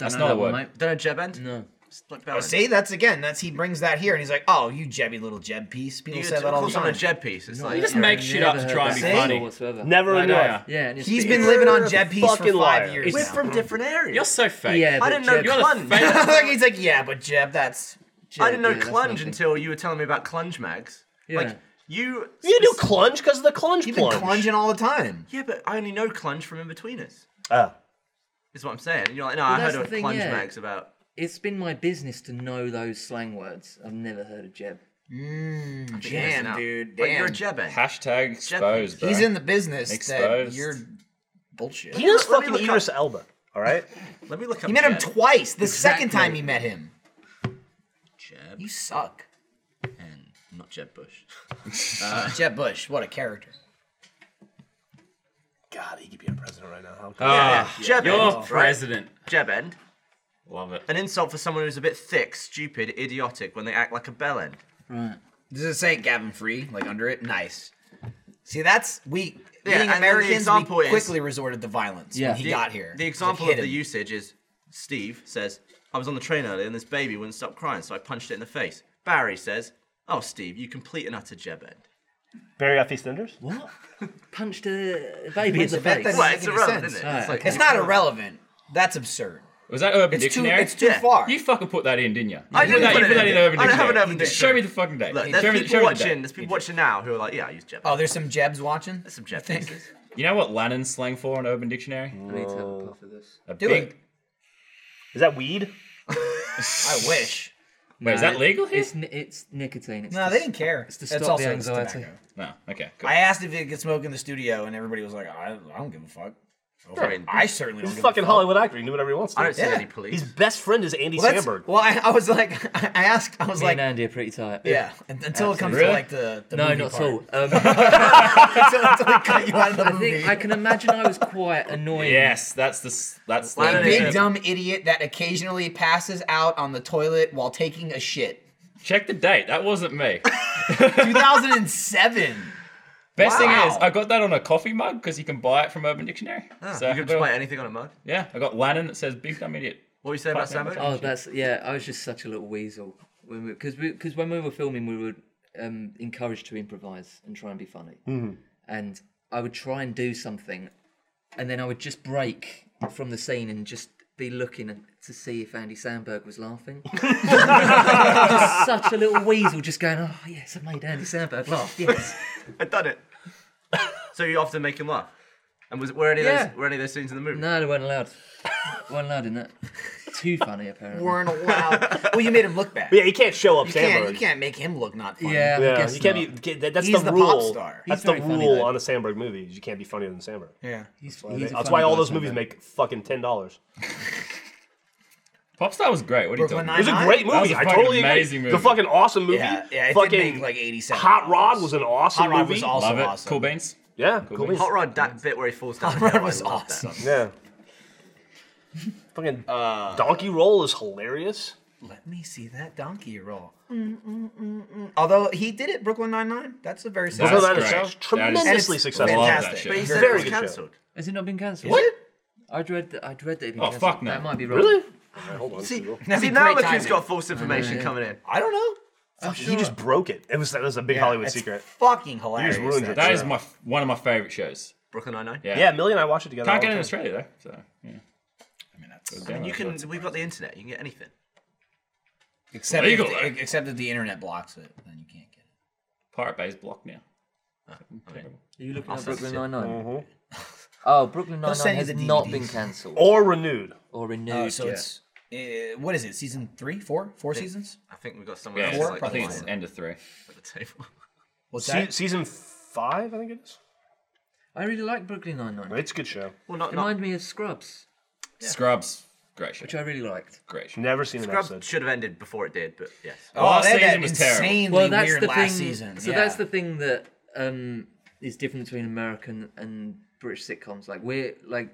That's not a word. Don't know Jeb End? No. It's like balance. See, that's again. That's he brings that here, and he's like, "Oh, you jebby little jeb piece." People You say that all the calls on a time. Jeb piece. It's like, You just make shit up to try and be that. funny. Whatsoever. Never in no, life. Yeah, and it's, He's been living on jeb piece for fucking five liar. years. we're now. from different areas. You're so fake. yeah, I but didn't know Jeb- Clunge. like he's like, yeah, but Jeb, that's Jeb- I didn't know yeah, that's Clunge nothing. until you were telling me about Clunge mags. Yeah. Like, you. You do clunge because of the clunge you've been plunge. plunging all the time. Yeah, but I only know Clunge from in between us. Ah. Is what I'm saying. And you're like, no, I that's heard the of thing, Clunge yeah. mags about. It's been my business to know those slang words. I've never heard of Jeb. Yes, Mm, Damn, now. dude, But you're a damn. Jeb End. Hashtag exposed, bro. He's in the business that Exposed. you're bullshit. He knows Let me fucking look up- Idris Elba. All right. Let me look up. He met him Jeb. twice. The second time he met him, Jeb you suck. and not Jeb Bush. Jeb Bush, what a character. God, he could be a president right now. How could- Ah, Jeb You're End. president. Jeb End. Love it. An insult for someone who's a bit thick, stupid, idiotic when they act like a bell end. Does it say Gavin Free like under it? Nice. See, that's we Yeah, and being then the Americans. We example is- quickly resorted to violence Yeah. when he The- got here. The It's like, example hit of the him. usage is Steve says, I was on the train earlier and this baby wouldn't stop crying, so I punched it in the face. Barry says, Oh, Steve, you complete and utter Jeb End. Barry off EastEnders? What? Punched a baby in the that face. doesn't- Well, make it's any irrelevant, sense. isn't it? Alright, It's like, It's not irrelevant. That's absurd. Was that Urban It's too. Dictionary? It's too Yeah. far. You fucking put that in, didn't you? I you didn't that, put you it put that in. in Urban I don't have Dictionary. an Urban Show me Dictionary. the fucking date. Look, show there's me, the- show people me watching. The There's date. people watching now who are like, Yeah, I use Jeb Oh, End. there's some Jebs watching. There's some Jeb think. pieces. You know what Lannon slang for in Urban Dictionary? I need to have Oh. a puff of this. A Do big. it. Is that weed? I wish. Wait, is that legal here? It's, ni- it's nicotine. It's No, to they s- didn't care. It's to It's stop also the it's anxiety. tobacco. No. Okay. Cool. I asked if it could smoke in the studio, and everybody was like, "I, I don't give a fuck." I mean, I certainly don't He's a give fucking a fuck. Hollywood actor. He can do whatever he wants to. I don't see Yeah. any police. His best friend is Andy Well, that's- Samberg. well, I, I was like, I asked, I was Me like, and Andy are pretty tight. yeah, un- until it comes to Really? like the, the No, movie not at part. all. Um, until, until they cut you out of the I movie. think I can imagine I was quite annoying. Yes, that's the. s- That's the. Lannan is Big Yeah. dumb idiot that occasionally passes out on the toilet while taking a shit. Check the date. That wasn't me. 2007. Best Wow. thing is, I got that on a coffee mug because you can buy it from Urban Dictionary. Ah, So you I can got- display anything on a mug. Yeah, I got Lannan that says "Big Dumb Idiot." What were you saying about Fuck, man, Samo? it's- Oh, that's yeah. I was just such a little weasel when because we because when we were filming, we were um, encouraged to improvise and try and be funny. And I would try and do something, and then I would just break from the scene and just be looking to see if Andy Sandberg was laughing. Just such a little weasel, just going, "Oh yes, I made Andy Sandberg laugh." Yes. I've done it. so you often make him laugh. And was were any of Yeah. those were any of those scenes in the movie? No, they weren't allowed. weren't allowed in that. Too funny, apparently. weren't allowed. well, you made him look bad. But yeah, you can't show up You can't, Sandberg. you can't make him look not funny. yeah, I Yeah, guess you can't not. be. that- That's He's the the pop rule. star. That's He's the very funny, rule though. on a Sandberg movie. is You can't be funnier than Sandberg. Yeah. He's, That's why all those movies make fucking ten dollars. Popstar was great. What are you Brooklyn talking It was about? a Nine? great That was movie. a I fucking totally agree. amazing The movie. fucking awesome movie. Yeah, yeah, it fucking did make like eighty-seven. Hot Rod dollars. was an awesome Hot Rod movie. was awesome. Love it. awesome. Cool beans. Yeah, cool. beans. Hot Rod, that bit where he falls down. Hot the hill, Rod I was love that. awesome. Yeah. Fucking Donkey Roll is hilarious. Let me see that donkey roll. Mm-mm-mm-mm. Although he did it, Brooklyn Nine Nine. That's a very That's Although successful. that is great. That is tremendously successful. fantastic. But he Yeah. said Very it was good show. cancelled. Has it not been cancelled? What? I'd read that. I'd read that. it'd been Oh, cancelled. fuck no. That might be wrong. Really? Alright, hold on. Google. That'd be See now great McCoon's timing. got false information coming in. I don't know. Oh, He just broke it. It was that was a big Hollywood That's secret. Fucking hilarious. ruined it. That is Yeah. my one of my favorite shows. Brooklyn Nine Nine. Yeah. Yeah, Millie and I watched it together. Can't all get it in the Australia though. So yeah. I mean You can. We've got the internet. You can get anything. Except Legal, if, right? except if the internet blocks it, then you can't get it. Pirate Bay's blocked now. Terrible. Are you looking at send it Brooklyn Nine Oh, Brooklyn Nine Nine send you has the not DVDs. been cancelled time. Or renewed. or renewed Uh, so yet. it's uh, what is it? Season three, four, four seasons? I think we've got someone Yeah, else it's- like I think it's lying end of three. at the table. What's Se- season five, I think it is. I really like Brooklyn Nine Nine. It's a good show. Well, not It not. reminded me of Scrubs, Scrubs, great show. which I really liked. Great show. Never seen an Scrub episode. should have ended before it did, but yes. Oh, Last they had that season was terrible. insanely Well, that's weird the last thing. season. So yeah. that's the thing that um, is different between American and British sitcoms. Like we're like,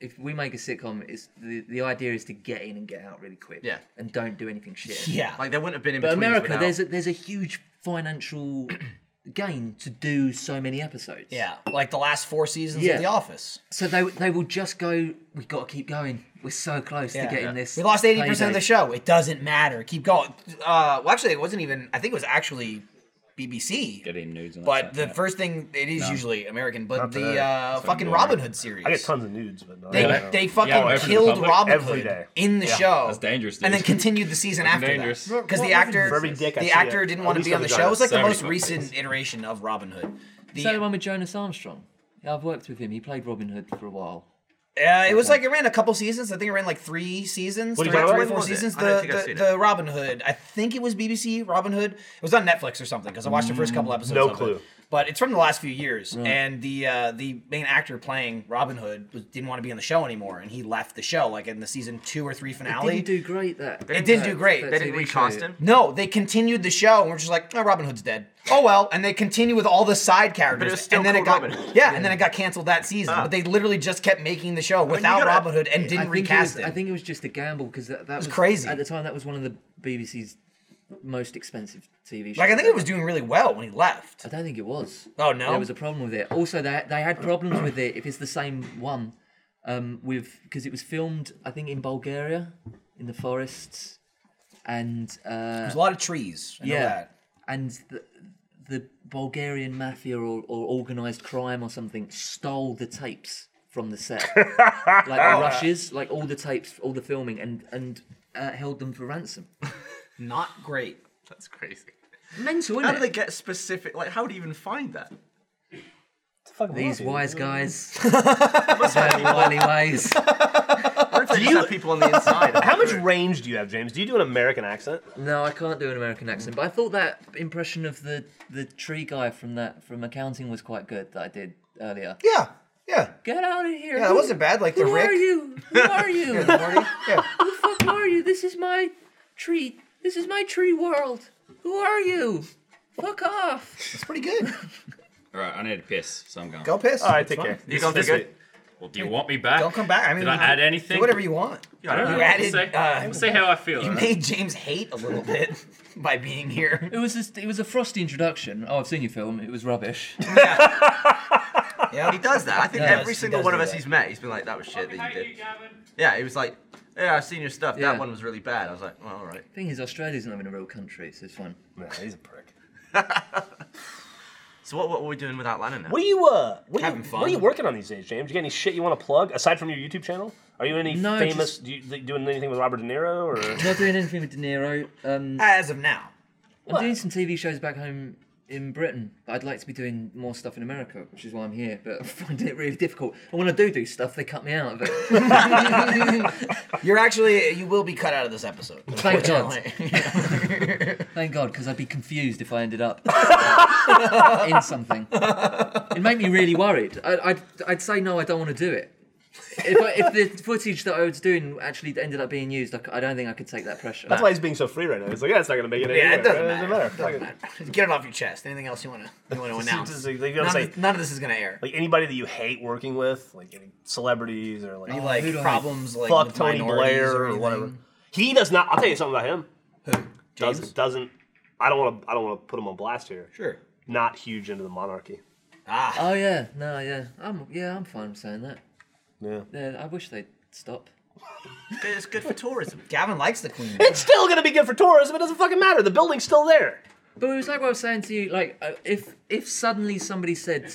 if we make a sitcom, it's the the idea is to get in and get out really quick. Yeah. And don't do anything shit. Yeah. Like there wouldn't have been in But between. America, without... there's a, there's a huge financial gain to do so many episodes. yeah. Like the last four seasons Yeah. of The Office. So they they will just go. We've got to keep going. We're so close Yeah. to getting this. We lost eighty percent payday." of the show. It doesn't matter. Keep going. Uh, well, actually, it wasn't even. I think it was actually BBC. Getting nudes on But that the site. first thing it is usually American. But today. the uh, fucking boring. Robin Hood series. I get tons of nudes, but no, They, I don't know. they fucking Yeah, open to the killed public Robin every Hood day. in the show. that's dangerous, dude. And then continued the season Fucking after dangerous. that because the For actor, every dick I see, the actor at didn't want to least be on I've the got show. It was like the Sorry, most fuck. recent iteration of Robin Hood. Is that the The, uh, one with Jonas Armstrong? Yeah, I've worked with him. He played Robin Hood for a while. uh, it was like it ran a couple seasons. I think it ran like three seasons, What do three, you three call it? or When four was it? seasons. I don't The, think I've seen the, the Robin Hood. I think it was BBC Robin Hood. It was on Netflix or something because I watched the first couple episodes. Mm, No of it. clue. But it's from the last few years, and the uh, the main actor playing Robin Hood was, didn't want to be on the show anymore, and he left the show like in the season two or three finale. Didn't do great. That It didn't do great. They didn't TV recast show. him. No, they continued the show and we're just like, oh, Robin Hood's dead. Oh well, and they continue with all the side characters. But it was still and then it called got Robin Hood. Ah. Yeah, and then it got canceled that season. But they literally just kept making the show without gotta- Robin Hood and didn't I think it recast was- it. I think it was just a gamble because that, that was, crazy. at the time. That was one of the BBC's most expensive TV shows. like I think it was doing really well when he left. I don't think it was. Oh, no? there was a problem with it. Also, they they had problems with it. If it's the same one, um, with because it was filmed, I think in Bulgaria, in the forests, and uh, There's a lot of trees. I know yeah, that. and the, the Bulgarian mafia or, or organized crime or something stole the tapes from the set, like the rushes, like all the tapes, all the filming, and and uh, held them for ransom. Not great. That's crazy. Mental, How do isn't they it? get specific? Like, how do you even find that? These wise guys, wily, wily ways. What if they just have people on the inside? How much range do you have, James? Do you do an American accent? No, I can't do an American accent, but I thought that impression of the the tree guy from that from accounting was quite good that I did earlier. Yeah. Yeah. Get out of here! Yeah, that Who- wasn't bad, like the Who are Rick. you? Who are you? Who Yeah. the fuck are you? This is my tree. This is my tree world. Who are you? Fuck off! It's pretty good. All right, I need to piss, so I'm going. Go piss. All right, take care. You gone to This go? week. Well, do you want me back? Don't come back. I mean, Did I add anything? Do whatever you want. I don't know. You We'll added, say, uh, we'll say how I feel. You made James hate a little bit by being here. It was just, it was a frosty introduction. Oh, I've seen your film. It was rubbish. He does that. I think No, every he single does one of do us that. he's met, he's been like, "That was shit that you did." Yeah, he was like, "Yeah, I've seen your stuff. Yeah. That one was really bad." I was like, "Well, all right." thing is, Australia's not even a real country, so it's fine. Man, he's a prick. So what, what were we doing without Lennon now? What are you uh? What are you, Having fun. What are you working on these days, James? You got any shit you want to plug aside from your YouTube channel? Are you any No, famous? just- Do you, th- doing anything with Robert De Niro or? Not doing anything with De Niro. Um, Uh, As of now. I'm doing some TV shows back home in Britain, but I'd like to be doing more stuff in America, which is why I'm here. But I find it really difficult. And when I do do stuff, they cut me out of it. You're actually, you will be cut out of this episode. Thank God. Thank God, because I'd be confused if I ended up in something. It made me really worried. I, I'd, I'd say no, I don't want to do it. If, I, if the footage that I was doing actually ended up being used, I, c- I don't think I could take that pressure. That's why he's being so free right now. He's like, yeah, it's not gonna make it. Yeah, it anywhere. doesn't matter. It doesn't matter. Get it off your chest. Anything else you want to you want to announce? Just, like, you know none, what I'm of saying? this, none of this is gonna air. Like anybody that you hate working with, like any celebrities or like, Any, like who do I- problems like fuck with Tony minorities Blair or, or, whatever. anything? He does not. I'll tell you something about him. James? Doesn't doesn't. I don't want to. I don't want to put him on blast here. Sure. Not huge into the monarchy. Oh yeah, no, yeah, I'm yeah, I'm fine with saying that. Yeah. Yeah, I wish they'd stop. It's good for tourism. Gavin likes the Queen. It's still gonna be good for tourism. It doesn't fucking matter. The building's still there. But it was like what I was saying to you, like uh, if if suddenly somebody said,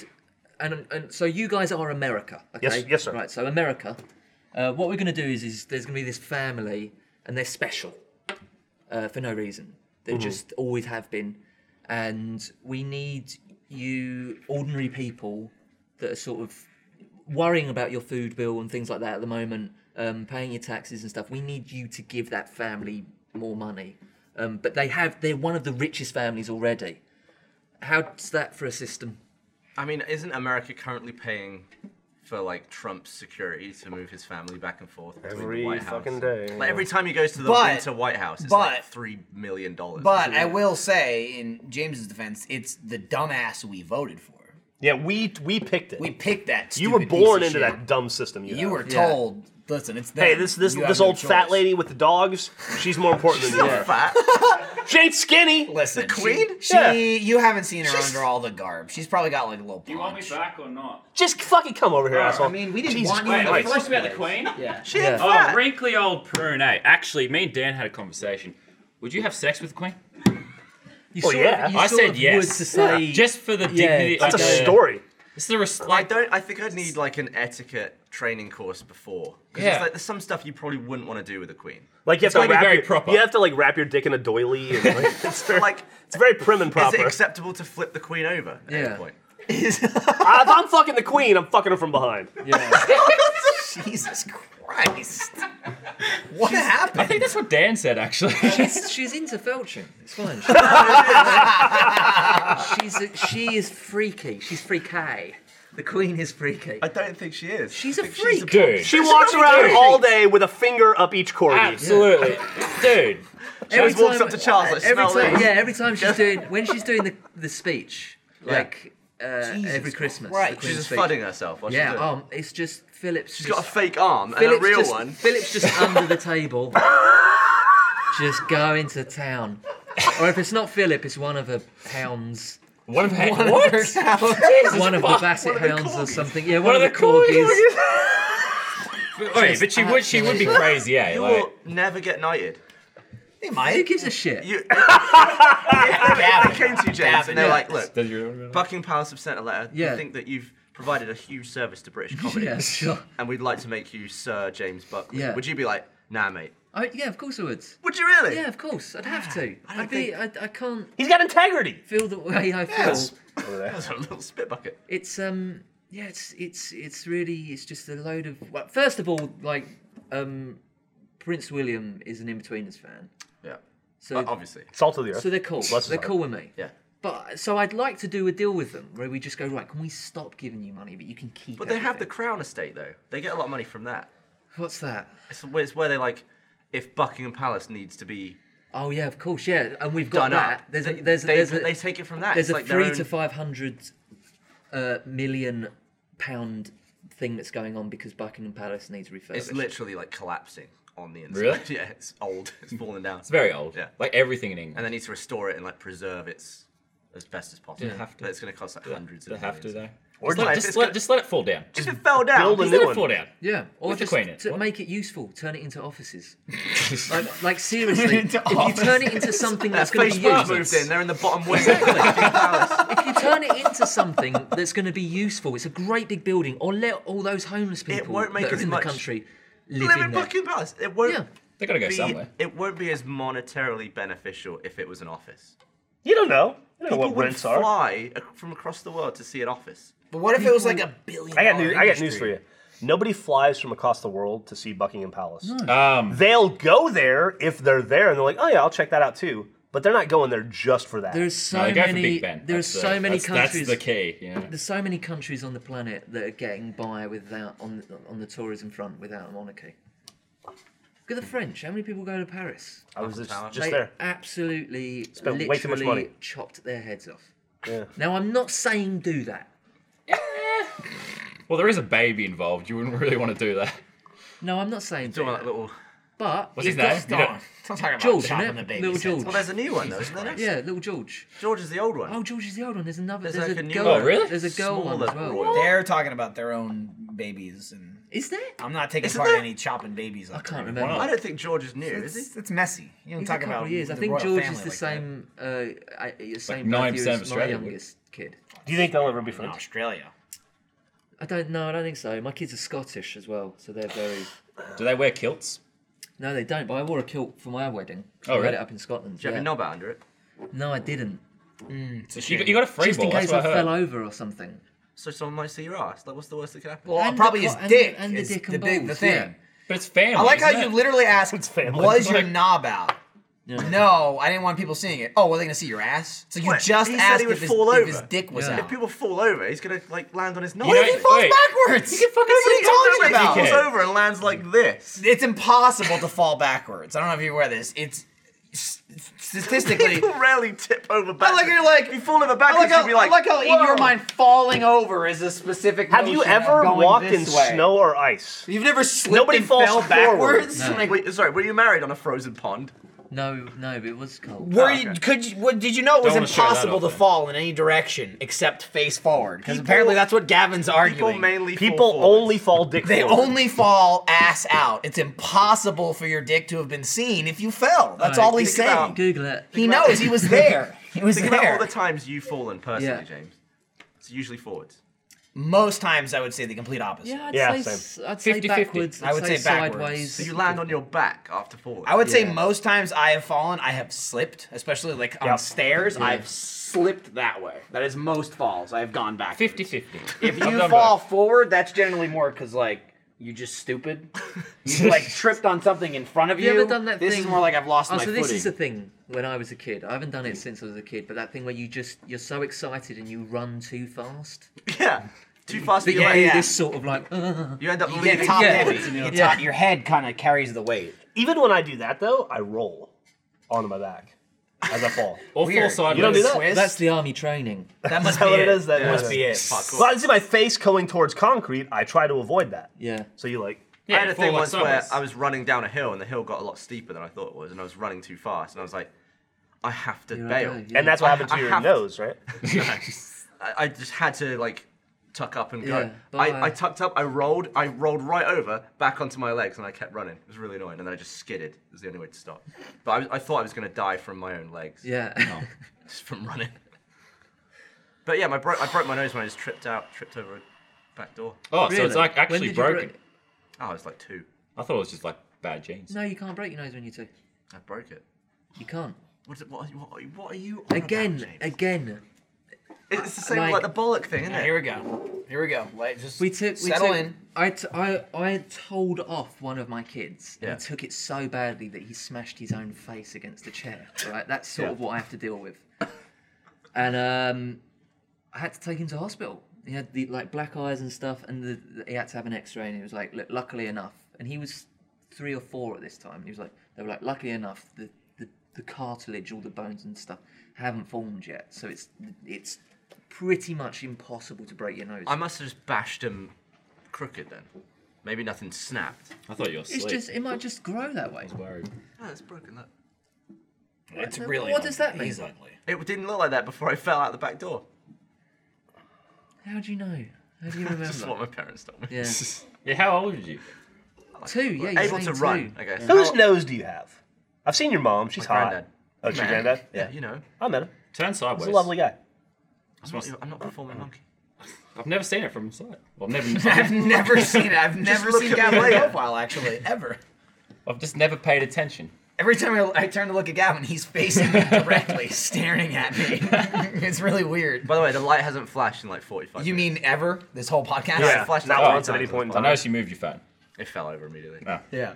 and, and so you guys are America, okay? Yes- yes, sir. Right, so America, uh, what we're going to do is is there's going to be this family, and they're special, uh, for no reason. They Mm-hmm. just always have been, and we need you ordinary people that are sort of worrying about your food bill and things like that at the moment, um, paying your taxes and stuff, we need you to give that family more money. Um, but they have, they're one of the richest families already. How's that for a system? I mean, isn't America currently paying for like Trump's security to move his family back and forth between Every the White House? fucking day, yeah. Like every time he goes to the But- winter White House, it's but- like three million dollars. But I will say, in James's defense, it's the dumbass we voted for. Yeah, we we picked it. We picked that. you were stupid piece born of into shit. that dumb system. You, You have. were Yeah. told. Listen, it's them. Hey, this this You have this no old fat choice." lady with the dogs. She's more important than you. Not are. fat. She ain't skinny. Listen, the Queen? She, Yeah. you haven't seen her under all the garb. She's probably got like a little. Do you want me paunch. back or not? Just fucking come over here, asshole. I mean, we didn't Jesus want you Wait, in are we the supposed first to be at the place. Queen? She Yeah. ain't Oh, fat. wrinkly old prune. eh? Actually, me and Dan had a conversation. Would you have sex with the Queen? You Well, sort yeah. you Oh, I sort said of yes. would to say, Just for the Yeah, dignity. that's That's like, a uh, story. It's the res- I like, don't. I think I'd need like an etiquette training course before. Because Yeah. like, there's some stuff you probably wouldn't want to do with a queen. Like you have gotta to be wrap very your, proper. You have to like wrap your dick in a doily. And, like, it's very, Like, it's very prim and is proper. it acceptable to flip the queen over at Yeah. any point? I, Uh, if I'm fucking the queen, I'm fucking her from behind. yeah. Jesus Christ! What happened? I think that's what Dan said, actually. she's, she's into felching. It's fine. she's a, she is freaky. She's freaky. The Queen is freaky. I don't think she is. She's a I think freak. Dude. She walks around all day with a finger up each corgi. Absolutely. Dude. She always walks up to Charles like, every smell time, this. yeah, every time she's doing when she's doing the, the speech, like uh, Jesus every Christmas, Christ. the She's Queen's just speech. fudding herself. While Yeah, she's, doing it. um, it's just Phillips. she's just, got a fake arm and a Phillips real just, one. Phillips just under the table, just going to town. Or if it's not Philip, it's one of her hounds, One of her. What? Jesus one of the fuck. Basset hounds or something. Yeah, one, One of the corgis. Wait, Just but she would. She would be crazy, eh? You Like, will never get knighted. Hey, Who Mike. gives a shit? You. If they came to you, James, and they're like, look, does your Buckingham Palace have sent a letter. Yeah. We think that you've provided a huge service to British comedy. yeah, sure. And we'd like to make you Sir James Buckley. Yeah. Would you be like, nah, mate? I, yeah, of course I would. Would you really? Yeah, of course. I'd have to. don't I'd be. I, I can't He's got integrity. feel the way I feel. Yes. That was a little spit bucket. It's um yeah, it's it's it's really it's just a load of well, first of all, like um Prince William is an in-betweeners fan. Yeah. So Uh, obviously. Salt of the earth. so they're cool. Bless his They're heart. cool with me. Yeah. But so I'd like to do a deal with them where we just go right. Can we stop giving you money, but you can keep. But they have the everything." Crown Estate, though. They get a lot of money from that. What's that? It's, where- it's where they like, if Buckingham Palace needs to be Oh yeah, of course, yeah. And we've got done that. up, There's a, they- there's a, they, there's a, they take it from that. there's it's a like their three own- to five hundred uh, million pound thing that's going on because Buckingham Palace needs refurbishing. It's literally like collapsing on the inside. Really? Yeah, it's old. It's fallen down. It's very old. Yeah. Like everything in England. and they need to restore it and like preserve its as best as possible. They have to. But it's going to cost like hundreds they of have to millions. though. Or Just let, not, if just, it's let, gonna- just let it fall down. Just If it fell down, build a he's new let gonna- it fall down. Yeah, or With the just Queen in it. to What? make it useful, turn it into offices. like, like seriously, if you turn it into something that's going to be Facebook used, moved in. They're in the bottom wing. if you turn it into something that's going to be useful, it's a great big building. Or let all those homeless people won't make that as are in much. the country live, Live in, in there. Buckingham Palace. It won't. Yeah. They gotta go be- somewhere. It won't be as monetarily beneficial if it was an office. You don't know. You don't know People what would rents are. fly ac- from across the world to see an office. But what if it was like a billion? I got dollar news. I got industry? news for you. Nobody flies from across the world to see Buckingham Palace. Um, They'll go there if they're there, and they're like, "Oh yeah, I'll check that out too." But they're not going there just for that. There's so no, they go for many. Big Ben. There's That's the- so many that's, countries. That's the key. Yeah. There's so many countries on the planet that are getting by without on on the tourism front without a monarchy. Look at the French. How many people go to Paris? I was just, Tower. just they there. absolutely Spent literally way too much money. chopped their heads off. Yeah. Now I'm not saying do that. Well, there is a baby involved. You wouldn't really want to do that. No, I'm not saying do Doing like that. little. But What's his name? You Don't, don't- don't talk about George, chopping isn't the it? baby. Little sense. George. Well, there's a new one though, isn't there? yeah, little George. George is the old one. Oh, George is the old one. There's another. There's There's, like a, a new girl. one. Oh, really? There's a girl one as Smaller well. royal. They're talking about their own babies, and Is there? I'm not taking Isn't part in there? any chopping babies. I can't Why remember. not? I don't think George is new, It's, is it's messy. You don't He's talk a couple about of years. I the think royal George is family the like same. Uh, I, I- same nine birth percent year of as my Australia would. youngest kid. Do you think they'll ever be that. in friends? Australia. I don't know. I don't think so. My kids are Scottish as well, so they're very. Do they wear kilts? No, they don't. But I wore a kilt for my wedding. Oh, I had really? it up in Scotland. Do you have yeah. your knob out under it? No, I didn't. You, got- you got a free Just ball. in That's case I what I heard. fell over or something. So someone might see your ass. Like, what's the worst that could happen? Well, And the probably co- his and the- dick. and the is dick the and big the balls, thing. yeah. But it's family. I like how isn't you it? literally asked, It's family. "Was your Like- knob out?" No, I didn't want people seeing it. Oh, were they gonna see your ass? So you What? just He said he asked would if, his, fall if his over. dick was Yeah. out. If people fall over, he's gonna like land on his knob. You know- he falls Wait. backwards. You can fucking what are you Nobody talking about? dickhead. falls over and lands like this. It's impossible to fall backwards. I don't know if you're aware of this. It's s- statistically. People rarely tip over back. like how you're like- if you fall over back, I like how, you'd be like, I like how in "Whoa." your mind falling over is a specific. Have you notion of ever going walked in this way. snow or ice? You've never slipped Nobody and falls fell forward. backwards. No. Like, Wait, sorry, were you married on a frozen pond? No, no, but it was cold. were Oh, you, okay. could you, what, did you know it was Don't wanna share that impossible to openly. fall in any direction except face forward? Because People- apparently that's what Gavin's People arguing. mainly fall People forwards. only fall dick. They forward. only fall ass out. It's impossible for your dick to have been seen if you fell. That's Alright, all he's think saying. about- Google it. he knows he was there. He was Think about there. all the times you've fallen personally, Yeah. James. It's usually forwards. Most times I would say the complete opposite. Yeah, I'd Yeah, say, same. s- I'd say 50-50. backwards. I'd I would say backwards. sideways. So you land on your back after falling. I would say Yeah. most times I have fallen, I have slipped, especially like on Yep. stairs. I've slipped that way. That is most falls. I have gone back. 50 50. If you fall forward, that's generally more because like you're just stupid. You like tripped on something in front of Have you. you ever done that this thing? is more like I've lost oh, my so footing. this is the thing. When I was a kid, I haven't done it since I was a kid. But that thing where you just you're so excited and you run too fast. Yeah. Too fast for But your you Yeah, do legs. yeah. this sort of like. "Uh, "Ugh." You end up you leaning get top forward. heavy. You get top- your head kind of carries the weight. Even when I do that though, I roll onto my back as I fall. Or fall Weird. sideways. You don't do that? Swiss? That's the army training. that must That's how be it is, that That is. must be it. Parkour. Well, I see my face going towards concrete. I try to avoid that. Yeah. So you like, Yeah, I had a fall thing like once where sideways. I was running down a hill and the hill got a lot steeper than I thought it was, and I was running too fast, and I was like, I have to You're like, bail. "Oh, yeah." and that's what happened to I your have- nose, right? I, I just had to like tuck up and go. Yeah, bye. I, I tucked up, I rolled, I rolled right over, back onto my legs, and I kept running. It was really annoying, and then I just skidded. It was the only way to stop. But I, was- I thought I was gonna die from my own legs, Yeah. just from running. But yeah, my bro- I broke my nose when I just tripped out, tripped over a back door. Oh, so Really? it's like When did actually you break- broken. Oh, I was like two. I thought it was just like bad genes. No, you can't break your nose when you take. I broke it. You can't. What's it, what, are you- what, are you- what are you on Again, about, James? again. It's the same like- like, the bollock thing, isn't Yeah, it? here we go. Here we go. Like, just We took. We settle took, in. I, t- I, I told off one of my kids. and Yeah. He took it so badly that he smashed his own face against a chair. Right. That's sort of what I have to deal with. And um, I had to take him to hospital. He had the like black eyes and stuff, and the, the- he had to have an X-ray. And he was like, "Look, luckily enough." And he was three or four at this time. He was like, "They were like, luckily enough, the, the, the cartilage, all the bones and stuff, haven't formed yet. So it's it's pretty much impossible to break your nose." I must have just bashed him crooked then? Maybe nothing snapped. I thought you were asleep. It's just it might just grow that way. Worried. Oh, it's broken up. It's What really. does that mean? He's ugly. It didn't look like that before I fell out the back door. How do you know? How do you remember? That's what my parents told me. yeah, Yeah, how old are you? two. Yeah, you're Able to saying run, two. I guess. Whose nose do you have? I've seen your mom. She's My hot. granddad. Oh, it's your Man. granddad? Yeah, you know. I met him. Turn sideways. He's a lovely guy. I'm not, I'm not performing monkey. I've never seen it from side. Well, I've never. never seen it. I've never look seen at me Gavin later. profile actually ever. I've just never paid attention. Every time I, I turn to look at Gavin, he's facing me directly, staring at me. it's really weird. By the way, the light hasn't flashed in like 45 You minutes. mean ever this whole podcast? Yeah. flashed not out one once at time. any point in I time. noticed you moved your phone. It fell over immediately. No. Yeah.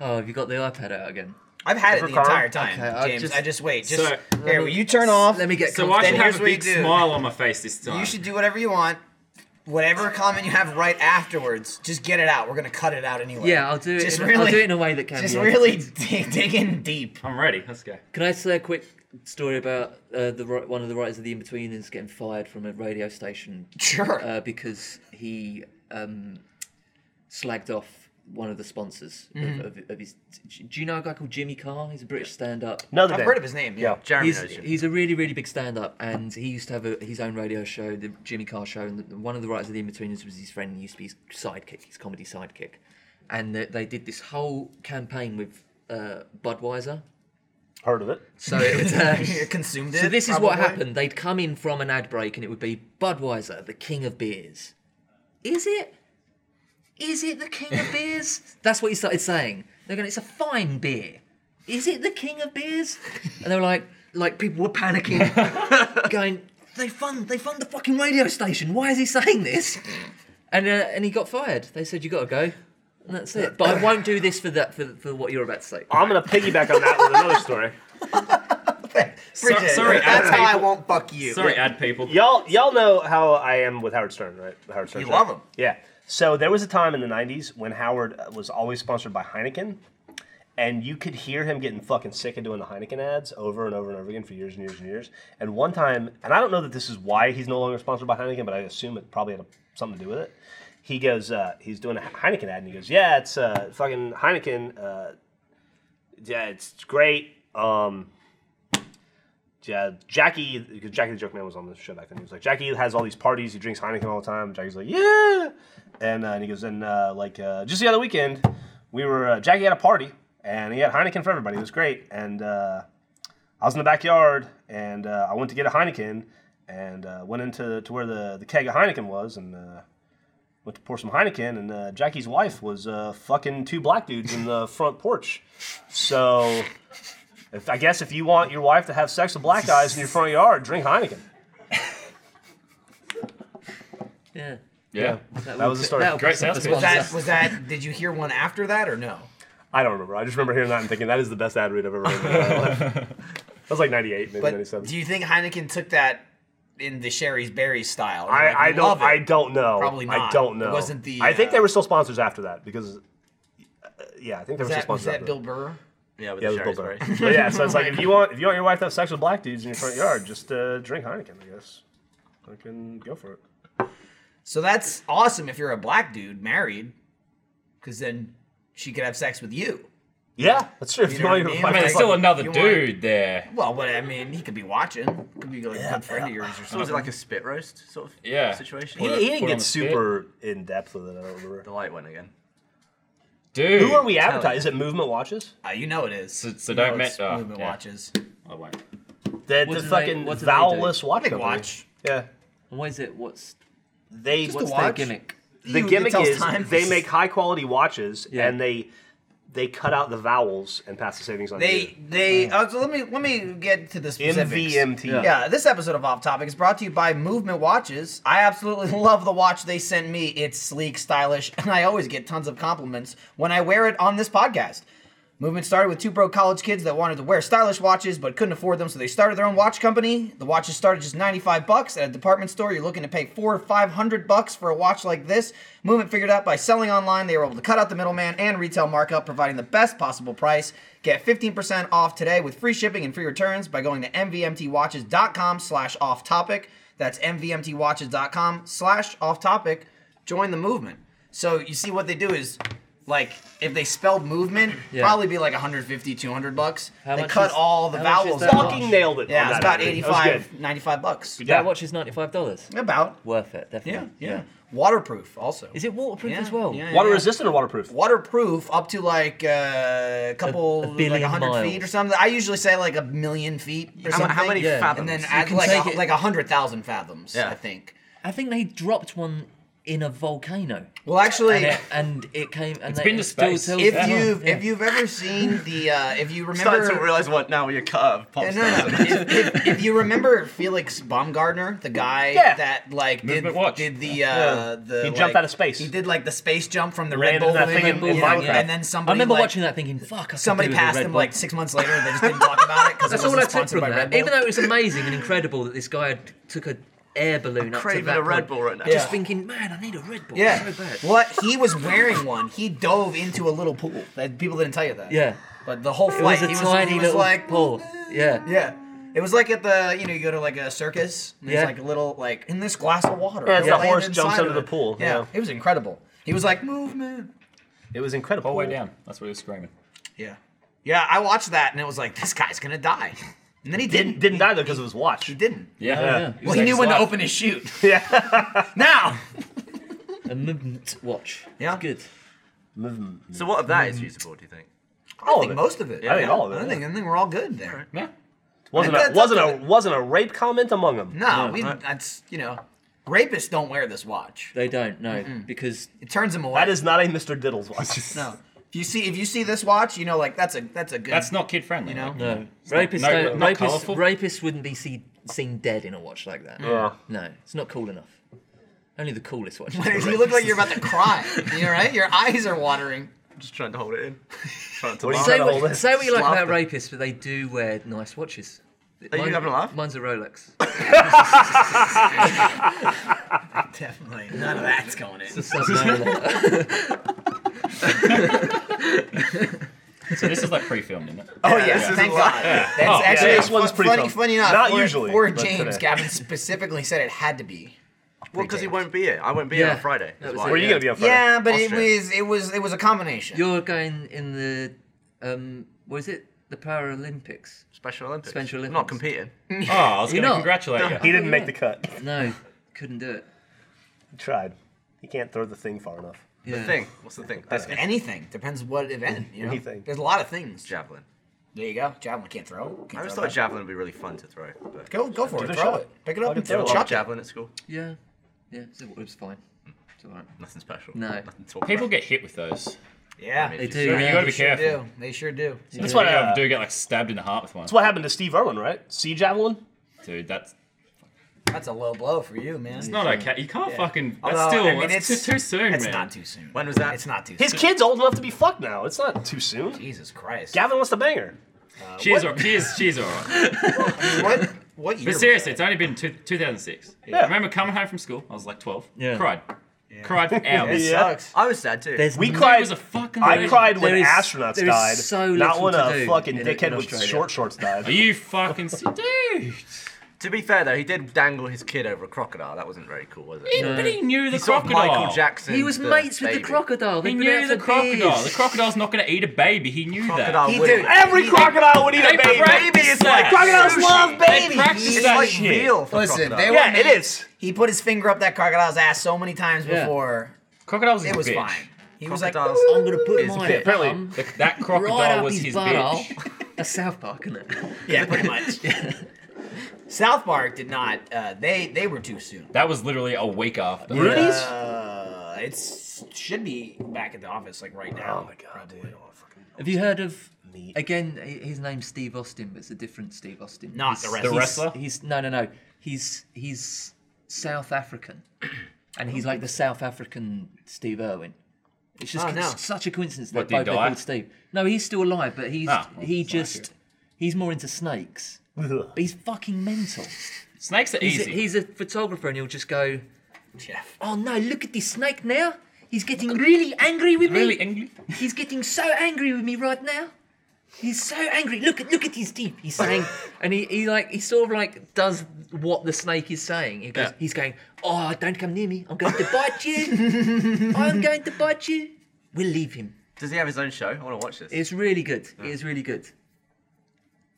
Oh, have you got the iPad out again? I've had it the Overcome? entire time, Okay, I'll James. just- I just wait. Just So- here. Will you turn off? Let me get. So comfortable. I should here's have a what you big do. smile on my face this time. You should do whatever you want. Whatever comment you have right afterwards, just get it out. We're gonna cut it out anyway. Yeah, I'll do it. Just in, I'll really- do it in a way that can Just be really dig, dig in deep. I'm ready. Let's go. Can I say a quick story about uh, the ri- one of the writers of the In Betweeners getting fired from a radio station Sure. uh, because he um, slagged off one of the sponsors of, of, of his. Do you know a guy called Jimmy Carr? He's a British stand-up. Another I've day. heard of his name. Yeah. Yeah. Jeremy He's, knows you. he's a really, really big stand-up, and he used to have a, his own radio show, the Jimmy Carr Show, and the, one of the writers of the In-Betweeners was his friend, and used to be his sidekick, his comedy sidekick, and they, they did this whole campaign with uh, Budweiser. Heard of it. So it was, uh, Consumed it. So this is what probably. happened. They'd come in from an ad break, and it would be Budweiser, the king of beers. Is it? Is it the king of beers? That's what he started saying. They're going, it's a fine beer. Is it the king of beers? And they were like, like people were panicking, going, they fund, they fund the fucking radio station. Why is he saying this? And uh, and he got fired. They said you got to go, and that's it. But I won't do this for that for, for what you're about to say. I'm going to piggyback on that with another story. Bridget, sorry, that's ad how I won't fuck you. Sorry, ad people. Y'all, y'all know how I am with Howard Stern, right? The Howard Stern. You show. love him. Yeah. So there was a time in the '90s when Howard was always sponsored by Heineken, and you could hear him getting fucking sick of doing the Heineken ads over and over and over again for years and years and years. And one time, and I don't know that this is why he's no longer sponsored by Heineken, but I assume it probably had a, something to do with it. He goes, uh, he's doing a Heineken ad, and he goes, "Yeah, it's uh, fucking Heineken. Uh, yeah, it's great." Um, yeah, Jackie, because Jackie the Joke Man was on the show back then. He was like, Jackie has all these parties. He drinks Heineken all the time. Jackie's like, yeah. And, uh, and he goes, and uh, like, uh, just the other weekend, we were, uh, Jackie had a party and he had Heineken for everybody. It was great. And uh, I was in the backyard and uh, I went to get a Heineken and uh, went into to where the, the keg of Heineken was and uh, went to pour some Heineken. And uh, Jackie's wife was uh, fucking two black dudes in the front porch. So. If, I guess if you want your wife to have sex with black guys in your front yard, drink Heineken. Yeah, Yeah. That was the story. that'll Great piss off the sales pitch. Was sponsor. that was that? Did you hear one after that or no? I don't remember. I just remember hearing that and thinking that is the best ad read I've ever heard. in my life. That was like '98, maybe But '97. do you think Heineken took that in the Sherry's Berry style? Like, I, I we don't. love it. I don't know. Probably I not. don't It know. wasn't the, I think uh, they were still sponsors after that because. uh, yeah, I think they Was that, were still was sponsors. that after Bill Burr? Yeah, with Yeah, the it was Bill cherries, Burr. right? But yeah, so it's like if you want if you want your wife to have sex with black dudes in your front yard, just uh, drink Heineken, I guess. I can go for it. So that's awesome if you're a black dude married, because then she could have sex with you. Yeah, that's true. If you, know want what I your mean? wife I to mean, Like, it's still like, another you want- dude there. Well, what I mean, he could be watching. Could be like a good friend of yours or So was it something. like a spit roast sort of Yeah. situation? He, he Put didn't on get the spit. super in depth with it. I don't remember. The light went again. Dude. Who are we Tell advertising? it. Is it Movement Watches? Uh, you know it is. So, so don't it's mess up. movement yeah. watches. I won't. The, What the do they- fucking what do they valveless watch company. watch. Yeah. What is it? What's They what's what's their that gimmick? gimmick? The You- it gimmick tells is time. they make high quality watches Yeah. and they they cut out the vowels and pass the savings on They they. Uh, so let me let me get to the you. specifics. MVMT. Yeah, this episode of Off Topic is brought to you by Movement Watches. I absolutely love the watch they sent me. It's sleek, stylish, and I always get tons of compliments when I wear it on this podcast. Movement started with two broke college kids that wanted to wear stylish watches but couldn't afford them, so they started their own watch company. The watches started just 95 bucks at a department store. You're looking to pay four or five hundred bucks for a watch like this. Movement figured out by selling online, they were able to cut out the middleman and retail markup, providing the best possible price. Get 15% off today with free shipping and free returns by going to mvmtwatches.com slash off topic. That's mvmtwatches.com slash off topic. Join the movement. So you see what they do is like if they spelled movement, probably be like 150, 200 bucks. How they much cut is- all the how much is vowels that out. watch? Fucking nailed it. Yeah, on it's that about ending. That was good. 85, 95 bucks. That watch is ninety-five dollars. About. Worth it, definitely. Yeah, yeah. Waterproof also. Is it waterproof Yeah, as well? yeah, Water resistant or waterproof? waterproof up to like uh, a couple, A- a like billion 100 feet miles. or something. I usually say like a million feet or How, something. how many Yeah. fathoms? And then You add can like take a, it- like 100,000 fathoms, Yeah. I think. I think they dropped one in a volcano, Well, actually, and it, and it came. And they, been to it still space. tells if the time. you've Yeah. if you've ever seen the uh, if you starting remember to realize what now you're cut out of pop Yeah, no, stars. no, no. if, if, if you remember Felix Baumgartner, the guy Yeah. that like did, Movement watch. did the uh, Yeah. the He jumped like- out of space. He did like the space jump from the Ran Red into Bull that to thing in- England, in and, Minecraft. and then somebody I remember like, watching that, thinking, "Fuck!" I could somebody do with a passed Red him Bull. like six months later. and They just didn't talk about it because That's it all I was took sponsored by from that. Red Bull. Even though it was amazing and incredible that this guy had took an air balloon up to craving that a Red point, Bull right now. Just Yeah. thinking, man, I need a Red Bull. yeah, so bad. what he was wearing one. He dove into a little pool. That people didn't tell you that. Yeah, but the whole it was flight a he was, tiny he was little like pool. Yeah, Yeah. It was like at the you know you go to like a circus and there's Yeah. like a little like in this glass of water. Yeah, it's You the land horse inside jumps of under the it. pool, Yeah. yeah. it was incredible. He was like movement. It was incredible. All the way down. That's what he was screaming. Yeah, yeah. I watched that and it was like this guy's gonna die, and then he didn't. Didn't didn't die though because of his watch. He didn't. Yeah. Oh, yeah. Well, he knew when to open his chute. Yeah. now. a movement watch. Yeah. it's good. So what of that is usable? Do you think? I All of think it. most of it. I think all of it, I think, I think we're all good there. Yeah. Wasn't a That's wasn't up a wasn't a rape comment among them. No, we. That's you know, rapists don't wear this watch. They don't know because It turns them away. That is not a Mr. Diddles watch. no. If you see if you see this watch, you know like that's a that's a good. That's not kid friendly. You know? no rapists. not- don't, not rapists, colourful? rapists wouldn't be see, seen dead in a watch like that. Yeah. No, it's not cool enough. Only the coolest watch. you look like you're about to cry. You all right? Your eyes are watering. I'm just trying to hold it in. trying to What do you laugh. Say Kinda hold what, it. say what you like Slap about it. rapists, but they do wear nice watches. Are you having a laugh? Mine's a Rolex. Definitely. None of that's going in. It's like Rolex. So this is like pre-filmed, isn't it? Oh yeah, this thank isn't God. live. That's Oh, yeah, actually this one's fu- pretty funny. tough. Funny enough, Not for, usually, For but James, today. Gavin specifically said it had to be. Well, because he won't be here. I won't be here Yeah. on Friday. That That's was why. it. Were you Yeah. gonna be on Friday? Yeah, but Austria. it was it was it was a combination. You're going in the um, was it the Paralympics? Special Olympics. Special I'm Not Olympics. competing. Oh, I was going to not. congratulate you. He didn't make the cut. No, couldn't do it. He tried. He can't throw the thing far enough. Yeah. Thing. What's the thing? This guy. Anything depends what event. You know, Anything. there's a lot of things. Javelin. There you go. Javelin can't throw. Can't I always throw thought that. javelin would be really fun to throw. But Go go for Give it. it a Throw shot. it. Pick it up Fucking and throw throw it. it. I love Chuck it. javelin at school. Yeah, yeah. So it was fine. It's alright. Nothing special. No. Nothing to talk People about. get hit with those. Yeah, I mean, they if They you- do. You yeah. got to be sure careful. do. They sure do. That's That's what what uh, I do get like stabbed in the heart with one. That's what happened to Steve Irwin, right? Sea javelin. Dude, that's That's a low blow for you, man. not okay. You can't fucking. That's Although, still. I mean, that's it's- too, too soon, It's man. not too soon. When was that? It's not too His soon. kid's old enough to be fucked now. It's not too soon. Jesus Christ. Gavin wants to bang her. She's all, she's she's all right. what what year? But was seriously, that? it's only been two, 2006. Yeah. I remember coming home from school. I was like 12. Yeah. Cried. Cried for hours. Yeah. sucks. I was sad too. There's We no- It cried. was a fucking. I legend. cried when There is- astronauts there is died, so not little when to a do fucking in- dickhead in with Australia. short shorts died. Are you fucking s- dude? To be fair though, he did dangle his kid over a crocodile. That wasn't very cool, was it? He- But he knew the He sort of crocodile. Michael Jackson. He was the mates with baby. the crocodile. He They've been knew out the for crocodile. years. The crocodile's not going to eat a baby. He knew Crocodile He would- did. Every crocodile would eat that. a baby. is like Crocodiles love It's baby. practice that like shit. real for Listen, crocodile. they were Yeah, it made- is. He put his finger up that crocodile's ass so many times Yeah. before Crocodile's his it was bitch. fine. He was like, Crocodiles- I'm gonna put It's a my bit- apparently The, that crocodile right up was his, his butthole. bitch. That's South Park, isn't it? yeah, pretty much. South Park did not. Uh, they they were too soon. That was literally a week after. Rudy's? Uh, it should be back at the office like right now. Oh my god, dude. Have you heard of? Again, h- his name's Steve Austin, but it's a different Steve Austin. Not the wrestler. The he's- wrestler? He's no, no, no. He's he's South African, and he's like the South African Steve Irwin. It's just Oh, con- no. such a coincidence that What, did he both are die? called Steve. No, he's still alive, but he's Ah, well, he that's not just he's more into snakes. But he's fucking mental. Snakes are He's a, easy. he's a photographer, and he'll just go, Jeff. "Oh no, look at this snake now! He's getting really angry with me." really angry. He's getting so angry with me right now. He's so angry. Look at look at his teeth. He's saying, and he, he like he sort of like does what the snake is saying. He goes, Yeah. he's going, oh, don't come near me. I'm going to bite you. I'm going to bite you. We'll leave him. Does he have his own show? I want to watch this. It's really good. It is really good.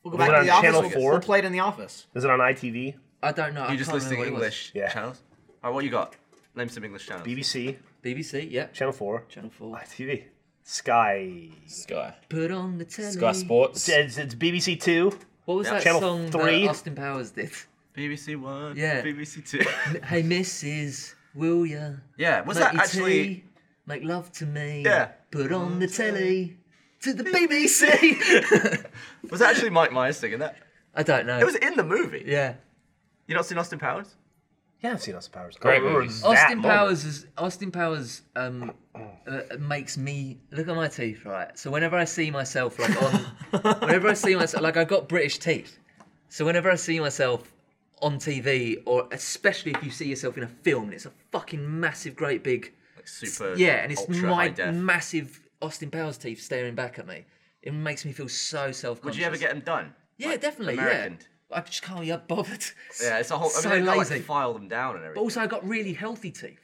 We'll go Was back to it on the office. Channel We'll, four? we'll play it in the office. Is it on ITV, I don't know. I you just can't listing remember what it was. English Yeah. channels? All right, what you got? Name some English channels. BBC, BBC, yeah. Channel Four, Channel Four. ITV, Sky? Sky. Put on the telly. Sky Sports. It's, it's BBC Two. What was that Channel song three. that Austin Powers did? BBC One. Yeah. BBC Two. hey, Mrs. Will ya? yeah. Was make that your actually? tea, make love to me. Yeah. Mm. Put on the telly to the BBC. Was that actually Mike Myers singing that? I don't know. It was in the movie. yeah. You not seen Austin Powers? Yeah, I've seen Austin Powers. Great I remember movies. that Austin moment. Powers is Austin Powers um uh, makes me look at my teeth right. So whenever I see myself like on whenever I see myself like I've got British teeth. So whenever I see myself on TV or especially if you see yourself in a film and it's a fucking massive great big Like super. yeah and it's ultra high my def. massive Austin Powers teeth staring back at me. It makes me feel so self-conscious. Would you ever get them done? Yeah, definitely. American? Yeah. I just can't be bothered. Yeah, it's a whole. I mean, so they gotta, lazy. like file them down and But everything. also, I got really healthy teeth,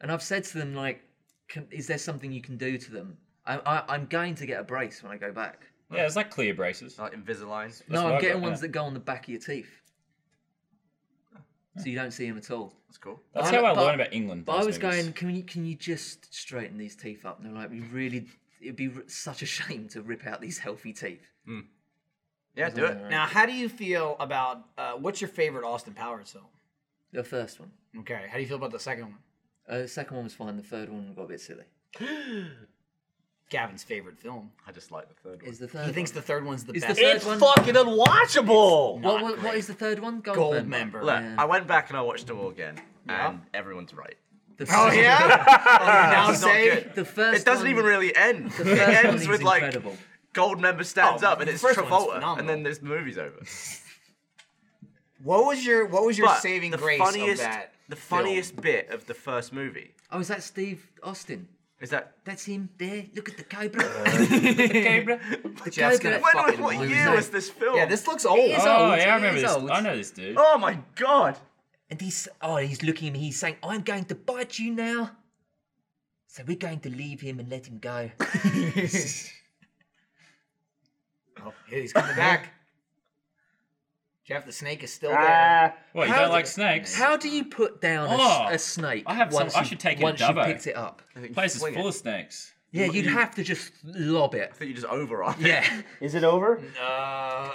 and I've said to them like, can, "Is there something you can do to them?" I, I, I'm going to get a brace when I go back. Yeah, it's like clear braces. Like Invisalign. no, what I'm I getting got, ones yeah. that go on the back of your teeth, so you don't see them at all. That's cool. That's I how know, I but- learned about England. But I those was movies. going, "Can you can you just straighten these teeth up?" And they're like, "We really." It'd be r- such a shame to rip out these healthy teeth. Yeah, do it. Now, how do you feel about uh, what's your favorite Austin Powers film? The first one. Okay, how do you feel about the second one? Uh, the second one was fine. The third one got a bit silly. Gavin's favorite film. I just like the third one. Is the third? He one. thinks the third one's the Is the best. third It's one- fucking unwatchable. What, what, what is the third one? Gold, Gold member. member. Look, Yeah. I went back and I watched them all again, and everyone's right. The Oh first- yeah. now It's not say good. The first. It doesn't one- even really end. The It first one ends is with incredible. like gold member stands Oh, up and the it's first one's Travolta, and phenomenal. then this movie's over. what was your what was your But saving the grace funniest, of that? the funniest bit of the first movie Oh, is that Steve Austin? is that That's him there. Look at the cobra. Uh. the cobra. The Jeff's cobra. gonna when was fucking what lose year it. was this film? Yeah, this looks old. is- Oh, old, yeah, I it remember is this. old. I know this dude. Oh my god! And he's oh, he's looking at me. He's saying, "I'm going to bite you now." So we're going to leave him and let him go. Oh, Yeah, he's coming back. Jeff, the snake is still there. Ah, What, you How don't do- like snakes? How do you put down a, Oh, s- a snake? I have some- once I you- should take it once you Dubbo. picked it up. Ah. Place is Swing full it. of snakes. Yeah, you'd have to just lob it. I think you just over on it. Yeah. is it over? Uh,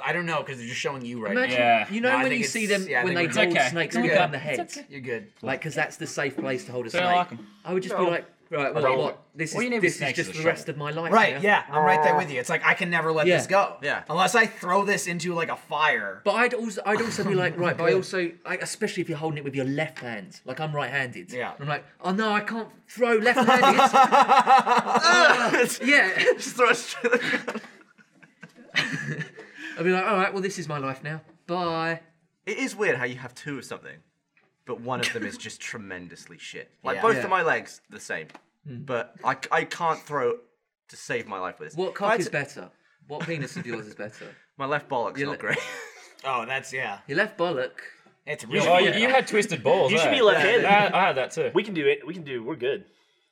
I don't know because they're just showing you right Imagine, now. Yeah. You know No, I when think you see it's- them yeah, I when they think hold it's okay. snakes It's behind okay. the heads, You're good. like because that's the safe place to hold a So I snake. like 'em. I would just be like, right, well, don't- what? This All you need is is this is snakes just as a the shovel. rest of my life. now. Right, yeah, I'm right there with you. It's like I can never let Yeah. this go. Uh, Yeah. Unless I throw this into like a fire. But I'd also I'd also be like, right, but I also like especially if you're holding it with your left hand. Like I'm right handed. Yeah. I'm like, oh no, I can't throw left handed. yeah. Just throw it straight at the ground. I'd be like, alright, well this is my life now. Bye. It is weird how you have two of something, but one of them is just tremendously shit. Like Yeah. Hmm. both Yeah. of my legs the same, but I, c- I can't throw to save my life with this. What If cock I'd is s- better? What penis of yours is better? My left bollock's Your le- not great. Oh, that's yeah. Your left bollock. It's really Oh, you, weird. you had twisted balls. You should eh? be left-handed. Yeah, I, I had that too. We can do it. We can do. We're good.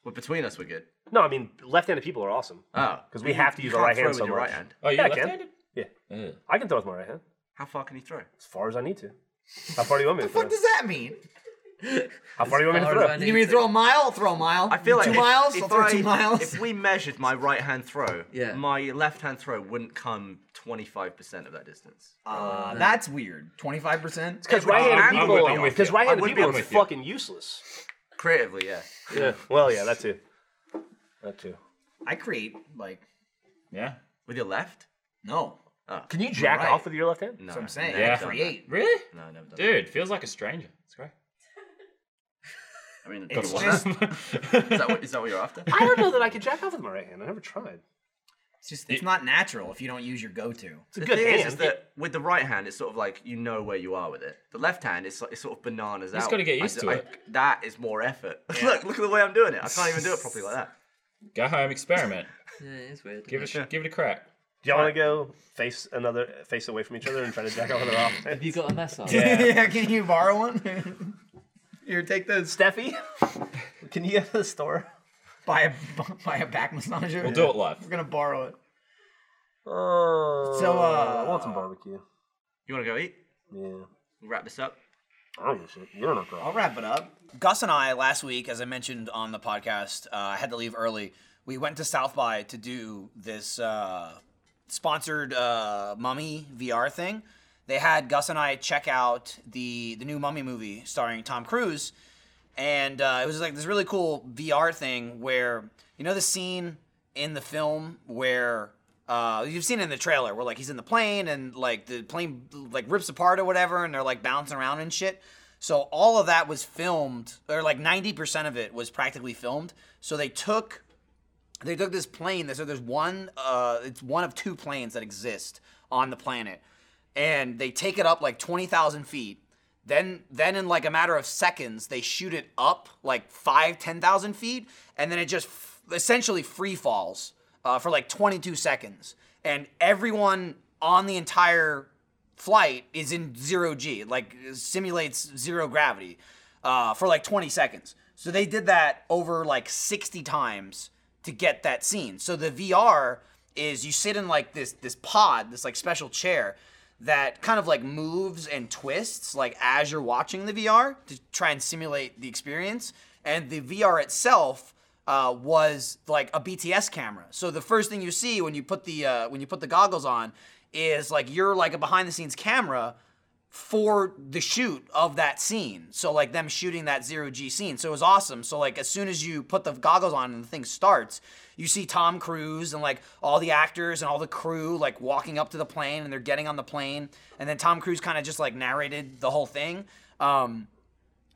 but between us, we're good. No, I mean left-handed people are awesome. Oh, 'Cause we have to You use our right can't hand so throw with your much. Right hand. Oh, you Yeah, I can. left-handed? Yeah, Ugh. I can throw with my right hand How far can you throw? as far as I need to. How far do you want me to throw? What does that mean? How far do you want me to Hard throw? one. You mean throw a mile? I'll throw a mile. I feel like two if- miles. If, I'll throw I- two miles. if we measured my right hand throw, Yeah. my left hand throw wouldn't come twenty five percent of that distance. Uh, that's weird. Twenty five percent. Because I'm right-handed with- people, I'm with because you. right-handed I would be, people I'm are with you. fucking useless. Creatively, yeah. Yeah. Well, yeah, that too. That too. I create like Yeah. With your left? no. Can you jack Right. off with your left hand? No. That's what I'm saying. Yeah. I create. Really? No, I've never done Dude, feels like a stranger. It's great. that. I mean, It's you want just that? Is that what, is that what you're after? I don't know that I could jack off with my right hand. I never tried. it's just it's not natural if you don't use your go to. It's a the good thing hand. is, is that with the right hand, it's sort of like you know where you are with it. The left hand is it's sort of bananas out. just gotta get used I- to I- it. That is more effort. look, look at the way I'm doing it. I can't even do it properly like that. Go home, experiment. Yeah, it's weird. Give it, a sh- give it a crack. Do y'all want to go face another face away from each other and try to jack off other off? Have you got a mess up? yeah, can you borrow one? Here, take the Steffi. Can you get to the store? buy a buy a back massager. We'll do it live. We're gonna borrow it. Oh, So, uh, I want some barbecue. You want to go eat? Yeah. Wrap this up. I don't give a shit. You're not girl. I'll wrap it up. Gus and I last week, as I mentioned on the podcast, uh, I had to leave early. We went to South by to do this uh, sponsored uh, Mummy VR thing. They had Gus and I check out the the new Mummy movie starring Tom Cruise, and uh, it was like this really cool VR thing where you know the scene in the film where uh, you've seen it in the trailer where like he's in the plane and like the plane like rips apart or whatever and they're like bouncing around and shit. So all of that was filmed, or like ninety percent of it was practically filmed. So they took they took this plane. So there's one. Uh, it's one of two planes that exist on the planet, and they take it up like twenty thousand feet. Then, then in like a matter of seconds, they shoot it up like five, ten thousand feet, and then it just f- essentially free falls uh, for like twenty-two seconds, and everyone on the entire flight is in zero g, like simulates zero gravity uh, for like 20 seconds. So they did that over like 60 times to get that scene. So the VR is you sit in like this this pod, this like special chair that kind of like moves and twists like as you're watching the VR to try and simulate the experience. And the VR itself uh, was like a BTS camera. So the first thing you see when you put the uh, when you put the goggles on is like you're like a behind the scenes camera for the shoot of that scene. So like them shooting that zero G scene. So it was awesome. So like as soon as you put the goggles on and the thing starts, you see Tom Cruise and like all the actors and all the crew like walking up to the plane and they're getting on the plane. And then Tom Cruise kind of just like narrated the whole thing. Um,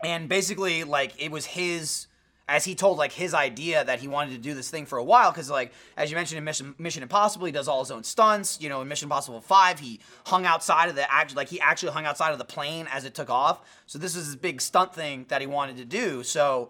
and basically like it was his as he told like his idea that he wanted to do this thing for a while because like as you mentioned in mission, mission impossible he does all his own stunts you know in mission impossible 5 he hung outside of the act like he actually hung outside of the plane as it took off so this was his big stunt thing that he wanted to do so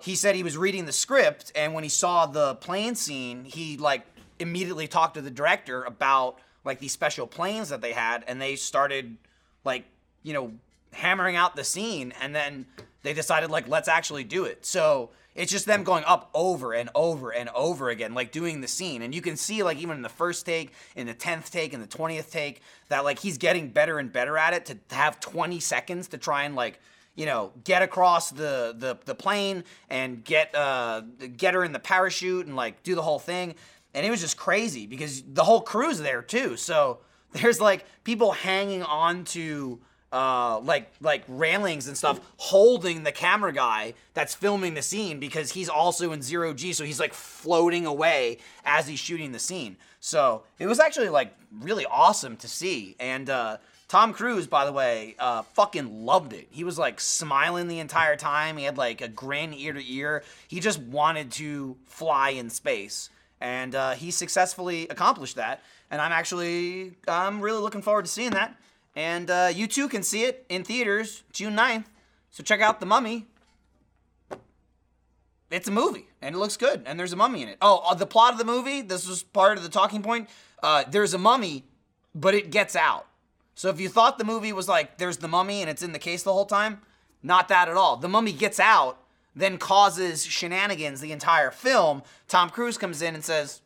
he said he was reading the script and when he saw the plane scene he like immediately talked to the director about like these special planes that they had and they started like you know hammering out the scene and then they decided like let's actually do it so it's just them going up over and over and over again like doing the scene and you can see like even in the first take in the 10th take in the 20th take that like he's getting better and better at it to have 20 seconds to try and like you know, get across the the, the plane and get uh, get her in the parachute and like do the whole thing. And it was just crazy because the whole crew's there too. So there's like people hanging on to uh, like like railings and stuff, holding the camera guy that's filming the scene because he's also in zero G, so he's like floating away as he's shooting the scene. So it was actually like really awesome to see. And uh, Tom Cruise, by the way, uh, fucking loved it. He was like smiling the entire time. He had like a grin ear to ear. He just wanted to fly in space, and uh, he successfully accomplished that. And I'm actually, I'm really looking forward to seeing that. And uh, you too can see it in theaters June 9th. So check out The Mummy. It's a movie, and it looks good, and there's a mummy in it. Oh, uh, the plot of the movie, this was part of the talking point. Uh, there's a mummy, but it gets out. So if you thought the movie was like there's the mummy and it's in the case the whole time, not that at all. The mummy gets out, then causes shenanigans the entire film. Tom Cruise comes in and says,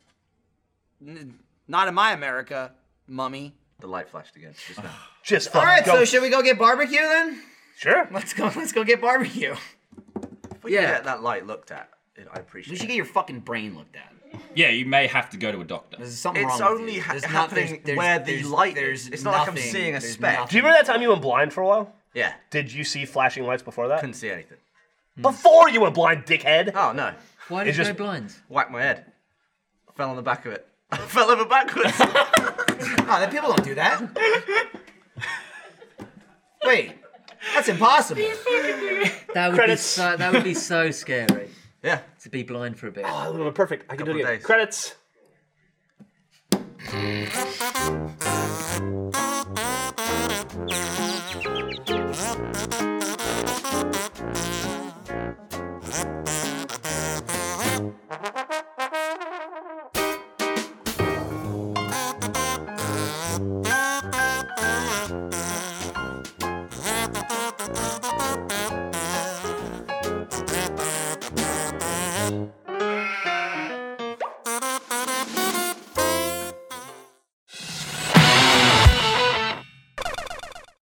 "N- "Not in my America, mummy." The light flashed again. Just now. Just fucking All right, go. so should we go get barbecue then? sure. Let's go. Let's go get barbecue. If we yeah. Yeah. get that light looked at, it, I appreciate You should it. get your fucking brain looked at. Yeah, you may have to go to a doctor. There's something It's wrong with only you. ha- There's not- happening there's- there's- where the there's- light there's is. It's not like I'm nothing. seeing a There's speck. nothing. Do you remember that time you went blind for a while? Yeah. Did you see flashing lights before that? Couldn't see anything. Before you went blind, dickhead. Oh no! Why It's did you go just- blind? Whacked my head. Fell on the back of it. I fell over backwards. Oh, No, that people don't do that. Wait, that's impossible. That would Credits. be so, that would be so scary yeah. to be blind for a bit. Oh, we were perfect. I can do it Couple of again. days. Credits.